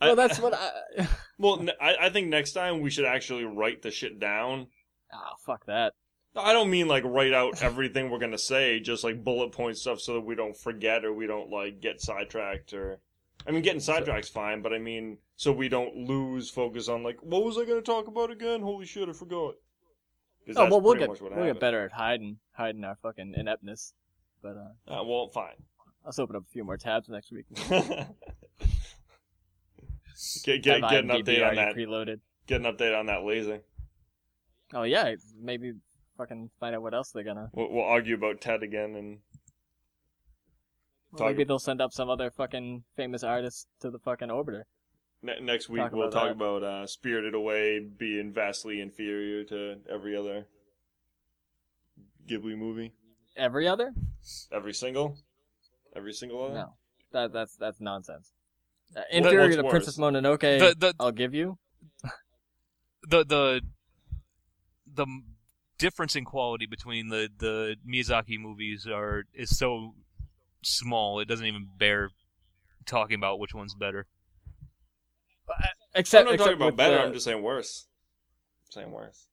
[SPEAKER 3] I-
[SPEAKER 2] well, that's what I. (laughs)
[SPEAKER 3] Well, n- I, I think next time we should actually write the shit down.
[SPEAKER 2] oh fuck that.
[SPEAKER 3] No, I don't mean like write
[SPEAKER 1] (laughs)
[SPEAKER 3] out everything we're gonna say, just like bullet point stuff, so that we don't forget or we don't like get sidetracked or. I mean, getting sidetracked's fine, but I mean, so we don't lose focus on like what was I gonna talk about again? Holy shit, I forgot. 'Cause
[SPEAKER 2] Oh
[SPEAKER 3] that's
[SPEAKER 2] well, we'll
[SPEAKER 3] pretty
[SPEAKER 2] get
[SPEAKER 3] much what
[SPEAKER 2] we'll get
[SPEAKER 3] happened.
[SPEAKER 2] better at hiding hiding our fucking ineptness. But uh,
[SPEAKER 3] Uh, well,
[SPEAKER 2] (laughs)
[SPEAKER 3] fine. (laughs)
[SPEAKER 2] let's open up a few more tabs next week.
[SPEAKER 3] get get,
[SPEAKER 2] Have
[SPEAKER 3] get an
[SPEAKER 2] IMDb
[SPEAKER 3] update on
[SPEAKER 2] already
[SPEAKER 3] that.
[SPEAKER 2] Preloaded.
[SPEAKER 3] Get an update on that laser.
[SPEAKER 2] Oh yeah, maybe fucking find out what else they're gonna.
[SPEAKER 3] We'll, we'll argue about Ted again, and
[SPEAKER 2] Well,
[SPEAKER 3] Talk-
[SPEAKER 2] maybe they'll send up some other fucking famous artist to the fucking orbiter.
[SPEAKER 3] ne- next week
[SPEAKER 2] Talk
[SPEAKER 3] we'll
[SPEAKER 2] about
[SPEAKER 3] talk
[SPEAKER 2] that.
[SPEAKER 3] about uh, Spirited Away being vastly inferior to every other Ghibli movie.
[SPEAKER 2] Every other?
[SPEAKER 3] Every single, every single other.
[SPEAKER 2] No, that that's that's nonsense. Uh,
[SPEAKER 3] Oh. What-
[SPEAKER 2] inferior
[SPEAKER 3] what's
[SPEAKER 2] to
[SPEAKER 3] worse?
[SPEAKER 2] Princess Mononoke,
[SPEAKER 1] The the
[SPEAKER 2] I'll give you.
[SPEAKER 1] the the the m- difference in quality between the the Miyazaki movies are is so small it doesn't even bear talking about which one's better.
[SPEAKER 3] I'm
[SPEAKER 2] Except,
[SPEAKER 3] not talking
[SPEAKER 2] except
[SPEAKER 3] about
[SPEAKER 2] with
[SPEAKER 3] better.
[SPEAKER 2] the-
[SPEAKER 3] I'm just saying worse. saying worse.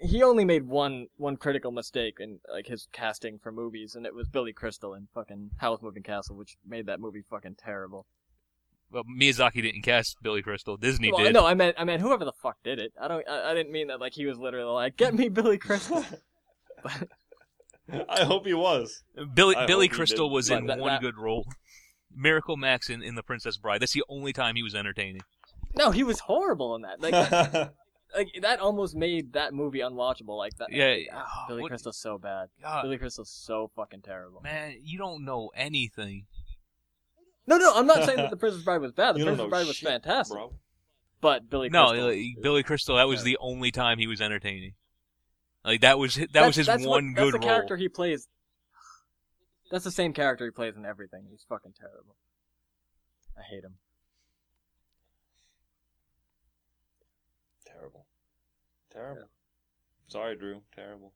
[SPEAKER 2] he only made one one critical mistake in like his casting for movies, and it was Billy Crystal in fucking Howl's Moving Castle, which made that movie fucking terrible.
[SPEAKER 1] Well, Miyazaki didn't cast Billy Crystal. Disney
[SPEAKER 2] well,
[SPEAKER 1] did.
[SPEAKER 2] no, I meant I meant whoever the fuck did it. I don't I, I didn't mean that like he was literally like get me Billy
[SPEAKER 3] (laughs)
[SPEAKER 2] Crystal.
[SPEAKER 3] I hope he was.
[SPEAKER 1] Billy
[SPEAKER 3] I
[SPEAKER 1] Billy
[SPEAKER 3] hope he
[SPEAKER 1] Crystal
[SPEAKER 3] did.
[SPEAKER 1] was
[SPEAKER 2] But
[SPEAKER 1] in
[SPEAKER 2] that-
[SPEAKER 1] one
[SPEAKER 2] that-
[SPEAKER 1] good role. Miracle Max in, in The Princess Bride. That's the only time he was entertaining.
[SPEAKER 2] no, he was horrible in that.
[SPEAKER 3] (laughs)
[SPEAKER 2] Like, like that almost made that movie unwatchable. Like that.
[SPEAKER 1] Yeah.
[SPEAKER 2] Ah, Billy
[SPEAKER 1] What-
[SPEAKER 2] Crystal's so bad.
[SPEAKER 1] God,
[SPEAKER 2] Billy Crystal's so fucking terrible.
[SPEAKER 1] man, you don't know anything.
[SPEAKER 2] No, no, I'm not
[SPEAKER 1] (laughs)
[SPEAKER 2] saying that the Princess Bride was bad. The
[SPEAKER 3] You don't
[SPEAKER 2] Princess
[SPEAKER 3] know
[SPEAKER 2] Bride was
[SPEAKER 3] shit,
[SPEAKER 2] fantastic,
[SPEAKER 3] Bro,
[SPEAKER 2] but Billy
[SPEAKER 1] no,
[SPEAKER 2] Crystal.
[SPEAKER 1] like, Billy Crystal. That was the only time he was entertaining. Like that was that was
[SPEAKER 2] That's-
[SPEAKER 1] his
[SPEAKER 2] that's what-
[SPEAKER 1] one
[SPEAKER 2] that's
[SPEAKER 1] good
[SPEAKER 2] the
[SPEAKER 1] role.
[SPEAKER 2] character he plays. That's the same character he plays in everything. He's fucking terrible. I hate him.
[SPEAKER 3] terrible, terrible. Sorry, Drew. Terrible.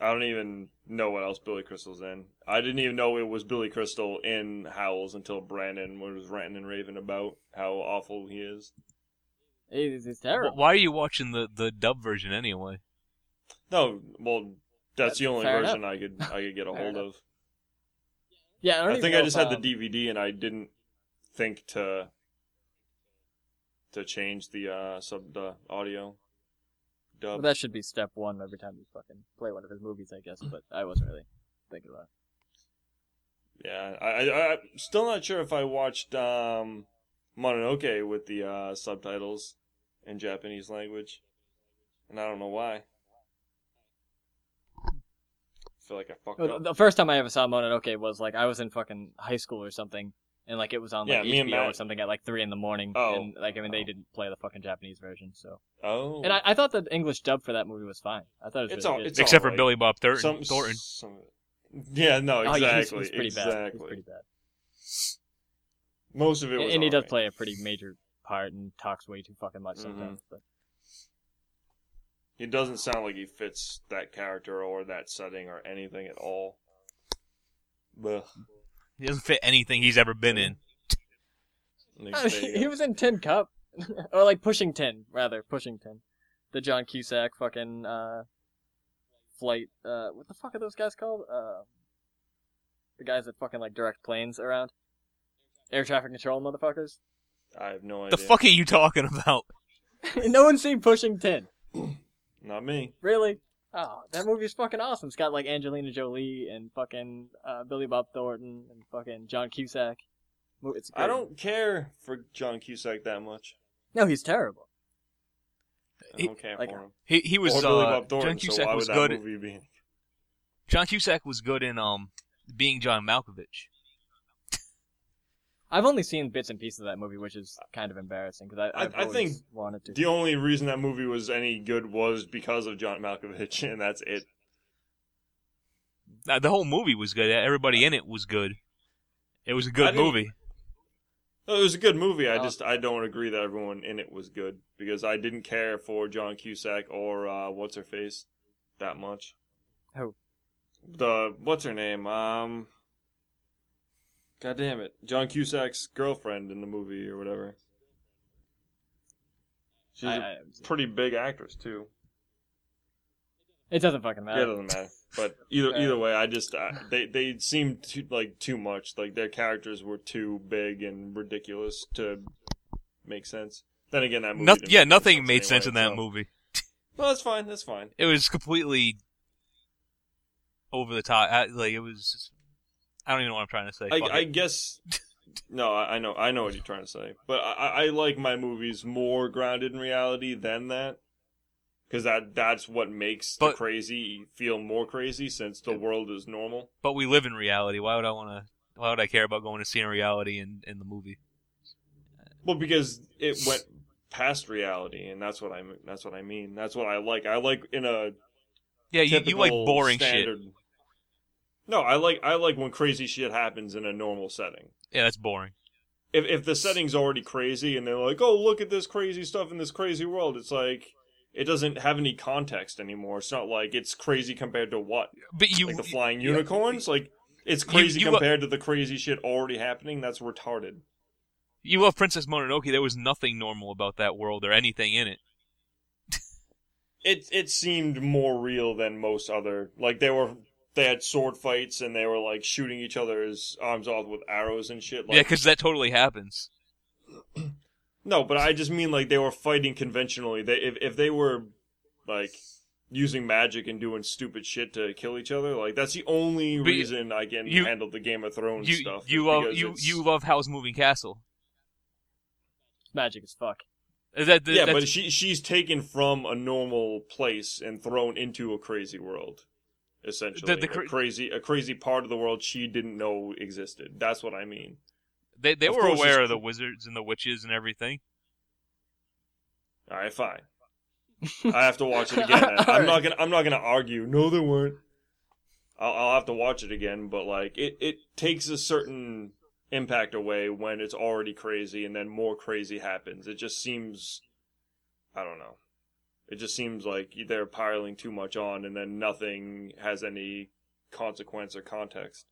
[SPEAKER 3] I don't even know what else Billy Crystal's in. I didn't even know it was Billy Crystal in Howls until Brandon was ranting and raving about how awful he is.
[SPEAKER 2] It's, it's
[SPEAKER 1] Wh-
[SPEAKER 2] terrible.
[SPEAKER 1] Why are you watching the, the dub version anyway?
[SPEAKER 3] No, well, that's the only
[SPEAKER 2] Fair
[SPEAKER 3] version
[SPEAKER 2] (laughs)
[SPEAKER 3] I could I could get a
[SPEAKER 2] Fair
[SPEAKER 3] hold
[SPEAKER 2] enough.
[SPEAKER 3] of.
[SPEAKER 2] Yeah, I, don't
[SPEAKER 3] I
[SPEAKER 2] even
[SPEAKER 3] think
[SPEAKER 2] know
[SPEAKER 3] I
[SPEAKER 2] if,
[SPEAKER 3] just had the
[SPEAKER 2] um,
[SPEAKER 3] DVD and I didn't think to to change the uh, sub the audio
[SPEAKER 2] Well,
[SPEAKER 3] dub.
[SPEAKER 2] that should be step one every time you fucking play one of his movies, I guess. But I wasn't really thinking about it.
[SPEAKER 3] Yeah, I, I I'm still not sure if I watched um, Mononoke with the uh, subtitles in Japanese language, and I don't know why. I feel like I fucked
[SPEAKER 2] No,
[SPEAKER 3] up.
[SPEAKER 2] Oh, Uh, the- The first time I ever saw Mononoke was like I was in fucking high school or something, and like it was on like
[SPEAKER 3] Yeah, me and
[SPEAKER 2] HBO or
[SPEAKER 3] Matt-
[SPEAKER 2] something at like three in the morning.
[SPEAKER 3] Oh.
[SPEAKER 2] and like I mean
[SPEAKER 3] Oh.
[SPEAKER 2] they didn't play the fucking Japanese version, so
[SPEAKER 3] oh,
[SPEAKER 2] and I, I thought the English dub for that movie was fine. I thought it was
[SPEAKER 3] It's
[SPEAKER 2] really
[SPEAKER 3] all-
[SPEAKER 2] good.
[SPEAKER 3] it's all-
[SPEAKER 1] Except for
[SPEAKER 3] right.
[SPEAKER 1] Billy Bob Thornton.
[SPEAKER 3] some,
[SPEAKER 1] Thornton.
[SPEAKER 3] some- yeah, no,
[SPEAKER 2] Oh,
[SPEAKER 3] exactly,
[SPEAKER 2] yeah, he's- he's pretty
[SPEAKER 3] exactly.
[SPEAKER 2] bad. He's pretty bad.
[SPEAKER 3] Most of it
[SPEAKER 2] And,
[SPEAKER 3] was,
[SPEAKER 2] and he does
[SPEAKER 3] alright.
[SPEAKER 2] play a pretty major part and talks way too fucking much
[SPEAKER 3] Mm-hmm.
[SPEAKER 2] sometimes. But
[SPEAKER 3] He doesn't sound like he fits that character or that setting or anything at all. Blech.
[SPEAKER 1] He doesn't fit anything he's ever been in.
[SPEAKER 3] Next
[SPEAKER 2] (laughs)
[SPEAKER 3] day,
[SPEAKER 2] he was in Tin Cup, (laughs) or like Pushing Tin, rather Pushing Tin, the John Cusack fucking uh, flight. Uh, what the fuck are those guys called? Uh, the guys that fucking like direct planes around, air traffic control motherfuckers. (laughs)
[SPEAKER 3] I have no
[SPEAKER 1] The
[SPEAKER 3] idea.
[SPEAKER 1] fuck are you talking about?
[SPEAKER 2] no one's seen Pushing Tin,
[SPEAKER 3] Not me.
[SPEAKER 2] really. Oh, that movie's fucking awesome. It's got like Angelina Jolie and fucking uh, Billy Bob Thornton and fucking John Cusack. Mo- It's
[SPEAKER 3] I
[SPEAKER 2] great.
[SPEAKER 3] don't care for John Cusack that much.
[SPEAKER 2] No, he's terrible.
[SPEAKER 3] I don't care
[SPEAKER 2] like-
[SPEAKER 3] for him.
[SPEAKER 1] He he was
[SPEAKER 3] or
[SPEAKER 1] uh,
[SPEAKER 3] Billy Bob
[SPEAKER 1] John
[SPEAKER 3] Thornton, so
[SPEAKER 1] Cusack
[SPEAKER 3] why would
[SPEAKER 1] was
[SPEAKER 3] that
[SPEAKER 1] good.
[SPEAKER 3] movie be?
[SPEAKER 1] John Cusack was good in um being John Malkovich.
[SPEAKER 2] I've only seen bits and pieces of that movie, which is kind of embarrassing because I,
[SPEAKER 3] I-
[SPEAKER 2] I've
[SPEAKER 3] I
[SPEAKER 2] always
[SPEAKER 3] think
[SPEAKER 2] wanted to.
[SPEAKER 3] The only reason that movie was any good was because of John Malkovich, (laughs) and that's it.
[SPEAKER 1] Uh, the whole movie was good. Everybody in it was good. It was a
[SPEAKER 3] I
[SPEAKER 1] good
[SPEAKER 3] didn't-
[SPEAKER 1] movie.
[SPEAKER 3] No, it was a good movie. I
[SPEAKER 2] Oh.
[SPEAKER 3] just I don't agree that everyone in it was good because I didn't care for John Cusack or uh, what's her face that much.
[SPEAKER 2] Who?
[SPEAKER 3] The what's her name? Um. God damn it, John Cusack's girlfriend in the movie or whatever. She's
[SPEAKER 2] I-
[SPEAKER 3] a
[SPEAKER 2] I-
[SPEAKER 3] pretty big actress too.
[SPEAKER 2] it doesn't fucking
[SPEAKER 3] yeah, it
[SPEAKER 2] matter.
[SPEAKER 3] doesn't matter. But either
[SPEAKER 2] Alright.
[SPEAKER 3] either way, I just uh, they they seemed too, like too much. Like their characters were too big and ridiculous to make sense. Then again, that movie.
[SPEAKER 1] Noth-
[SPEAKER 3] didn't
[SPEAKER 1] yeah,
[SPEAKER 3] make
[SPEAKER 1] nothing
[SPEAKER 3] sense
[SPEAKER 1] made sense in
[SPEAKER 3] anyway,
[SPEAKER 1] that
[SPEAKER 3] so-
[SPEAKER 1] movie.
[SPEAKER 3] No, that's fine. That's fine.
[SPEAKER 1] It was completely over the top. I, like it was. I don't even know what I'm trying to say.
[SPEAKER 3] I,
[SPEAKER 1] Fuck
[SPEAKER 3] I
[SPEAKER 1] it. (laughs)
[SPEAKER 3] guess. No, I, I know. I know what you're trying to say. But I, I- I like my movies more grounded in reality than that. Because that that's what makes the
[SPEAKER 1] But-
[SPEAKER 3] crazy feel more crazy, since the world is normal.
[SPEAKER 1] but we live in reality. Why would I want to? Why would I care about going to seeing reality in, in the movie?
[SPEAKER 3] Well, because it went past reality, and that's what I m- that's what I mean. That's what I like. I like in a
[SPEAKER 1] Yeah, you, you like
[SPEAKER 3] typical
[SPEAKER 1] boring shit.
[SPEAKER 3] standard. No, I like I like when crazy shit happens in a normal setting.
[SPEAKER 1] Yeah, that's boring.
[SPEAKER 3] If if the setting's already crazy and they're like, oh look at this crazy stuff in this crazy world, it's like it doesn't have any context anymore. It's not like it's crazy compared to what
[SPEAKER 1] But you
[SPEAKER 3] like the flying unicorns like. It's crazy
[SPEAKER 1] you- uh
[SPEAKER 3] compared to the crazy shit already happening. That's retarded.
[SPEAKER 1] you love Princess Mononoke. There was nothing normal about that world or anything in it.
[SPEAKER 3] it it seemed more real than most other like they were they had sword fights and they were like shooting each other's arms off with arrows and shit like
[SPEAKER 1] yeah, because that totally happens.
[SPEAKER 3] no but i just mean like they were fighting conventionally they if, if they were like using magic and doing stupid shit to kill each other like that's the only
[SPEAKER 1] But you-
[SPEAKER 3] reason i can
[SPEAKER 1] you-
[SPEAKER 3] handle the game of thrones
[SPEAKER 1] You
[SPEAKER 3] stuff is
[SPEAKER 1] you love
[SPEAKER 3] because
[SPEAKER 1] you
[SPEAKER 3] it's-
[SPEAKER 1] you love Howl's Moving Castle.
[SPEAKER 2] Magic as fuck.
[SPEAKER 1] Is That, that,
[SPEAKER 3] yeah
[SPEAKER 1] that's-
[SPEAKER 3] but she she's taken from a normal place and thrown into a crazy world essentially
[SPEAKER 1] the cra-
[SPEAKER 3] a crazy a crazy part of the world she didn't know existed that's what i mean
[SPEAKER 1] they they
[SPEAKER 3] of
[SPEAKER 1] were
[SPEAKER 3] course
[SPEAKER 1] aware
[SPEAKER 3] it's-
[SPEAKER 1] of the wizards and the witches and everything.
[SPEAKER 3] all right fine i have to watch it again
[SPEAKER 2] (laughs)
[SPEAKER 3] i'm
[SPEAKER 2] All right.
[SPEAKER 3] not gonna i'm not gonna argue no they weren't I'll, I'll have to watch it again but like it it takes a certain impact away when it's already crazy and then more crazy happens it just seems i don't know It just seems like they're piling too much on, and then nothing has any consequence or context.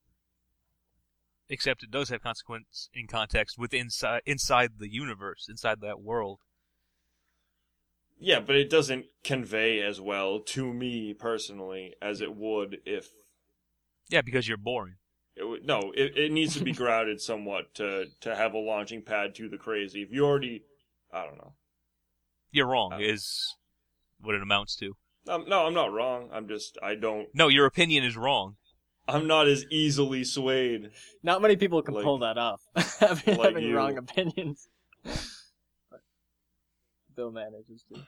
[SPEAKER 1] Except it does have consequence in context with inside inside the universe, inside that world.
[SPEAKER 3] Yeah, but it doesn't convey as well to me personally as it would if
[SPEAKER 1] Yeah, because you're boring.
[SPEAKER 3] it would, no, it, it needs to be grounded somewhat to to have a launching pad to the crazy. If you already, I don't know.
[SPEAKER 1] You're wrong
[SPEAKER 3] Uh.
[SPEAKER 1] is what it amounts to.
[SPEAKER 3] Um, no, I'm not wrong. I'm just I don't.
[SPEAKER 1] No, your opinion is wrong.
[SPEAKER 3] I'm not as easily swayed.
[SPEAKER 2] Not many people can
[SPEAKER 3] Like-
[SPEAKER 2] pull that off. (laughs) having
[SPEAKER 3] like
[SPEAKER 2] having
[SPEAKER 3] you.
[SPEAKER 2] wrong opinions. (laughs) But Bill manages to.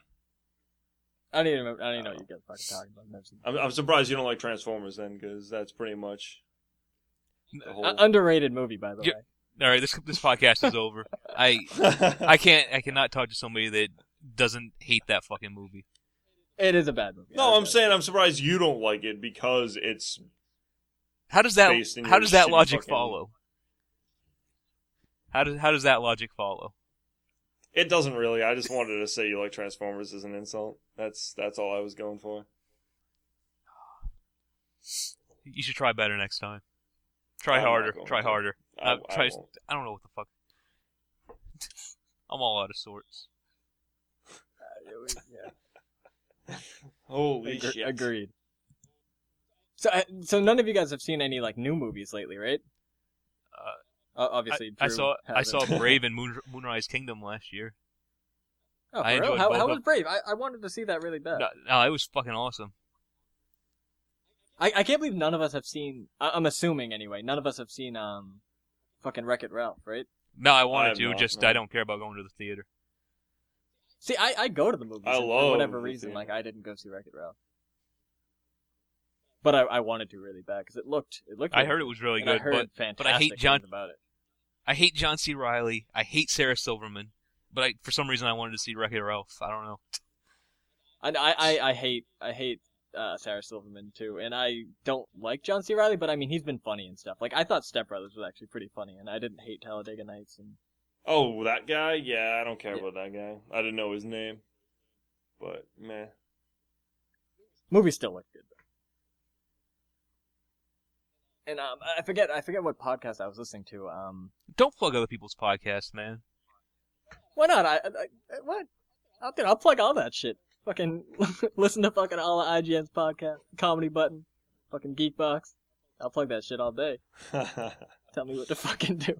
[SPEAKER 2] I don't even remember. I don't even know what you guys are fucking talking about. I've never seen-
[SPEAKER 3] I'm, I'm surprised you don't like Transformers then, because that's pretty much the whole.
[SPEAKER 2] Uh,
[SPEAKER 3] (laughs)
[SPEAKER 2] underrated movie, by the
[SPEAKER 1] You-
[SPEAKER 2] way.
[SPEAKER 1] All right, this this podcast is over. I I can't I cannot talk to somebody that doesn't hate that fucking movie.
[SPEAKER 2] It is a bad movie.
[SPEAKER 3] no,
[SPEAKER 2] I
[SPEAKER 3] I'm
[SPEAKER 2] guess.
[SPEAKER 3] saying I'm surprised you don't like it because it's
[SPEAKER 1] How does that
[SPEAKER 3] Based in
[SPEAKER 1] how
[SPEAKER 3] your
[SPEAKER 1] does that
[SPEAKER 3] shitty
[SPEAKER 1] logic
[SPEAKER 3] fucking-
[SPEAKER 1] follow? How does how does that logic follow?
[SPEAKER 3] it doesn't really. I just wanted to say you like Transformers as an insult. That's that's all I was going for.
[SPEAKER 1] You should try better next time. Try
[SPEAKER 3] I'm not
[SPEAKER 1] harder.
[SPEAKER 3] going
[SPEAKER 1] Try
[SPEAKER 3] to.
[SPEAKER 1] harder.
[SPEAKER 3] I,
[SPEAKER 1] Uh, try-
[SPEAKER 3] I won't.
[SPEAKER 1] I don't know what the fuck. I'm all out of sorts.
[SPEAKER 2] Yeah.
[SPEAKER 3] Holy
[SPEAKER 2] Agre-
[SPEAKER 3] shit!
[SPEAKER 2] Agreed. So, I- so none of you guys have seen any like new movies lately, right?
[SPEAKER 1] Uh,
[SPEAKER 2] O-
[SPEAKER 1] I,
[SPEAKER 2] obviously,
[SPEAKER 1] I
[SPEAKER 2] Drew
[SPEAKER 1] saw I
[SPEAKER 2] hasn't.
[SPEAKER 1] saw
[SPEAKER 2] (laughs)
[SPEAKER 1] Brave and Moon, Moonrise Kingdom last year.
[SPEAKER 2] Oh,
[SPEAKER 1] I
[SPEAKER 2] for real?
[SPEAKER 1] enjoyed
[SPEAKER 2] How,
[SPEAKER 1] both
[SPEAKER 2] how
[SPEAKER 1] of
[SPEAKER 2] was Brave? I, I wanted to see that really bad.
[SPEAKER 1] No, no, it was fucking awesome.
[SPEAKER 2] I, I can't believe none of us have seen. I, I'm assuming anyway. None of us have seen um, fucking Wreck It Ralph, right?
[SPEAKER 1] No, I
[SPEAKER 3] I'm
[SPEAKER 1] wanted to,
[SPEAKER 3] not,
[SPEAKER 1] just
[SPEAKER 3] no.
[SPEAKER 1] I don't care about going to the theater.
[SPEAKER 2] See, I, I go to the movies
[SPEAKER 3] I
[SPEAKER 2] and for
[SPEAKER 3] love
[SPEAKER 2] whatever
[SPEAKER 3] the
[SPEAKER 2] reason.
[SPEAKER 3] theater.
[SPEAKER 2] Like I didn't go see Wreck It Ralph, but I, I wanted to really bad because it looked it looked.
[SPEAKER 1] I
[SPEAKER 2] really
[SPEAKER 1] heard it was really
[SPEAKER 2] and I
[SPEAKER 1] good,
[SPEAKER 2] heard
[SPEAKER 1] but
[SPEAKER 2] fantastic
[SPEAKER 1] I hate
[SPEAKER 2] things
[SPEAKER 1] John-
[SPEAKER 2] about it.
[SPEAKER 1] I hate John C. Riley. I hate Sarah Silverman. But I, for some reason, I wanted to see Wreck-It Ralph. I don't know.
[SPEAKER 2] I, I, I, I hate I hate uh, Sarah Silverman too, and I don't like John C. Riley, but I mean he's been funny and stuff. Like I thought Step Brothers was actually pretty funny, and I didn't hate Talladega Nights. And
[SPEAKER 3] Oh, that guy? Yeah, I don't care about that guy. I didn't know his name, but
[SPEAKER 2] (laughs)
[SPEAKER 3] meh.
[SPEAKER 2] movies still look good. though. And um, I forget I forget what podcast I was listening to. Um,
[SPEAKER 1] Don't plug other people's podcasts, man.
[SPEAKER 2] why not? I, I, I what? I'll, dude, I'll plug all that shit. Fucking (laughs) listen to fucking all of IGN's podcast, comedy button, fucking Geek Box. I'll plug that shit all day. Tell me what to (laughs) fucking do.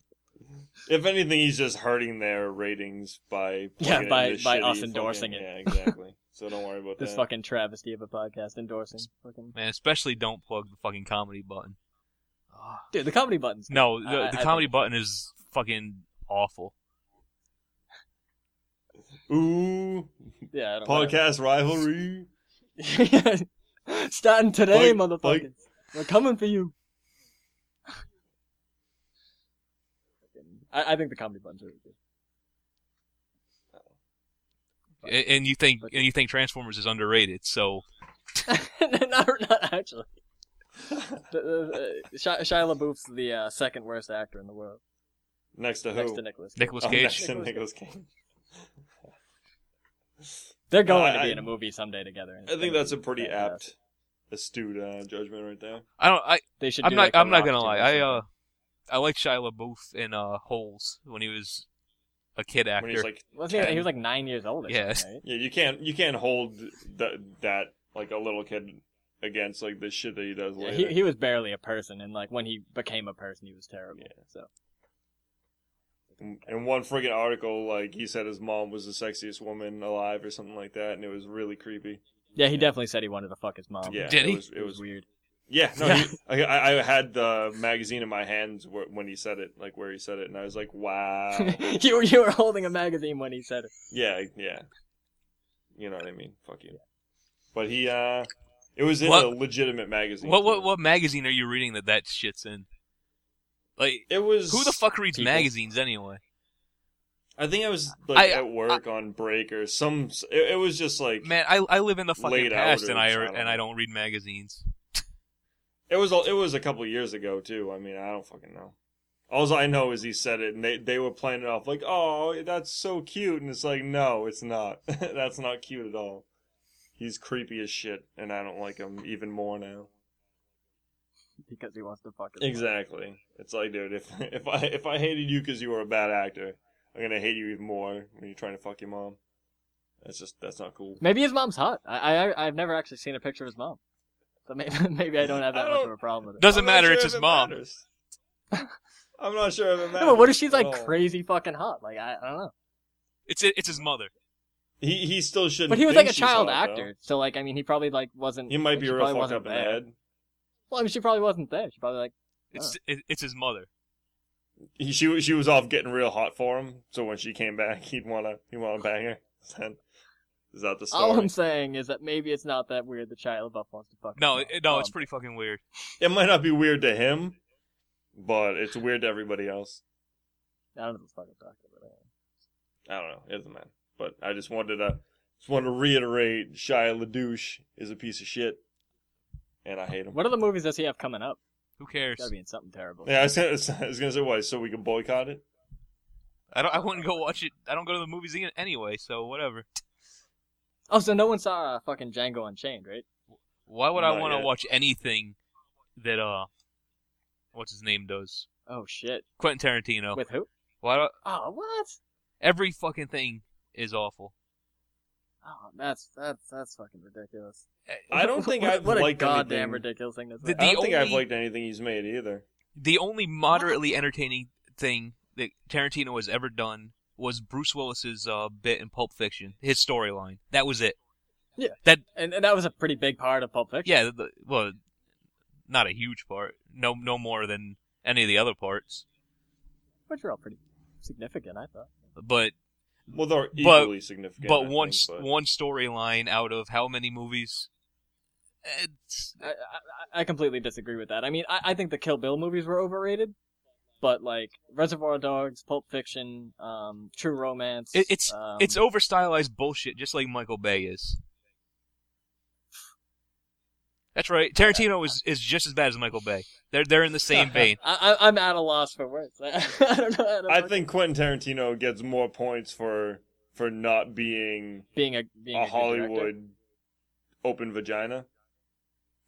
[SPEAKER 3] if anything, he's just hurting their ratings by
[SPEAKER 2] Yeah,
[SPEAKER 3] plugging in
[SPEAKER 2] by-
[SPEAKER 3] this
[SPEAKER 2] by
[SPEAKER 3] shitty
[SPEAKER 2] us endorsing
[SPEAKER 3] fucking-
[SPEAKER 2] it.
[SPEAKER 3] Yeah, exactly. so don't worry
[SPEAKER 2] (laughs)
[SPEAKER 3] about
[SPEAKER 2] This
[SPEAKER 3] that.
[SPEAKER 2] fucking travesty of a podcast endorsing fucking
[SPEAKER 1] Man, especially don't plug the fucking comedy button.
[SPEAKER 2] dude. The comedy buttons.
[SPEAKER 1] No,
[SPEAKER 2] Ah. I-
[SPEAKER 1] the,
[SPEAKER 2] I-
[SPEAKER 1] the
[SPEAKER 2] I
[SPEAKER 1] comedy
[SPEAKER 2] think-
[SPEAKER 1] button is fucking awful.
[SPEAKER 3] Ooh,
[SPEAKER 2] Yeah, I don't (laughs)
[SPEAKER 3] podcast rivalry.
[SPEAKER 2] know. (laughs) Starting today,
[SPEAKER 3] Fight,
[SPEAKER 2] motherfuckers.
[SPEAKER 3] fight.
[SPEAKER 2] We're coming for you. I, I think the comedy buttons are really good.
[SPEAKER 1] A- And you think
[SPEAKER 2] Okay.
[SPEAKER 1] and you think Transformers is underrated, so
[SPEAKER 2] (laughs) not, not actually. The- the- the- Shia, Shia LaBeouf's the uh, second worst actor in the world,
[SPEAKER 3] Next to who?
[SPEAKER 2] next to Nicholas.
[SPEAKER 1] Nicolas
[SPEAKER 3] Oh,
[SPEAKER 1] Cage.
[SPEAKER 3] (laughs) next to
[SPEAKER 2] Nicolas
[SPEAKER 3] Nicolas Cage.
[SPEAKER 2] They're going
[SPEAKER 3] No,
[SPEAKER 2] to be
[SPEAKER 3] I-
[SPEAKER 2] in a movie someday together. and it's
[SPEAKER 3] I think
[SPEAKER 2] gonna
[SPEAKER 3] that's a
[SPEAKER 2] be
[SPEAKER 3] pretty
[SPEAKER 2] fantastic.
[SPEAKER 3] apt, astute uh, judgment right there.
[SPEAKER 1] I don't. I
[SPEAKER 2] They should.
[SPEAKER 1] I'm
[SPEAKER 2] do,
[SPEAKER 1] not.
[SPEAKER 2] like, The
[SPEAKER 1] I'm not
[SPEAKER 2] Rock
[SPEAKER 1] gonna
[SPEAKER 2] too
[SPEAKER 1] lie.
[SPEAKER 2] or
[SPEAKER 1] I uh,
[SPEAKER 2] something.
[SPEAKER 1] I like Shia LaBeouf in uh Holes when he was a kid
[SPEAKER 3] When he's
[SPEAKER 1] actor.
[SPEAKER 3] like,
[SPEAKER 2] Wasn't he, he
[SPEAKER 3] 10.
[SPEAKER 2] was like nine years old. Or
[SPEAKER 1] Yeah.
[SPEAKER 2] something, right?
[SPEAKER 3] yeah, you can't, you can't hold that that like a little kid against like the shit that he does
[SPEAKER 2] Yeah,
[SPEAKER 3] later.
[SPEAKER 2] he, he was barely a person, and like when he became a person, he was terrible.
[SPEAKER 3] Yeah.
[SPEAKER 2] So
[SPEAKER 3] In- In one friggin' article, like he said his mom was the sexiest woman alive or something like that, and it was really creepy.
[SPEAKER 2] yeah, he definitely said he wanted to fuck his mom.
[SPEAKER 3] Yeah,
[SPEAKER 1] Um, Did
[SPEAKER 3] it
[SPEAKER 1] he?
[SPEAKER 3] Was, it was.
[SPEAKER 2] weird.
[SPEAKER 3] Yeah, no,
[SPEAKER 1] (laughs)
[SPEAKER 3] he, I, I I had the magazine in my hands wh- when he said it, like where he said it, and I was
[SPEAKER 1] (laughs)
[SPEAKER 3] like, wow.
[SPEAKER 2] (laughs) you were- you were holding a magazine when he said it.
[SPEAKER 3] yeah, yeah. You know what I mean? Fuck you. But he, uh, it was in
[SPEAKER 1] What-
[SPEAKER 3] a legitimate magazine.
[SPEAKER 1] what what
[SPEAKER 3] too.
[SPEAKER 1] what magazine are you reading that that shit's in? Like
[SPEAKER 3] It was
[SPEAKER 1] who the fuck reads
[SPEAKER 2] People.
[SPEAKER 1] magazines anyway?
[SPEAKER 3] I think I was like
[SPEAKER 1] I-
[SPEAKER 3] at work on break or some. It, it was just like
[SPEAKER 1] Man, I I live in the fucking
[SPEAKER 3] Laid out
[SPEAKER 1] past
[SPEAKER 3] or
[SPEAKER 1] and I
[SPEAKER 3] something.
[SPEAKER 1] and I don't read magazines.
[SPEAKER 3] It was a- it was a couple of years ago too. I mean, I don't fucking know. All I know is he said it, and they they were playing (laughs) it off like, "Oh, that's so cute," and it's like, "No, it's not. that's not cute at all." he's creepy as shit, and I don't like him even more now.
[SPEAKER 2] because he wants to fuck his
[SPEAKER 3] Exactly. It's like, dude, if (laughs) if I if I hated you because you were a bad actor, I'm gonna hate you even more when you're trying to fuck your mom. That's just that's not cool.
[SPEAKER 2] Maybe his mom's hot. I, I I've never actually seen a picture of his mom, so maybe (laughs) maybe I don't have that
[SPEAKER 3] I
[SPEAKER 2] much
[SPEAKER 3] don't-
[SPEAKER 2] of a problem with it.
[SPEAKER 1] Doesn't
[SPEAKER 3] I'm not
[SPEAKER 1] matter,
[SPEAKER 3] sure
[SPEAKER 1] it's
[SPEAKER 3] if
[SPEAKER 1] his
[SPEAKER 3] it
[SPEAKER 1] mom.
[SPEAKER 3] matters. (laughs) I'm not sure if it
[SPEAKER 2] (laughs)
[SPEAKER 3] matters.
[SPEAKER 2] No, but what if she's
[SPEAKER 3] at
[SPEAKER 2] like
[SPEAKER 3] all.
[SPEAKER 2] crazy fucking hot? Like I, I don't know.
[SPEAKER 1] It's it's his mother.
[SPEAKER 3] He he still shouldn't.
[SPEAKER 2] But he was
[SPEAKER 3] think
[SPEAKER 2] like a
[SPEAKER 3] she's
[SPEAKER 2] child
[SPEAKER 3] hot, though.
[SPEAKER 2] actor, so like I mean he probably like wasn't.
[SPEAKER 3] He might be
[SPEAKER 2] she
[SPEAKER 3] real
[SPEAKER 2] probably
[SPEAKER 3] fucked
[SPEAKER 2] wasn't
[SPEAKER 3] up in the
[SPEAKER 2] there.
[SPEAKER 3] head.
[SPEAKER 2] Well, I mean she probably wasn't there. She probably like
[SPEAKER 1] It's it, it's his mother.
[SPEAKER 3] He, she was- she was off getting real hot for him, so when she came back, (laughs) he'd wanna he wanna bang her. (laughs) Then is that the
[SPEAKER 2] all
[SPEAKER 3] story?
[SPEAKER 2] Oh, I'm saying is that maybe it's not that weird. The child buff wants to fuck.
[SPEAKER 1] No,
[SPEAKER 2] his
[SPEAKER 1] it,
[SPEAKER 2] mom.
[SPEAKER 1] no, it's
[SPEAKER 2] Um,
[SPEAKER 1] pretty fucking weird.
[SPEAKER 3] It might not be weird to him, but it's weird to everybody else.
[SPEAKER 2] I don't know if it's fucking doctor, but anyway.
[SPEAKER 3] I don't know. It doesn't matter. But I just wanted to just wanted to reiterate Shia LaDouche is a piece of shit, and I hate him.
[SPEAKER 2] What other movies does he have coming up?
[SPEAKER 1] Who cares?
[SPEAKER 2] Gotta be in something terrible.
[SPEAKER 3] Yeah, I was gonna, (laughs) I was gonna say why, so we can boycott it.
[SPEAKER 1] I don't. I wouldn't go watch it. I don't go to the movies again anyway. So whatever.
[SPEAKER 2] Oh, so no one saw uh, fucking Django Unchained, right?
[SPEAKER 1] Why would I
[SPEAKER 3] Not
[SPEAKER 1] want to
[SPEAKER 3] yet.
[SPEAKER 1] watch anything that uh, what's his name does?
[SPEAKER 2] Oh shit.
[SPEAKER 1] Quentin Tarantino.
[SPEAKER 2] With who?
[SPEAKER 1] Why? Do,
[SPEAKER 2] Oh what?
[SPEAKER 1] every fucking thing is awful.
[SPEAKER 2] Oh, that's that's that's fucking ridiculous.
[SPEAKER 1] Eh,
[SPEAKER 3] I
[SPEAKER 2] (laughs)
[SPEAKER 3] don't think
[SPEAKER 2] What-
[SPEAKER 3] I've
[SPEAKER 2] what a
[SPEAKER 3] liked
[SPEAKER 2] goddamn
[SPEAKER 3] anything.
[SPEAKER 2] ridiculous thing this
[SPEAKER 1] The-
[SPEAKER 2] is.
[SPEAKER 1] the-
[SPEAKER 3] I don't think I've
[SPEAKER 1] only-
[SPEAKER 3] liked anything he's made either.
[SPEAKER 1] The only moderately entertaining thing that Tarantino has ever done was Bruce Willis's uh, bit in Pulp Fiction, his storyline. That was it.
[SPEAKER 2] Yeah.
[SPEAKER 1] That
[SPEAKER 2] And, and that was a pretty big part of Pulp Fiction.
[SPEAKER 1] yeah. The, the- well, not a huge part. No, no more than any of the other parts.
[SPEAKER 2] which were all pretty significant, I thought.
[SPEAKER 1] But
[SPEAKER 3] Well, they're
[SPEAKER 1] But-
[SPEAKER 3] equally significant. I
[SPEAKER 1] but
[SPEAKER 3] think,
[SPEAKER 1] one s
[SPEAKER 3] but-
[SPEAKER 1] one storyline out of how many movies? It's,
[SPEAKER 2] I, I, I completely disagree with that. I mean, I, I think the Kill Bill movies were overrated, but like Reservoir Dogs, Pulp Fiction, um, True Romance.
[SPEAKER 1] it, it's
[SPEAKER 2] um,
[SPEAKER 1] it's over stylized bullshit, just like Michael Bay is. That's right. Tarantino is, is just as bad as Michael Bay. They're they're in the
[SPEAKER 2] (laughs)
[SPEAKER 3] (laughs)
[SPEAKER 1] same vein.
[SPEAKER 2] I, I, I'm at a loss for words. (laughs) I, don't know. How to
[SPEAKER 3] I
[SPEAKER 2] fucking-
[SPEAKER 3] think Quentin Tarantino gets more points for for not being
[SPEAKER 2] being a being
[SPEAKER 3] a,
[SPEAKER 2] good director.
[SPEAKER 3] Hollywood open vagina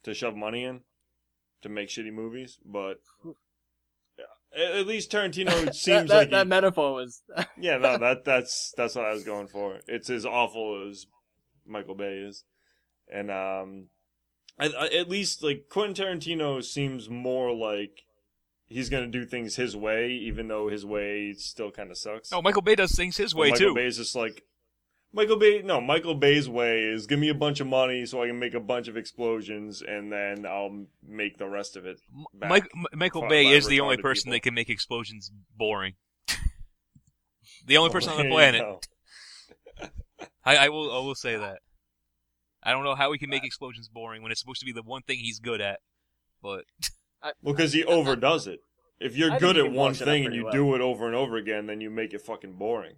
[SPEAKER 3] to shove money in to make shitty movies, but yeah, at, at least
[SPEAKER 2] (laughs)
[SPEAKER 3] Tarantino
[SPEAKER 2] That,
[SPEAKER 3] seems
[SPEAKER 2] that,
[SPEAKER 3] like
[SPEAKER 2] that
[SPEAKER 3] he-
[SPEAKER 2] metaphor was
[SPEAKER 3] yeah, no, that that's that's what I was going for. It's as awful as Michael Bay is, and um, I, I, at least like Quentin Tarantino seems more like he's gonna do things his way, even though his way still kind of sucks.
[SPEAKER 1] No, Michael Bay does things Oh, his way
[SPEAKER 3] Michael
[SPEAKER 1] too.
[SPEAKER 3] Bay's just like Michael Bay. No, Michael Bay's way is give me a bunch of money so I can make a bunch of explosions, and then I'll make the rest of it.
[SPEAKER 1] M-
[SPEAKER 3] back
[SPEAKER 1] Mike, M- Michael
[SPEAKER 3] fi-
[SPEAKER 1] Bay
[SPEAKER 3] by
[SPEAKER 1] is the only
[SPEAKER 3] retarded
[SPEAKER 1] person
[SPEAKER 3] people.
[SPEAKER 1] that can make explosions boring. (laughs) the only person on
[SPEAKER 3] There
[SPEAKER 1] the
[SPEAKER 3] (laughs) you
[SPEAKER 1] planet.
[SPEAKER 3] go.
[SPEAKER 1] I, I will I will say that. I don't know how he can
[SPEAKER 3] Uh,
[SPEAKER 1] make explosions boring when it's supposed to be the one thing he's good at. But
[SPEAKER 3] Well, because he overdoes it. If
[SPEAKER 2] I
[SPEAKER 3] you're
[SPEAKER 2] think
[SPEAKER 3] good
[SPEAKER 2] he
[SPEAKER 3] at
[SPEAKER 2] can
[SPEAKER 3] one
[SPEAKER 2] wash it up
[SPEAKER 3] thing and
[SPEAKER 2] pretty
[SPEAKER 3] you
[SPEAKER 2] well.
[SPEAKER 3] do it over and over again, then you make it fucking boring.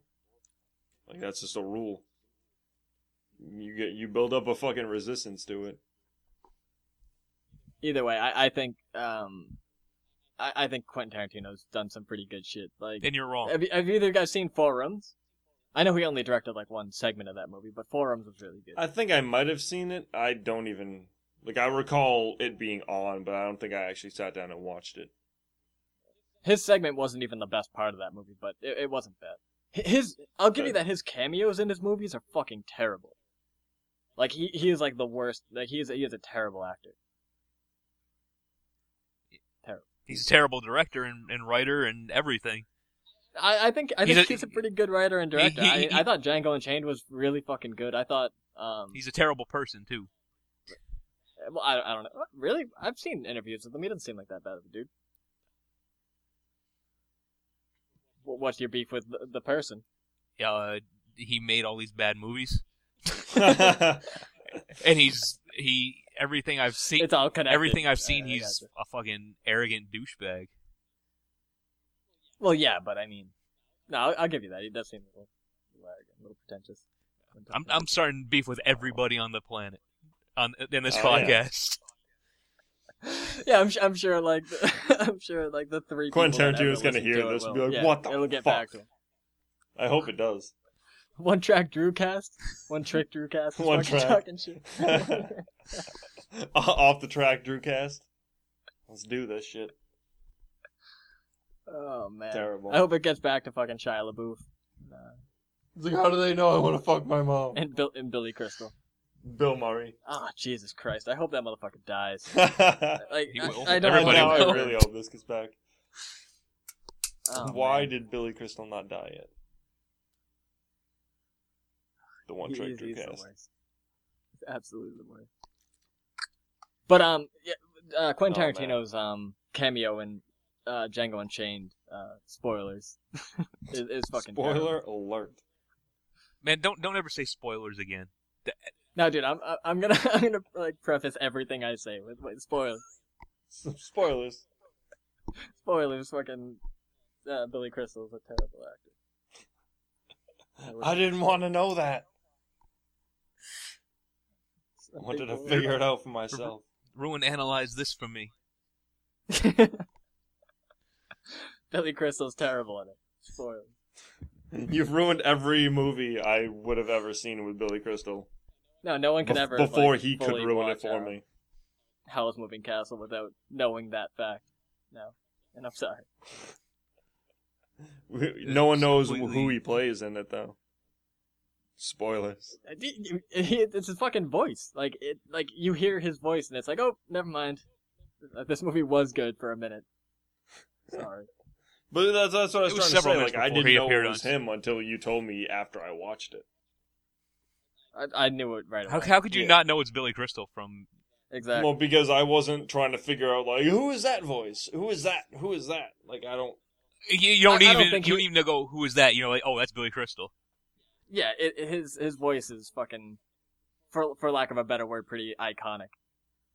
[SPEAKER 3] Like that's just a rule. You get you build up a fucking resistance to it.
[SPEAKER 2] either way, I, I think um, I, I think Quentin Tarantino's done some pretty good shit. Like,
[SPEAKER 1] then you're wrong.
[SPEAKER 2] have, you- have either guys seen Four Rooms? I know he only directed like one segment of that movie, but Four Rooms was really good.
[SPEAKER 3] I think I might have seen it. I don't even like I recall it being on, but I don't think I actually sat down and watched it. (laughs)
[SPEAKER 2] His segment wasn't even the best part of that movie, but it, it wasn't bad. Hi- His, I'll give you
[SPEAKER 3] Okay.
[SPEAKER 2] that. His cameos in his movies are fucking terrible. Like he, he is like the worst. Like he is, he is a terrible actor.
[SPEAKER 1] He's a terrible director and, and writer and everything.
[SPEAKER 2] I, I think I
[SPEAKER 1] He's
[SPEAKER 2] think
[SPEAKER 1] a-
[SPEAKER 2] he's a pretty good writer and director.
[SPEAKER 1] He- he- he-
[SPEAKER 2] I, I thought Django Unchained was really fucking good. I thought um,
[SPEAKER 1] He's a terrible person too.
[SPEAKER 2] Well, I, I don't know. Really? I've seen interviews with him. He doesn't seem like that bad of a dude. Wh- What's your beef with the, the person?
[SPEAKER 1] Uh, he made all these bad movies, and he's he everything I've seen,
[SPEAKER 2] It's all connected.
[SPEAKER 1] everything I've
[SPEAKER 2] I-
[SPEAKER 1] seen,
[SPEAKER 2] I
[SPEAKER 1] he's
[SPEAKER 2] gotcha.
[SPEAKER 1] a fucking arrogant douchebag.
[SPEAKER 2] Well, yeah, but I mean, no, I'll, I'll give you that. He does seem a little, a little pretentious.
[SPEAKER 1] I'm
[SPEAKER 2] (laughs)
[SPEAKER 1] I'm starting beef with everybody on the planet on in this
[SPEAKER 3] Oh, yeah.
[SPEAKER 1] podcast.
[SPEAKER 2] (laughs) yeah, I'm, su- I'm sure. Like, (laughs) I'm sure. Like the three.
[SPEAKER 3] Quentin
[SPEAKER 2] people that ever
[SPEAKER 3] Tarantino's gonna
[SPEAKER 2] listen
[SPEAKER 3] hear
[SPEAKER 2] to it
[SPEAKER 3] this and
[SPEAKER 2] will-
[SPEAKER 3] be
[SPEAKER 2] yeah,
[SPEAKER 3] like, "What the
[SPEAKER 2] it'll get
[SPEAKER 3] fuck?"
[SPEAKER 2] back to him.
[SPEAKER 3] I hope it does. (laughs)
[SPEAKER 2] (laughs) One track Drewcast, one trick Drewcast.
[SPEAKER 3] One
[SPEAKER 2] One track.
[SPEAKER 3] track.
[SPEAKER 2] Talking shit.
[SPEAKER 3] (laughs) Off the track, Drewcast. Let's do this shit.
[SPEAKER 2] oh man.
[SPEAKER 3] Terrible.
[SPEAKER 2] I hope it gets back to fucking Shia LaBeouf and, uh,
[SPEAKER 3] It's like, how do they know I want to fuck my mom?
[SPEAKER 2] and, Bill- and Billy Crystal.
[SPEAKER 3] Bill Murray. (laughs)
[SPEAKER 2] Ah, Jesus Christ! I hope that motherfucker dies.
[SPEAKER 3] I,
[SPEAKER 2] Like
[SPEAKER 1] He
[SPEAKER 2] I,
[SPEAKER 1] will.
[SPEAKER 2] I don't
[SPEAKER 1] Everybody
[SPEAKER 2] know.
[SPEAKER 1] will.
[SPEAKER 3] I really hope this gets back.
[SPEAKER 2] Oh,
[SPEAKER 3] Why
[SPEAKER 2] man.
[SPEAKER 3] did Billy Crystal not die yet? The one
[SPEAKER 2] He
[SPEAKER 3] trick
[SPEAKER 2] is-
[SPEAKER 3] Drew
[SPEAKER 2] he's the
[SPEAKER 3] cast.
[SPEAKER 2] worst. He's absolutely the worst. But um, yeah, uh, Quentin
[SPEAKER 3] Oh, man.
[SPEAKER 2] Tarantino's um cameo in uh, Django Unchained. Uh, spoilers. (laughs) is, is fucking
[SPEAKER 3] Spoiler
[SPEAKER 2] terrible.
[SPEAKER 3] alert.
[SPEAKER 1] Man, don't don't ever say spoilers again.
[SPEAKER 2] No, dude, I'm I- I'm gonna (laughs) I'm gonna like preface everything I say with, with spoilers.
[SPEAKER 3] S- (laughs) Spoilers.
[SPEAKER 2] Spoilers. Fucking uh, Billy Crystal is a terrible actor.
[SPEAKER 3] I didn't want to know
[SPEAKER 2] (laughs)
[SPEAKER 3] that. I
[SPEAKER 2] (laughs)
[SPEAKER 3] wanted to figure it out for myself.
[SPEAKER 1] Ruin analyze this for me.
[SPEAKER 2] (laughs) Billy Crystal's terrible in it. Spoilers.
[SPEAKER 3] (laughs) You've ruined every movie I would have ever seen with Billy Crystal
[SPEAKER 2] No, no one can
[SPEAKER 3] bef-
[SPEAKER 2] ever
[SPEAKER 3] before
[SPEAKER 2] like,
[SPEAKER 3] he could
[SPEAKER 2] fully
[SPEAKER 3] ruin
[SPEAKER 2] watch,
[SPEAKER 3] it for
[SPEAKER 2] uh,
[SPEAKER 3] me. (laughs)
[SPEAKER 2] Howl's Moving Castle without knowing that fact. No, and I'm sorry.
[SPEAKER 3] We- No one knows wh- who
[SPEAKER 1] completely-
[SPEAKER 3] he plays in it though. Spoilers.
[SPEAKER 2] I did- you- (laughs) It's his fucking voice. Like it, like you hear his voice, and it's like, oh, never mind. Uh, This movie was good for a minute. Sorry.
[SPEAKER 3] But that's, that's what I was,
[SPEAKER 1] It was
[SPEAKER 3] trying to
[SPEAKER 1] several
[SPEAKER 3] say.
[SPEAKER 1] minutes
[SPEAKER 3] Like I
[SPEAKER 1] before
[SPEAKER 3] didn't
[SPEAKER 1] he
[SPEAKER 3] know
[SPEAKER 1] appeared
[SPEAKER 3] it
[SPEAKER 1] on
[SPEAKER 3] was him until you told me after I watched it.
[SPEAKER 2] I, I knew it right away.
[SPEAKER 1] How, how could you
[SPEAKER 3] Yeah.
[SPEAKER 1] not know it's Billy Crystal from?
[SPEAKER 2] Exactly.
[SPEAKER 3] Well, because I wasn't trying to figure out like who is that voice? Who is that? Who is that? Like I (laughs) don't.
[SPEAKER 1] You, you don't
[SPEAKER 2] I- I
[SPEAKER 1] even
[SPEAKER 2] don't think
[SPEAKER 1] you
[SPEAKER 2] he-
[SPEAKER 1] don't even go who is that? You know, like oh that's Billy Crystal.
[SPEAKER 2] yeah, it, it- his his voice is fucking, for for lack of a better word, pretty iconic.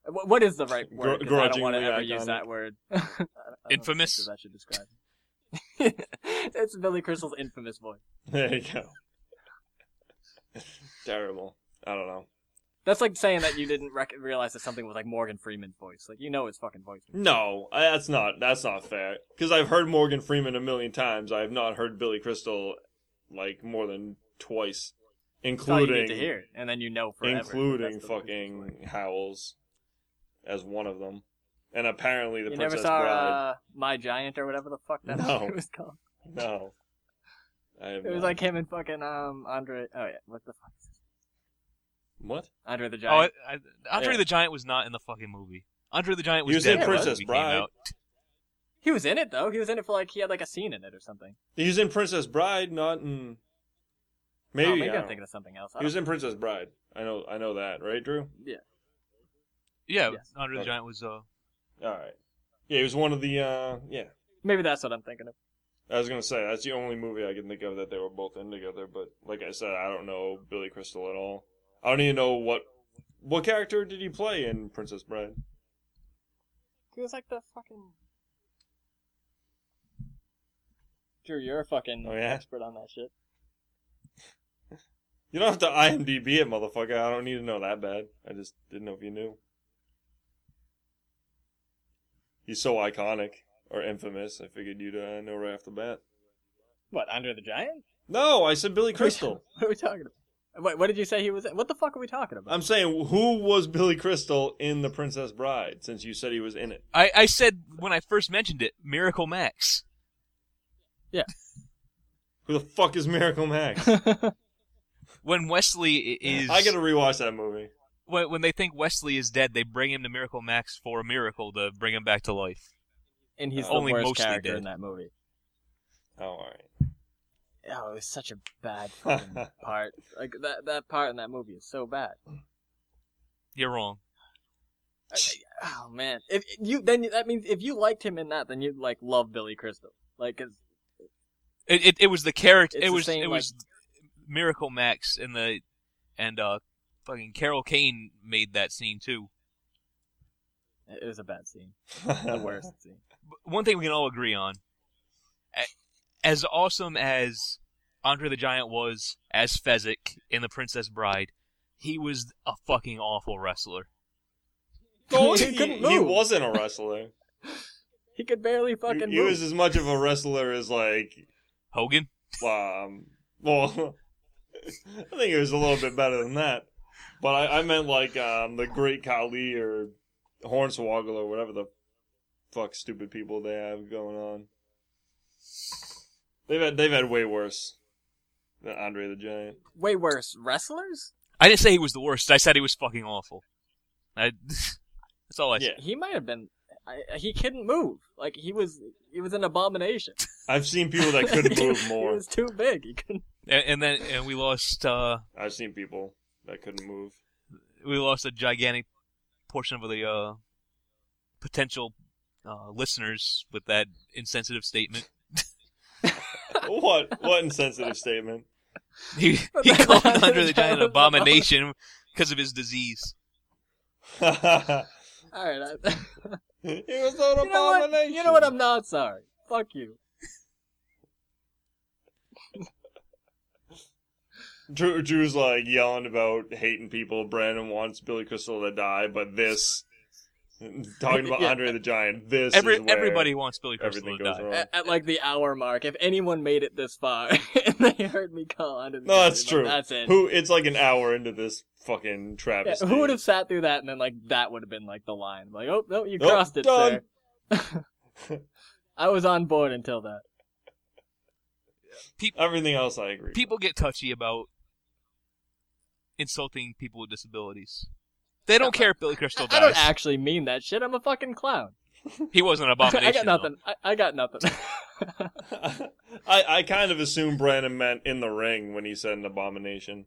[SPEAKER 2] What, what is the right
[SPEAKER 3] Gr-
[SPEAKER 2] word? 'Cause I don't want to
[SPEAKER 3] grudgingly
[SPEAKER 2] ever use
[SPEAKER 3] iconic.
[SPEAKER 2] that word. (laughs) I don't- I don't think
[SPEAKER 1] Infamous?
[SPEAKER 2] That should describe. it. (laughs) it's Billy Crystal's infamous voice.
[SPEAKER 3] There you go. Terrible. I don't know.
[SPEAKER 2] That's like saying that you didn't rec- realize that something was like Morgan Freeman's voice. Like you know it's fucking voice.
[SPEAKER 3] No, I- that's not that's not fair. Because I've heard Morgan Freeman a million times. I have not heard Billy Crystal like more than twice,
[SPEAKER 2] That's all you
[SPEAKER 3] including
[SPEAKER 2] need to hear, and then you know forever.
[SPEAKER 3] including
[SPEAKER 2] That's the voice voice.
[SPEAKER 3] fucking Howells as one of them. And apparently the
[SPEAKER 2] You never
[SPEAKER 3] Princess
[SPEAKER 2] saw
[SPEAKER 3] Bride.
[SPEAKER 2] uh, My Giant or whatever the fuck that
[SPEAKER 3] No.
[SPEAKER 2] movie (laughs) was called.
[SPEAKER 3] No, I have
[SPEAKER 2] It was
[SPEAKER 3] not.
[SPEAKER 2] like him and fucking um Andre. Oh yeah, what the fuck? Is this?
[SPEAKER 3] what?
[SPEAKER 2] Andre the Giant.
[SPEAKER 1] Oh, I, I, Andre
[SPEAKER 3] Yeah.
[SPEAKER 1] the Giant was not in the fucking movie. Andre the Giant was,
[SPEAKER 3] He was
[SPEAKER 1] dead
[SPEAKER 3] in
[SPEAKER 1] when the
[SPEAKER 3] Princess
[SPEAKER 1] movie
[SPEAKER 3] Bride.
[SPEAKER 1] Came out.
[SPEAKER 2] He was in it though. He was in it for like he had like a scene in it or something.
[SPEAKER 3] He was in Princess Bride, not in.
[SPEAKER 2] Oh,
[SPEAKER 3] Maybe,
[SPEAKER 2] maybe
[SPEAKER 3] I
[SPEAKER 2] I'm
[SPEAKER 3] don't
[SPEAKER 2] thinking of something else. I
[SPEAKER 3] He was
[SPEAKER 2] don't-
[SPEAKER 3] in Princess Bride. I know, I know that, right, Drew?
[SPEAKER 1] Yeah,
[SPEAKER 2] Yes.
[SPEAKER 1] Andre the
[SPEAKER 3] Okay.
[SPEAKER 1] Giant was. Uh,
[SPEAKER 3] All right. Yeah, he was one of the. uh Yeah,
[SPEAKER 2] Maybe that's what I'm thinking of.
[SPEAKER 3] I was gonna say that's the only movie I can think of that they were both in together. But like I said, I don't know Billy Crystal at all. I don't even know what what character did he play in Princess Bride.
[SPEAKER 2] He was like the fucking. Drew, you're a fucking
[SPEAKER 3] Oh, yeah?
[SPEAKER 2] expert on that shit.
[SPEAKER 3] You don't have to IMDb it, motherfucker. I don't need to know that bad. I just didn't know if you knew. He's so iconic or infamous. I figured you'd uh, know right off the bat.
[SPEAKER 2] What Andre the Giant? (laughs)
[SPEAKER 3] No, I said Billy Crystal.
[SPEAKER 2] What are we talking about? Wait, what did you say he was? In? What the fuck are we talking about?
[SPEAKER 3] I'm saying who was Billy Crystal in The Princess Bride? Since you said he was in it.
[SPEAKER 1] I, I said when I first mentioned it, Miracle Max.
[SPEAKER 3] (laughs) Who the fuck is
[SPEAKER 2] (laughs)
[SPEAKER 3] Miracle Max?
[SPEAKER 1] When Wesley i- is,
[SPEAKER 3] I gotta rewatch that movie.
[SPEAKER 1] when, when they think Wesley is dead, they bring him to Miracle Max for a miracle to bring him back to life.
[SPEAKER 2] and he's
[SPEAKER 3] Uh,
[SPEAKER 2] the
[SPEAKER 1] only
[SPEAKER 2] worst
[SPEAKER 1] mostly
[SPEAKER 2] character
[SPEAKER 1] dead.
[SPEAKER 2] in that movie.
[SPEAKER 3] Oh, all right.
[SPEAKER 2] Oh, it was such a
[SPEAKER 3] (laughs)
[SPEAKER 2] bad fucking part. Like that that part in that movie is so bad.
[SPEAKER 1] You're wrong.
[SPEAKER 2] I- I- oh man, if you then that means if you liked him in that, then you'd like love Billy Crystal. Like, 'cause-
[SPEAKER 1] It it, it was the character.
[SPEAKER 2] It's
[SPEAKER 1] It
[SPEAKER 2] the
[SPEAKER 1] was
[SPEAKER 2] same,
[SPEAKER 1] it
[SPEAKER 2] like-
[SPEAKER 1] was Miracle Max and the and uh fucking Carol Kane made that scene too.
[SPEAKER 2] it was a bad scene, (laughs) the
[SPEAKER 3] (laughs)
[SPEAKER 2] worst scene.
[SPEAKER 1] But one thing we can all agree on: a- as awesome as Andre the Giant was as Fezzik in The Princess Bride, he was a fucking awful wrestler.
[SPEAKER 3] No,
[SPEAKER 2] He
[SPEAKER 3] he,
[SPEAKER 2] couldn't
[SPEAKER 3] he
[SPEAKER 2] move.
[SPEAKER 3] wasn't a wrestler.
[SPEAKER 2] He could barely
[SPEAKER 3] he,
[SPEAKER 2] fucking
[SPEAKER 3] he
[SPEAKER 2] move.
[SPEAKER 3] was as much of a wrestler as like,
[SPEAKER 1] Hogan.
[SPEAKER 3] um, well, (laughs) I think it was a little bit better than that. But I, I meant like um, the Great Kali or Hornswoggle or whatever the fuck stupid people they have going on. They've had they've had way worse than Andre the Giant.
[SPEAKER 2] Way worse, wrestlers.
[SPEAKER 1] I didn't say he was the worst. I said he was fucking awful. I, (laughs) that's all I said.
[SPEAKER 3] Yeah,
[SPEAKER 2] He might have been. I, he couldn't move. Like he was. He was an
[SPEAKER 3] (laughs)
[SPEAKER 2] abomination.
[SPEAKER 3] I've seen people that couldn't
[SPEAKER 2] (laughs)
[SPEAKER 3] move
[SPEAKER 2] he
[SPEAKER 3] more.
[SPEAKER 2] was too big. He couldn't.
[SPEAKER 1] And, and then and we lost uh,
[SPEAKER 3] I've seen people that couldn't move.
[SPEAKER 1] we lost a gigantic portion of the uh, potential uh, listeners with that insensitive statement. (laughs)
[SPEAKER 3] What what insensitive statement? (laughs)
[SPEAKER 1] He he called Andre the Giant an abomination because of his disease.
[SPEAKER 3] it
[SPEAKER 2] All right. I, (laughs)
[SPEAKER 3] was an
[SPEAKER 2] you know what?
[SPEAKER 3] abomination.
[SPEAKER 2] You know what? I'm not sorry. Fuck you.
[SPEAKER 3] Drew, Drew's like yelling about hating people. Brandon wants Billy Crystal to die, but this talking
[SPEAKER 2] (laughs)
[SPEAKER 3] about
[SPEAKER 2] Yeah.
[SPEAKER 3] Andre the Giant. This
[SPEAKER 1] Every,
[SPEAKER 3] is where
[SPEAKER 1] everybody wants Billy Crystal
[SPEAKER 3] everything
[SPEAKER 1] to
[SPEAKER 3] goes
[SPEAKER 1] die.
[SPEAKER 3] wrong.
[SPEAKER 2] At, at like the hour mark, if anyone made it this far (laughs) and they heard me call Andre the
[SPEAKER 3] No,
[SPEAKER 2] Giant,
[SPEAKER 3] that's
[SPEAKER 2] like,
[SPEAKER 3] true.
[SPEAKER 2] That's it.
[SPEAKER 3] Who? It's like an hour into this fucking
[SPEAKER 2] Yeah,
[SPEAKER 3] travesty.
[SPEAKER 2] who would have sat through that and then like that would have been like the line like oh no you
[SPEAKER 3] Nope,
[SPEAKER 2] crossed it
[SPEAKER 3] done.
[SPEAKER 2] sir. (laughs) I was on board until that.
[SPEAKER 3] Everything else, I agree.
[SPEAKER 1] People get touchy about insulting people with disabilities. They don't care if Billy
[SPEAKER 3] (laughs)
[SPEAKER 1] Crystal
[SPEAKER 2] I, I don't
[SPEAKER 1] dies.
[SPEAKER 2] actually mean that shit. I'm a fucking clown. (laughs)
[SPEAKER 1] He was
[SPEAKER 3] (laughs)
[SPEAKER 1] an abomination.
[SPEAKER 2] I got
[SPEAKER 1] though.
[SPEAKER 2] nothing. I, I got nothing.
[SPEAKER 3] (laughs)
[SPEAKER 2] (laughs)
[SPEAKER 3] I I kind of assumed Brandon meant in the ring when he said an abomination,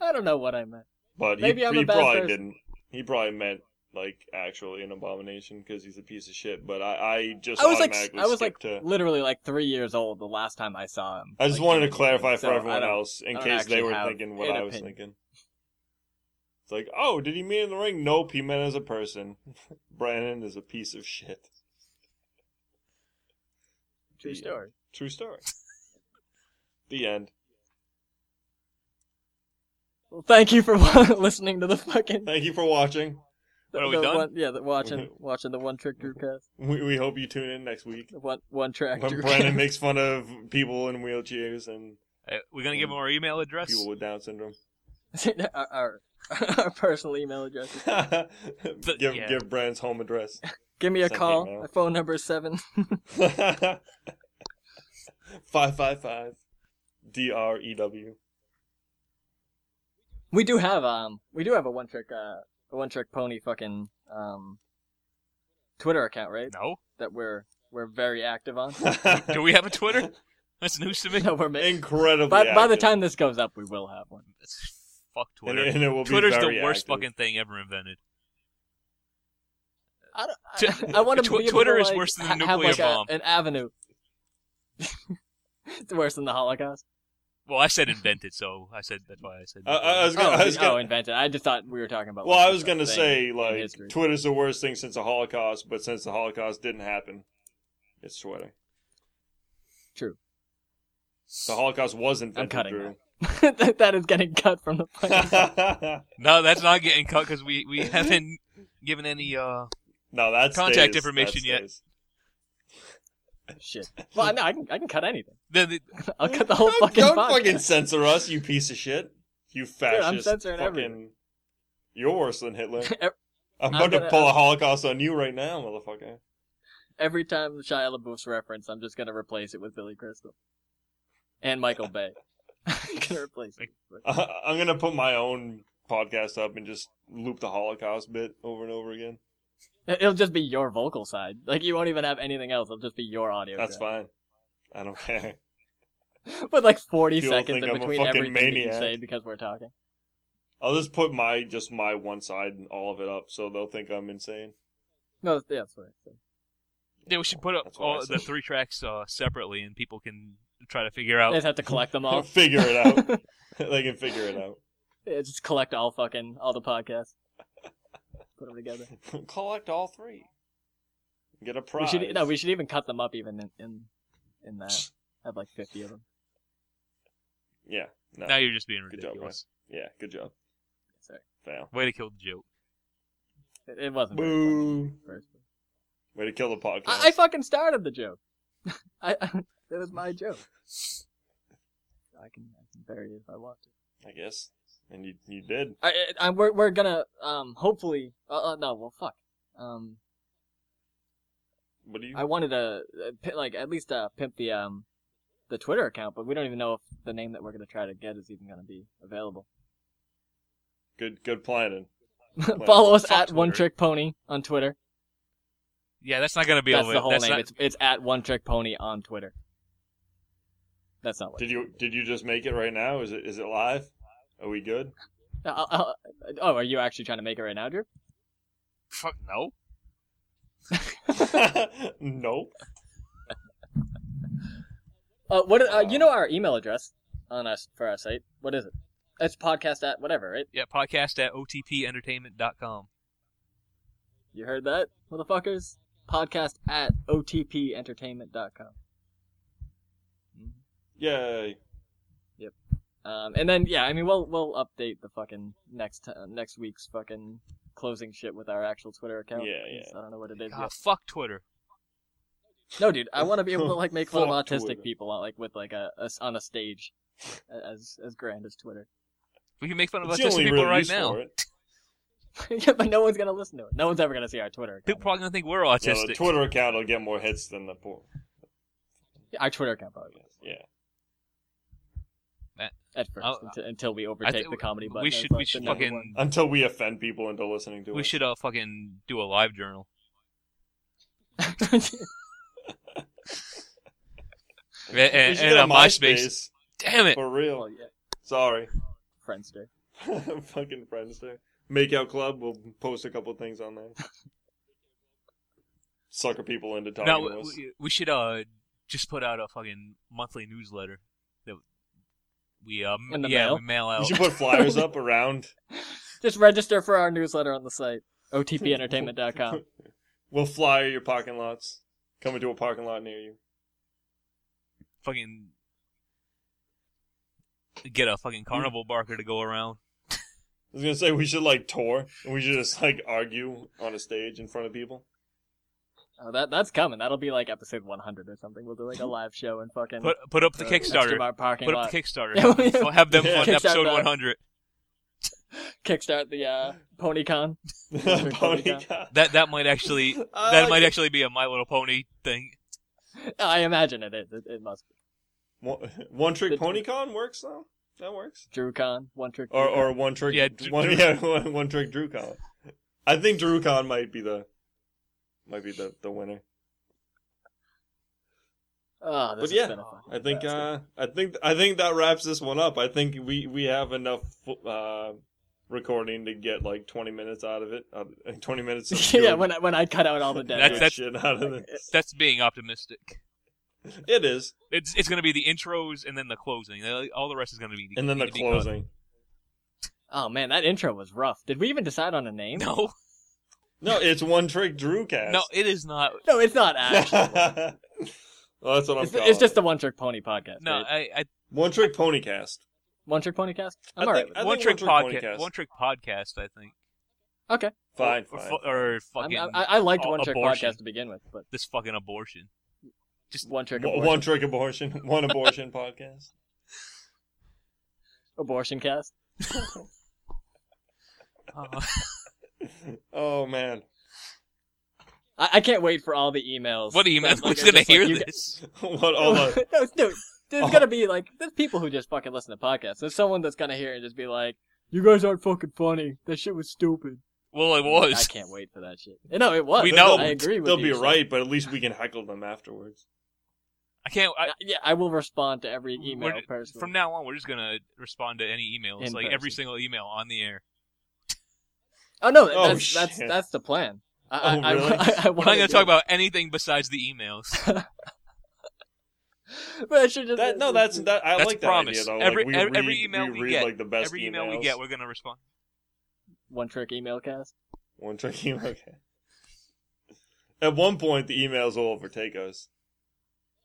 [SPEAKER 2] I don't know what I meant.
[SPEAKER 3] but
[SPEAKER 2] Maybe
[SPEAKER 3] he,
[SPEAKER 2] I'm
[SPEAKER 3] he
[SPEAKER 2] a bad
[SPEAKER 3] probably
[SPEAKER 2] person.
[SPEAKER 3] didn't. He probably meant like actually an abomination because he's a piece of shit. But I, I just
[SPEAKER 2] I was like
[SPEAKER 3] automatically
[SPEAKER 2] I was like
[SPEAKER 3] skipped to.
[SPEAKER 2] literally like three years old the last time I saw him.
[SPEAKER 3] I just
[SPEAKER 2] Like,
[SPEAKER 3] wanted
[SPEAKER 2] (laughs)
[SPEAKER 3] to
[SPEAKER 2] so
[SPEAKER 3] clarify
[SPEAKER 2] I
[SPEAKER 3] for everyone
[SPEAKER 2] don't-
[SPEAKER 3] else in
[SPEAKER 2] I don't
[SPEAKER 3] case they
[SPEAKER 2] actually
[SPEAKER 3] were
[SPEAKER 2] have
[SPEAKER 3] thinking what
[SPEAKER 2] an
[SPEAKER 3] I was
[SPEAKER 2] opinion.
[SPEAKER 3] thinking. It's like, oh, did he mean in the ring? Nope, he meant as a person. (laughs) Brandon is a piece of shit.
[SPEAKER 2] True story.
[SPEAKER 3] True story. the end.
[SPEAKER 2] Well, thank you for (laughs) listening to the fucking.
[SPEAKER 3] Thank you for watching.
[SPEAKER 1] What, are we
[SPEAKER 2] the
[SPEAKER 1] done?
[SPEAKER 2] One, yeah, the,
[SPEAKER 3] (laughs)
[SPEAKER 2] watching watching the one trick Drewcast.
[SPEAKER 3] We, we hope you tune in next week
[SPEAKER 2] The one one track.
[SPEAKER 3] when
[SPEAKER 2] Drewcast. (laughs)
[SPEAKER 3] Brandon makes fun of people in wheelchairs and
[SPEAKER 1] Uh, we're gonna give him our email address.
[SPEAKER 3] people with Down syndrome.
[SPEAKER 2] our, our (laughs) our personal email address.
[SPEAKER 3] (laughs) give
[SPEAKER 1] yeah.
[SPEAKER 3] give Brandon's
[SPEAKER 2] (laughs)
[SPEAKER 3] home address. (laughs)
[SPEAKER 2] Give me a
[SPEAKER 3] Send
[SPEAKER 2] call.
[SPEAKER 3] email.
[SPEAKER 2] My phone number is seven. (laughs)
[SPEAKER 3] five five five, D R E W.
[SPEAKER 2] We do have um we do have a one trick uh a one trick pony fucking um Twitter account, right?
[SPEAKER 3] (laughs)
[SPEAKER 1] No,
[SPEAKER 2] That we're we're very active on. (laughs)
[SPEAKER 1] do we have a Twitter? That's news to me.
[SPEAKER 2] no, we're making
[SPEAKER 3] Incredibly.
[SPEAKER 2] by, by the
[SPEAKER 3] active.
[SPEAKER 2] time this goes up we will have one.
[SPEAKER 1] That's- Fuck
[SPEAKER 3] and,
[SPEAKER 1] Twitter.
[SPEAKER 3] it- and it will
[SPEAKER 1] Twitter's
[SPEAKER 3] be
[SPEAKER 1] the
[SPEAKER 3] very
[SPEAKER 1] worst
[SPEAKER 3] active.
[SPEAKER 1] fucking thing ever invented.
[SPEAKER 2] I don't
[SPEAKER 1] Tw-
[SPEAKER 2] I, I
[SPEAKER 3] (laughs)
[SPEAKER 2] want to
[SPEAKER 1] Tw-
[SPEAKER 2] be able
[SPEAKER 1] Twitter
[SPEAKER 2] to,
[SPEAKER 1] is
[SPEAKER 2] like,
[SPEAKER 1] worse than the
[SPEAKER 2] ha- have,
[SPEAKER 1] nuclear
[SPEAKER 2] like, a-
[SPEAKER 1] bomb.
[SPEAKER 2] an avenue. (laughs) it's worse than the
[SPEAKER 3] (laughs)
[SPEAKER 2] Holocaust.
[SPEAKER 1] Well, I said invented, so I said that's why I said.
[SPEAKER 3] I, Uh, I I was gonna.
[SPEAKER 2] Oh,
[SPEAKER 3] I was
[SPEAKER 2] oh,
[SPEAKER 3] gonna
[SPEAKER 2] invented. I just thought we were talking about
[SPEAKER 3] well,
[SPEAKER 2] like,
[SPEAKER 3] I was
[SPEAKER 2] a
[SPEAKER 3] gonna
[SPEAKER 2] thing
[SPEAKER 3] say
[SPEAKER 2] in
[SPEAKER 3] like
[SPEAKER 2] history.
[SPEAKER 3] Twitter's the worst thing since the Holocaust, but since the Holocaust didn't happen, it's Twitter.
[SPEAKER 2] True.
[SPEAKER 3] uh, The Holocaust was invented.
[SPEAKER 2] cutting
[SPEAKER 3] Drew.
[SPEAKER 2] (laughs) that, that is getting cut from
[SPEAKER 3] (laughs)
[SPEAKER 2] the fucking
[SPEAKER 1] no, that's not getting cut because we we haven't given any. uh
[SPEAKER 3] no, that's
[SPEAKER 1] Contact information yet.
[SPEAKER 2] shit. Well, no, I can I can cut anything. (laughs)
[SPEAKER 1] the, the,
[SPEAKER 2] I'll cut the whole
[SPEAKER 3] don't,
[SPEAKER 2] fucking
[SPEAKER 3] Don't
[SPEAKER 2] podcast.
[SPEAKER 3] fucking censor us, you piece of shit. You fascist.
[SPEAKER 2] I'm censoring
[SPEAKER 3] fucking,
[SPEAKER 2] everything.
[SPEAKER 3] You're worse than Hitler.
[SPEAKER 2] (laughs) Ev- I'm
[SPEAKER 3] I'm about to
[SPEAKER 2] gonna-
[SPEAKER 3] pull a Holocaust on you right now, motherfucker.
[SPEAKER 2] Every time Shia LaBeouf's reference, I'm just gonna replace it with Billy Crystal and Michael Bay. I'm gonna replace
[SPEAKER 3] (laughs)
[SPEAKER 2] it.
[SPEAKER 3] I, I'm gonna put my own podcast up and just loop the Holocaust bit over and over again.
[SPEAKER 2] It'll just be your vocal side. Like you won't even have anything else. It'll just be your audio.
[SPEAKER 3] That's
[SPEAKER 2] track.
[SPEAKER 3] fine. I don't (laughs) care.
[SPEAKER 2] With like 40
[SPEAKER 3] People
[SPEAKER 2] seconds
[SPEAKER 3] think
[SPEAKER 2] in
[SPEAKER 3] I'm a
[SPEAKER 2] between
[SPEAKER 3] fucking
[SPEAKER 2] everything that you
[SPEAKER 3] maniac.
[SPEAKER 2] say because we're talking.
[SPEAKER 3] I'll just put my just my one side and all of it up, so they'll think
[SPEAKER 2] (laughs)
[SPEAKER 3] I'm insane.
[SPEAKER 2] No, that's- yeah, that's
[SPEAKER 3] (laughs)
[SPEAKER 2] what I said.
[SPEAKER 1] yeah, we should put up
[SPEAKER 3] That's what I
[SPEAKER 1] all the
[SPEAKER 3] said.
[SPEAKER 1] three tracks uh, separately, and people can try to figure out.
[SPEAKER 2] They just have to collect them all.
[SPEAKER 3] (laughs) figure
[SPEAKER 2] (laughs)
[SPEAKER 3] it out. they can figure it out.
[SPEAKER 2] Yeah, just collect all fucking all the podcasts. Put them together.
[SPEAKER 3] (laughs) Collect all three. Get a
[SPEAKER 2] We
[SPEAKER 3] prize.
[SPEAKER 2] should e, no, we should even cut them up even in in, in that. Have like 50 of them.
[SPEAKER 3] Yeah. No.
[SPEAKER 1] Now you're just being
[SPEAKER 3] Good job,
[SPEAKER 1] ridiculous.
[SPEAKER 3] Yeah. Good job.
[SPEAKER 2] Sorry.
[SPEAKER 3] Fail.
[SPEAKER 1] Way to kill the joke.
[SPEAKER 2] It, it wasn't. very funny
[SPEAKER 3] Boo.
[SPEAKER 2] at first.
[SPEAKER 3] Way to kill the podcast.
[SPEAKER 2] I, I fucking started the joke. (laughs) I, I that was my joke. I can I can bury it if I want to.
[SPEAKER 3] I guess. And you you did.
[SPEAKER 2] I, I, I we're we're gonna um hopefully uh, uh no well fuck um
[SPEAKER 3] What do you?
[SPEAKER 2] I wanted to uh, pi- like at least uh pimp the um the Twitter account, but we don't even know if the name that we're gonna try to get is even gonna be available. (laughs)
[SPEAKER 3] Good good planning.
[SPEAKER 2] Follow us
[SPEAKER 1] fuck
[SPEAKER 2] at One
[SPEAKER 1] Twitter.
[SPEAKER 2] Trick Pony on Twitter.
[SPEAKER 1] Yeah, that's not gonna be
[SPEAKER 2] That's
[SPEAKER 1] over.
[SPEAKER 2] the whole
[SPEAKER 1] that's
[SPEAKER 2] name.
[SPEAKER 1] not-
[SPEAKER 2] It's it's at One Trick Pony on Twitter. That's not what.
[SPEAKER 3] Did you did you just make it right now? Is it is it live? Are we good?
[SPEAKER 2] Uh, uh, uh, oh, are you actually trying to make it right now, Drew?
[SPEAKER 1] fuck no.
[SPEAKER 3] (laughs) nope.
[SPEAKER 2] Uh, what? Uh, you know our email address on us for our site. What is it? It's podcast at whatever, right?
[SPEAKER 1] Yeah, podcast at otpentertainment.com.
[SPEAKER 2] You heard that, motherfuckers? Podcast at otpentertainment.com. Mm-hmm.
[SPEAKER 3] Yay.
[SPEAKER 2] Um, and then yeah, I mean we'll we'll update the fucking next uh, next week's fucking closing shit with our actual Twitter account.
[SPEAKER 3] Yeah,
[SPEAKER 2] 'cause I don't know what it is.
[SPEAKER 1] God,
[SPEAKER 2] yet.
[SPEAKER 1] fuck Twitter.
[SPEAKER 2] No, dude, I want to be
[SPEAKER 3] (laughs)
[SPEAKER 2] able to like make fun of
[SPEAKER 3] Fuck
[SPEAKER 2] autistic
[SPEAKER 3] Twitter.
[SPEAKER 2] people on, like with like a, a s- on a stage, as as grand as Twitter. (laughs)
[SPEAKER 1] We can make fun of
[SPEAKER 3] It's
[SPEAKER 1] us
[SPEAKER 3] the
[SPEAKER 1] just
[SPEAKER 3] only
[SPEAKER 1] people
[SPEAKER 3] real
[SPEAKER 1] right
[SPEAKER 3] use
[SPEAKER 1] now.
[SPEAKER 3] for it.
[SPEAKER 2] yeah, but no one's gonna listen to it. No one's ever gonna see our Twitter.
[SPEAKER 1] People
[SPEAKER 2] Account.
[SPEAKER 1] probably gonna think we're
[SPEAKER 3] Yeah,
[SPEAKER 1] autistic.
[SPEAKER 3] the Twitter account will get more hits than the poor.
[SPEAKER 2] Our Twitter account probably
[SPEAKER 3] Yeah.
[SPEAKER 2] at 1st
[SPEAKER 1] I'll-
[SPEAKER 2] until, until we overtake
[SPEAKER 1] think
[SPEAKER 2] the comedy button.
[SPEAKER 1] we
[SPEAKER 2] as,
[SPEAKER 1] should
[SPEAKER 2] like,
[SPEAKER 1] we
[SPEAKER 2] the
[SPEAKER 1] should
[SPEAKER 2] number
[SPEAKER 1] fucking
[SPEAKER 2] one.
[SPEAKER 3] Until we offend people into listening to
[SPEAKER 1] we
[SPEAKER 3] us.
[SPEAKER 1] should uh fucking do a live journal.
[SPEAKER 2] (laughs)
[SPEAKER 1] And,
[SPEAKER 3] We
[SPEAKER 1] and,
[SPEAKER 3] should
[SPEAKER 1] and
[SPEAKER 3] get
[SPEAKER 1] a MySpace. Damn it!
[SPEAKER 3] for real.
[SPEAKER 2] oh yeah,
[SPEAKER 3] Sorry. (laughs)
[SPEAKER 2] Friendster.
[SPEAKER 3] Fucking Friendster. Makeout Club. We'll post a couple things on there. Sucker people into talking
[SPEAKER 1] No,
[SPEAKER 3] to
[SPEAKER 1] we,
[SPEAKER 3] us.
[SPEAKER 1] we- we should uh just put out a fucking monthly newsletter that we um
[SPEAKER 2] In the
[SPEAKER 1] yeah
[SPEAKER 2] mail?
[SPEAKER 1] we mail
[SPEAKER 3] You
[SPEAKER 1] out.
[SPEAKER 3] should put flyers
[SPEAKER 1] (laughs)
[SPEAKER 3] up around.
[SPEAKER 2] Just register for our newsletter on the site
[SPEAKER 1] (laughs)
[SPEAKER 2] otpentertainment.com.
[SPEAKER 3] (laughs) We'll flyer your parking lots. Come into a parking lot near you.
[SPEAKER 1] fucking get a fucking carnival barker to go around.
[SPEAKER 3] I was gonna say we should like tour and we should just like argue on a stage in front of people.
[SPEAKER 2] Oh, that that's coming. That'll be like episode 100 or something. Well do
[SPEAKER 1] (laughs)
[SPEAKER 2] like a live show and fucking
[SPEAKER 1] Put put up the
[SPEAKER 2] uh,
[SPEAKER 1] Kickstarter.
[SPEAKER 2] Escobar parking
[SPEAKER 1] Put
[SPEAKER 2] lot.
[SPEAKER 1] up the Kickstarter.
[SPEAKER 2] (laughs) Yeah,
[SPEAKER 1] Have
[SPEAKER 2] we-
[SPEAKER 1] them fund- have them
[SPEAKER 3] Yeah.
[SPEAKER 1] fund episode
[SPEAKER 2] Kickstarter.
[SPEAKER 1] 100.
[SPEAKER 2] kickstart the uh, PonyCon. (laughs)
[SPEAKER 3] (laughs) Pony guy.
[SPEAKER 1] That that might
[SPEAKER 3] (laughs)
[SPEAKER 1] actually that might actually be a My Little Pony thing.
[SPEAKER 2] I imagine it is. It, it must be.
[SPEAKER 3] One, one trick
[SPEAKER 2] The-
[SPEAKER 3] pony con works though. That works.
[SPEAKER 2] Drew Con, one trick.
[SPEAKER 3] Or
[SPEAKER 2] Pony Con.
[SPEAKER 3] or one trick.
[SPEAKER 1] Yeah, Dr-
[SPEAKER 3] one,
[SPEAKER 1] Drew-
[SPEAKER 3] yeah, (laughs) one, one trick Drew con. I think Drew con might be the might be the, the winner.
[SPEAKER 2] oh, this
[SPEAKER 3] But
[SPEAKER 2] has
[SPEAKER 3] yeah,
[SPEAKER 2] been a fucking
[SPEAKER 3] I
[SPEAKER 2] (laughs)
[SPEAKER 3] think
[SPEAKER 2] disaster.
[SPEAKER 3] uh, I think I think that wraps this one up. I think we we have enough uh, recording to get like twenty minutes out of it. Uh, twenty minutes. Of
[SPEAKER 2] (laughs) yeah,
[SPEAKER 3] good-
[SPEAKER 2] when I, when I cut out
[SPEAKER 1] (laughs)
[SPEAKER 2] all the dead.
[SPEAKER 1] That's-
[SPEAKER 3] good
[SPEAKER 1] that's-
[SPEAKER 3] shit out of
[SPEAKER 2] (laughs)
[SPEAKER 3] this.
[SPEAKER 1] That's being optimistic.
[SPEAKER 3] It is,
[SPEAKER 1] It's it's going to be the intros and then the closing. All the rest is going to be
[SPEAKER 3] and then the
[SPEAKER 1] need to be cut.
[SPEAKER 3] closing.
[SPEAKER 2] oh man, that intro was rough. Did we even decide on a name?
[SPEAKER 1] No,
[SPEAKER 3] No, it's one trick Drew cast.
[SPEAKER 1] no, it is not.
[SPEAKER 2] No,
[SPEAKER 1] (laughs)
[SPEAKER 2] it's not actually.
[SPEAKER 3] (laughs) well, that's what I'm.
[SPEAKER 2] it's,
[SPEAKER 3] calling
[SPEAKER 2] it's just
[SPEAKER 3] it.
[SPEAKER 2] the One Trick Pony podcast.
[SPEAKER 1] No,
[SPEAKER 2] right?
[SPEAKER 1] I, I
[SPEAKER 3] one trick pony cast.
[SPEAKER 2] One Trick Pony cast. I'm
[SPEAKER 3] I
[SPEAKER 2] alright.
[SPEAKER 3] think-
[SPEAKER 2] with
[SPEAKER 1] one
[SPEAKER 3] One
[SPEAKER 1] trick
[SPEAKER 3] Trick Pony
[SPEAKER 1] podcast.
[SPEAKER 3] Cast.
[SPEAKER 1] One trick podcast. I think.
[SPEAKER 2] Okay.
[SPEAKER 3] Fine,
[SPEAKER 1] Or,
[SPEAKER 3] fine.
[SPEAKER 1] fu- or
[SPEAKER 2] it.
[SPEAKER 1] fucking
[SPEAKER 2] I'm- I, I liked
[SPEAKER 1] a-
[SPEAKER 2] One Trick
[SPEAKER 1] abortion.
[SPEAKER 2] podcast to begin with, but
[SPEAKER 1] this fucking abortion. Just
[SPEAKER 2] One Trick
[SPEAKER 3] One-
[SPEAKER 2] abortion,
[SPEAKER 3] one trick abortion. (laughs) One abortion podcast. (laughs)
[SPEAKER 2] abortion cast.
[SPEAKER 1] uh,
[SPEAKER 3] Oh man. (laughs)
[SPEAKER 2] I, I can't wait for all the
[SPEAKER 1] (laughs)
[SPEAKER 2] emails.
[SPEAKER 1] what email? (laughs)
[SPEAKER 2] That's like-
[SPEAKER 1] Who's gonna
[SPEAKER 2] it's just like,
[SPEAKER 1] hear
[SPEAKER 2] you g-
[SPEAKER 1] this?
[SPEAKER 3] what all the
[SPEAKER 2] (laughs) no, dude, there's
[SPEAKER 3] Oh.
[SPEAKER 2] gonna be like there's people who just fucking listen to podcasts. There's someone that's gonna hear it and just be like, "You guys aren't fucking funny. That shit was stupid."
[SPEAKER 1] Well, it
[SPEAKER 2] I
[SPEAKER 1] was.
[SPEAKER 2] can't wait for that shit. Eh, No, it
[SPEAKER 1] (laughs)
[SPEAKER 2] was.
[SPEAKER 1] We know.
[SPEAKER 2] I agree with
[SPEAKER 3] They'll
[SPEAKER 2] you.
[SPEAKER 3] be right, but at least we can heckle
[SPEAKER 2] (laughs)
[SPEAKER 3] them afterwards.
[SPEAKER 1] I can't. I,
[SPEAKER 2] I, yeah, I will respond to every email
[SPEAKER 1] We're-
[SPEAKER 2] personally.
[SPEAKER 1] from now on, we're just gonna respond to any emails,
[SPEAKER 2] In
[SPEAKER 1] like every
[SPEAKER 2] person.
[SPEAKER 1] single email on the air.
[SPEAKER 2] oh no,
[SPEAKER 3] Oh,
[SPEAKER 2] that's that's
[SPEAKER 3] shit.
[SPEAKER 2] that's the plan. I, (laughs)
[SPEAKER 3] Oh,
[SPEAKER 2] I,
[SPEAKER 3] really?
[SPEAKER 2] I, I, I
[SPEAKER 1] We're not gonna talk about anything besides the emails.
[SPEAKER 2] But I should just
[SPEAKER 3] That no, that's that. I
[SPEAKER 1] That's
[SPEAKER 3] like that
[SPEAKER 1] promise.
[SPEAKER 3] idea though.
[SPEAKER 1] Every-
[SPEAKER 3] like, we
[SPEAKER 1] every-
[SPEAKER 3] read,
[SPEAKER 1] every email
[SPEAKER 3] we
[SPEAKER 1] we
[SPEAKER 3] read
[SPEAKER 1] get,
[SPEAKER 3] like the
[SPEAKER 1] (laughs)
[SPEAKER 3] best
[SPEAKER 1] every email we
[SPEAKER 3] emails.
[SPEAKER 1] get, we're gonna respond.
[SPEAKER 2] one trick email cast.
[SPEAKER 3] One trick email. (laughs) Okay. At one point, the emails will overtake us.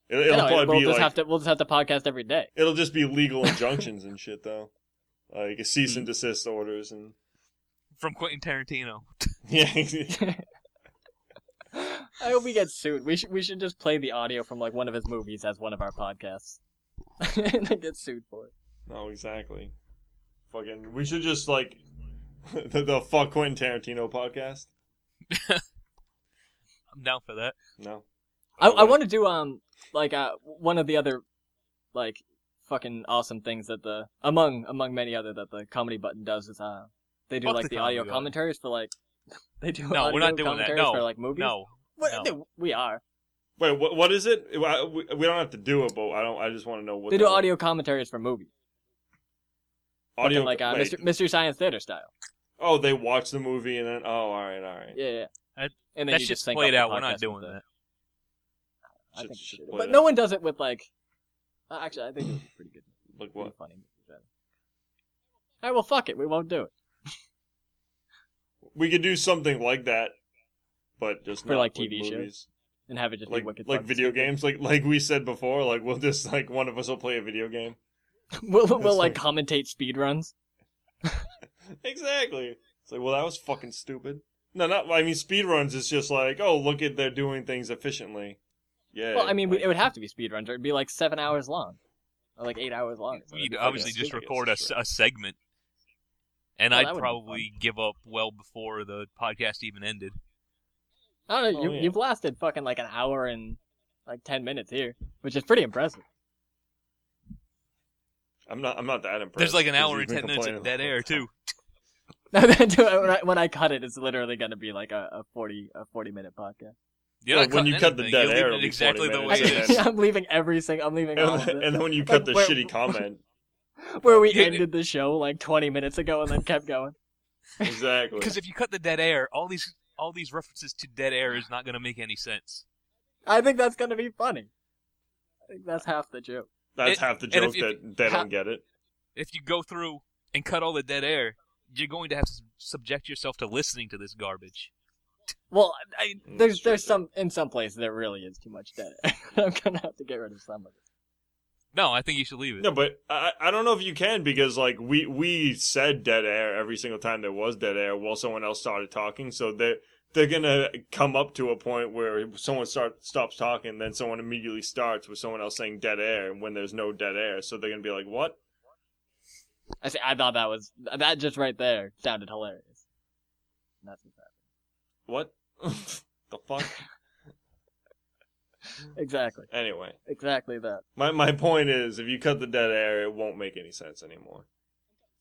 [SPEAKER 3] It, it'll
[SPEAKER 2] no,
[SPEAKER 3] probably
[SPEAKER 2] we'll
[SPEAKER 3] be
[SPEAKER 2] just
[SPEAKER 3] like
[SPEAKER 2] have to we'll just have to podcast
[SPEAKER 1] (gasps)
[SPEAKER 2] every day.
[SPEAKER 3] it'll just
[SPEAKER 2] (laughs)
[SPEAKER 3] be legal injunctions and shit though, like cease
[SPEAKER 2] Hmm.
[SPEAKER 3] and desist orders and (laughs)
[SPEAKER 1] From Quentin Tarantino.
[SPEAKER 3] yeah. (laughs)
[SPEAKER 2] I hope we get sued. We should we should just play the audio from like one of his (laughs) movies as one of our podcasts, and then get sued for it.
[SPEAKER 3] no, exactly. Fucking, we should just like (laughs) the, the fuck Quentin Tarantino podcast.
[SPEAKER 1] I'm down for that.
[SPEAKER 3] No,
[SPEAKER 2] I, I want to do um like uh one of the other like fucking awesome things that the among among many other that the comedy button does is uh they do
[SPEAKER 1] Fuck
[SPEAKER 2] like
[SPEAKER 1] the
[SPEAKER 2] the,
[SPEAKER 1] Comedy
[SPEAKER 2] audio
[SPEAKER 1] Button.
[SPEAKER 2] commentaries for like (laughs) they do
[SPEAKER 1] No,
[SPEAKER 2] audio
[SPEAKER 1] we're not doing that.
[SPEAKER 2] commentaries
[SPEAKER 1] No,
[SPEAKER 2] for like movies.
[SPEAKER 1] No,
[SPEAKER 2] Well,
[SPEAKER 1] no.
[SPEAKER 2] they- we are.
[SPEAKER 3] Wait, what? What is it? I- We we don't have to do it, but I don't. I just want to know what
[SPEAKER 2] they do
[SPEAKER 3] the-
[SPEAKER 2] audio commentaries for movies, Fucking
[SPEAKER 3] audio
[SPEAKER 2] like uh,
[SPEAKER 3] wait.
[SPEAKER 2] Mr. Mystery Science Theater style.
[SPEAKER 3] Oh, they watch the movie and then. Oh, all right, all right.
[SPEAKER 2] Yeah, yeah.
[SPEAKER 1] That-
[SPEAKER 2] and then
[SPEAKER 1] that
[SPEAKER 2] you
[SPEAKER 1] shit's
[SPEAKER 2] just sync
[SPEAKER 1] played
[SPEAKER 2] up the
[SPEAKER 1] out. We're
[SPEAKER 2] podcast
[SPEAKER 1] not
[SPEAKER 2] with
[SPEAKER 1] doing
[SPEAKER 2] the-
[SPEAKER 1] that.
[SPEAKER 2] I
[SPEAKER 3] Should-
[SPEAKER 2] think we
[SPEAKER 3] should
[SPEAKER 2] should.
[SPEAKER 3] play
[SPEAKER 2] But
[SPEAKER 3] it
[SPEAKER 2] no
[SPEAKER 3] out.
[SPEAKER 2] one does it with like. uh, actually, I think it would be pretty good.
[SPEAKER 3] Like
[SPEAKER 2] Pretty
[SPEAKER 3] what?
[SPEAKER 2] funny. All right, well, fuck it. We won't do it
[SPEAKER 3] We could do something like that, but just
[SPEAKER 2] For,
[SPEAKER 3] not
[SPEAKER 2] like,
[SPEAKER 3] with
[SPEAKER 2] TV shows?
[SPEAKER 3] movies.
[SPEAKER 2] and have it just
[SPEAKER 3] like
[SPEAKER 2] be wicked.
[SPEAKER 3] like
[SPEAKER 2] fun.
[SPEAKER 3] video games. Like like we said before. Like we'll just like one of us will play a video game.
[SPEAKER 2] (laughs) we'll
[SPEAKER 3] That's
[SPEAKER 2] we'll like
[SPEAKER 3] like-
[SPEAKER 2] commentate speed runs.
[SPEAKER 3] (laughs) Exactly. It's like, well, that was fucking stupid. No, not. I mean, speedruns is just like, oh, look at they're doing things efficiently. Yeah.
[SPEAKER 2] Well, I mean, we,
[SPEAKER 3] like,
[SPEAKER 2] it would have to be speed runs. or It'd be like seven hours long, or like eight hours long. So it'd
[SPEAKER 1] We'd
[SPEAKER 2] be
[SPEAKER 1] obviously
[SPEAKER 2] ridiculous.
[SPEAKER 1] just
[SPEAKER 3] ridiculous,
[SPEAKER 1] record a, s-
[SPEAKER 3] sure.
[SPEAKER 1] a segment, and
[SPEAKER 2] Oh, that
[SPEAKER 1] I'd
[SPEAKER 2] would be
[SPEAKER 1] probably give up well before the podcast even ended.
[SPEAKER 2] I don't know. You,
[SPEAKER 3] Oh, yeah.
[SPEAKER 2] You've lasted fucking like an hour and like ten minutes here, which is pretty impressive. (laughs)
[SPEAKER 3] I'm not. I'm not that impressed.
[SPEAKER 1] There's like an
[SPEAKER 3] 'cause
[SPEAKER 1] hour
[SPEAKER 3] you've
[SPEAKER 1] and ten
[SPEAKER 3] been
[SPEAKER 1] minutes of
[SPEAKER 3] complaining
[SPEAKER 1] dead
[SPEAKER 3] the whole
[SPEAKER 1] air
[SPEAKER 3] time.
[SPEAKER 1] too.
[SPEAKER 2] when I- when I cut it, it's literally gonna be like a, a forty a forty minute podcast.
[SPEAKER 1] You're
[SPEAKER 3] Well,
[SPEAKER 1] not
[SPEAKER 3] when you
[SPEAKER 1] cutting
[SPEAKER 3] cut the
[SPEAKER 1] anything.
[SPEAKER 3] dead
[SPEAKER 1] You're leaving
[SPEAKER 3] air,
[SPEAKER 1] it
[SPEAKER 3] it'll be
[SPEAKER 1] exactly
[SPEAKER 3] 40
[SPEAKER 1] the way
[SPEAKER 3] minutes
[SPEAKER 1] it
[SPEAKER 3] and (laughs)
[SPEAKER 1] is.
[SPEAKER 2] (laughs)
[SPEAKER 3] then-
[SPEAKER 2] I'm leaving every single. I'm leaving all of
[SPEAKER 3] (laughs) And,
[SPEAKER 2] this.
[SPEAKER 3] and then when you cut the
[SPEAKER 2] where-
[SPEAKER 3] shitty comment,
[SPEAKER 2] (laughs) Where we
[SPEAKER 1] Yeah.
[SPEAKER 2] ended the show like twenty minutes ago, and then kept going.
[SPEAKER 3] exactly.
[SPEAKER 1] Because if you cut the dead air, all these all these references to dead air is not going to make any sense.
[SPEAKER 2] I think that's gonna be funny. I think that's half the joke.
[SPEAKER 3] That's
[SPEAKER 1] it-
[SPEAKER 3] half the
[SPEAKER 1] and if
[SPEAKER 3] joke
[SPEAKER 1] you-
[SPEAKER 3] that they
[SPEAKER 1] ha-
[SPEAKER 3] don't get it.
[SPEAKER 1] If you go through and cut all the dead air, you're going to have to s- subject yourself to listening to this garbage.
[SPEAKER 2] Well, I,
[SPEAKER 3] Mm,
[SPEAKER 2] there's
[SPEAKER 3] sure,
[SPEAKER 2] there's
[SPEAKER 3] sure.
[SPEAKER 2] some in some place there really is too much debt. (laughs) I'm gonna have to get rid of some of it.
[SPEAKER 1] No, I think you should leave it.
[SPEAKER 3] No, but I, I don't know if you can because like we we said dead air every single time there was dead air while someone else started talking. So they they're gonna come up to a point where someone start stops talking, then someone immediately starts with someone else saying dead air, and when there's no dead air, so they're gonna be like, "What?
[SPEAKER 2] I see, I thought that was that just right there sounded hilarious. That's what's happening.
[SPEAKER 3] What? (laughs) the fuck?"
[SPEAKER 2] exactly
[SPEAKER 3] anyway,
[SPEAKER 2] exactly that.
[SPEAKER 3] my my point is, if you cut the dead air, it won't make any sense anymore.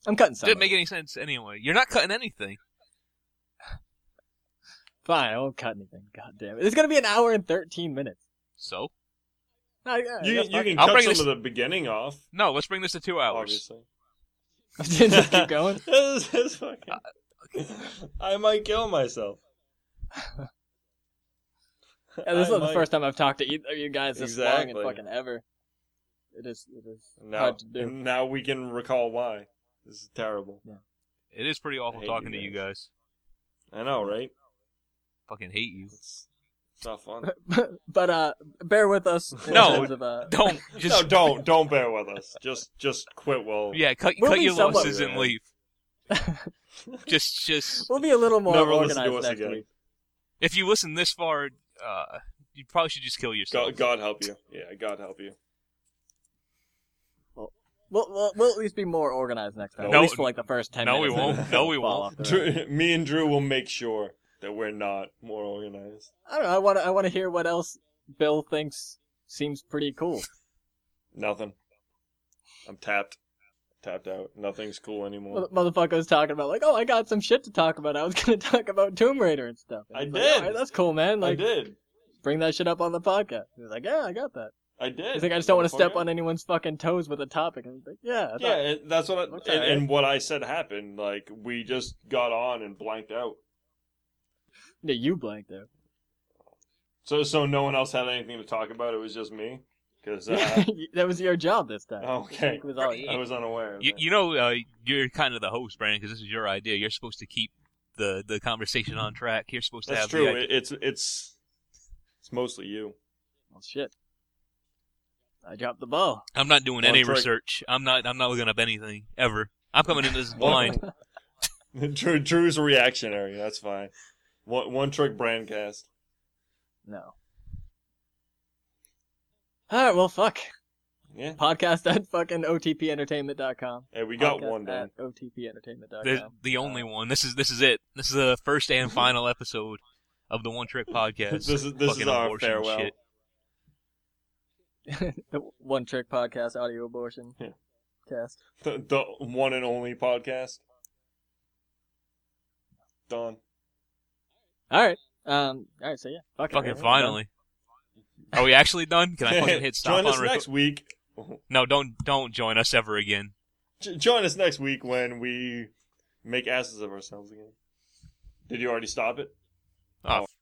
[SPEAKER 2] I'm cutting some.
[SPEAKER 1] Didn't
[SPEAKER 2] Didn't
[SPEAKER 1] make any sense anyway. You're not cutting anything.
[SPEAKER 2] Fine, I won't cut anything. God damn it! It's gonna be an hour and thirteen minutes.
[SPEAKER 1] So
[SPEAKER 2] I, I
[SPEAKER 3] You
[SPEAKER 2] guess
[SPEAKER 3] you
[SPEAKER 2] fuck
[SPEAKER 3] can
[SPEAKER 1] I'll
[SPEAKER 3] cut
[SPEAKER 1] bring
[SPEAKER 3] some
[SPEAKER 1] this-
[SPEAKER 3] of the beginning off,
[SPEAKER 1] no, let's bring this to two hours.
[SPEAKER 3] obviously. (laughs)
[SPEAKER 2] it. (laughs) just keep going.
[SPEAKER 3] This is fucking- (laughs) I might kill myself.
[SPEAKER 2] Yeah, this
[SPEAKER 3] I
[SPEAKER 2] is the
[SPEAKER 3] might-
[SPEAKER 2] first time I've talked to either of you guys this
[SPEAKER 3] Exactly.
[SPEAKER 2] long and fucking ever. It is it is
[SPEAKER 3] Now,
[SPEAKER 2] hard to do.
[SPEAKER 3] now we can recall why. This is terrible.
[SPEAKER 1] It is pretty awful
[SPEAKER 3] I hate
[SPEAKER 1] talking
[SPEAKER 3] you
[SPEAKER 1] to you guys.
[SPEAKER 3] I know, right?
[SPEAKER 1] Fucking hate you.
[SPEAKER 3] It's, it's not
[SPEAKER 2] (laughs)
[SPEAKER 3] fun.
[SPEAKER 2] but uh, bear with
[SPEAKER 3] (laughs)
[SPEAKER 2] us. in
[SPEAKER 1] No.
[SPEAKER 2] terms of, uh,
[SPEAKER 1] Don't just
[SPEAKER 2] (laughs)
[SPEAKER 3] no, don't don't bear with us. Just just quit. Well,
[SPEAKER 1] yeah. Cut
[SPEAKER 2] We'll
[SPEAKER 1] cut
[SPEAKER 2] be
[SPEAKER 1] your
[SPEAKER 2] somewhat-
[SPEAKER 1] losses and
[SPEAKER 3] Yeah.
[SPEAKER 1] leave.
[SPEAKER 3] (laughs)
[SPEAKER 1] just just
[SPEAKER 2] We'll be a little more
[SPEAKER 3] Never listen
[SPEAKER 2] organized
[SPEAKER 3] to us
[SPEAKER 2] next
[SPEAKER 3] again.
[SPEAKER 2] week.
[SPEAKER 1] if you listen this far, uh, you probably should just kill yourself.
[SPEAKER 3] God, God help you. Yeah, God help you.
[SPEAKER 2] We'll, we'll, we'll at least be more organized next time.
[SPEAKER 1] No,
[SPEAKER 2] at least for like the first ten
[SPEAKER 1] no, we
[SPEAKER 2] minutes.
[SPEAKER 1] won't.
[SPEAKER 2] (laughs)
[SPEAKER 1] No, we won't.
[SPEAKER 2] Uh,
[SPEAKER 3] Drew, (laughs) me and Drew will make sure that we're not more organized.
[SPEAKER 2] I don't know. I want to. I want to hear what else Bill thinks seems pretty cool.
[SPEAKER 3] Nothing. I'm tapped. Tapped out. Nothing's cool anymore.
[SPEAKER 2] Mother- Motherfucker's talking about like, oh, I got some shit to talk about. I was (laughs) gonna talk about Tomb Raider and stuff. And
[SPEAKER 3] I
[SPEAKER 2] he's
[SPEAKER 3] did.
[SPEAKER 2] Like, "Alright, that's cool, man.
[SPEAKER 3] I
[SPEAKER 2] Like,
[SPEAKER 3] did.
[SPEAKER 2] bring that shit up on the podcast. He's like, yeah, I got that.
[SPEAKER 3] I did.
[SPEAKER 2] He's like, I just don't want to step
[SPEAKER 3] Motherfucker.
[SPEAKER 2] on anyone's fucking toes with a topic. And he's like, yeah, I
[SPEAKER 3] Yeah,
[SPEAKER 2] thought-
[SPEAKER 3] it- that's what I,
[SPEAKER 2] Okay.
[SPEAKER 3] and, and what I said happened. Like we just got on and blanked out.
[SPEAKER 2] yeah, you blanked there.
[SPEAKER 3] So so no one else had anything to talk about. It was just me. Because
[SPEAKER 2] (laughs)
[SPEAKER 3] uh,
[SPEAKER 2] that was your job this time.
[SPEAKER 3] (laughs) Oh, okay,
[SPEAKER 1] (laughs)
[SPEAKER 2] It
[SPEAKER 3] Oh.
[SPEAKER 2] was all
[SPEAKER 3] I was unaware. Of
[SPEAKER 1] You,
[SPEAKER 3] that.
[SPEAKER 1] you know, uh, you're kind of the host, Brandon, because this is your idea. You're supposed to keep the, the conversation on track. You're supposed to
[SPEAKER 3] that's
[SPEAKER 1] have
[SPEAKER 3] true.
[SPEAKER 1] the idea.
[SPEAKER 3] It, it's it's it's mostly you.
[SPEAKER 2] Well, shit. I dropped the ball.
[SPEAKER 1] I'm not doing
[SPEAKER 3] Well,
[SPEAKER 1] any
[SPEAKER 3] it's like-
[SPEAKER 1] research. I'm not. I'm not looking up anything ever. I'm coming into
[SPEAKER 3] (laughs)
[SPEAKER 1] this blind.
[SPEAKER 3] Oh Drew, Drew's reactionary. That's fine. One one trick brandcast.
[SPEAKER 2] No. All right. Well, fuck.
[SPEAKER 3] Yeah.
[SPEAKER 2] Podcast at fucking otpentertainment.com.
[SPEAKER 3] Hey, we got
[SPEAKER 2] Podcast
[SPEAKER 3] one done.
[SPEAKER 2] at otpentertainment.com.
[SPEAKER 1] The, the only one. This is this is it. This is the first and final episode of the One
[SPEAKER 3] (laughs)
[SPEAKER 1] Trick Podcast.
[SPEAKER 3] This is this is
[SPEAKER 1] Fucking
[SPEAKER 3] our
[SPEAKER 1] abortion
[SPEAKER 3] farewell.
[SPEAKER 1] shit.
[SPEAKER 2] the one trick podcast audio abortion
[SPEAKER 3] Yeah.
[SPEAKER 2] cast.
[SPEAKER 3] The, the one and only podcast. Done.
[SPEAKER 2] All right. Um. All right. So yeah. Fuck it,
[SPEAKER 3] (laughs)
[SPEAKER 1] Fucking
[SPEAKER 2] man.
[SPEAKER 1] finally. Are we actually done? Can I fucking hit stop
[SPEAKER 3] Join
[SPEAKER 1] on
[SPEAKER 3] us
[SPEAKER 1] reco-
[SPEAKER 3] next week.
[SPEAKER 1] No, don't don't join us ever again.
[SPEAKER 3] J- join us next week when we make asses of ourselves again. Did you already stop it?
[SPEAKER 1] Oh,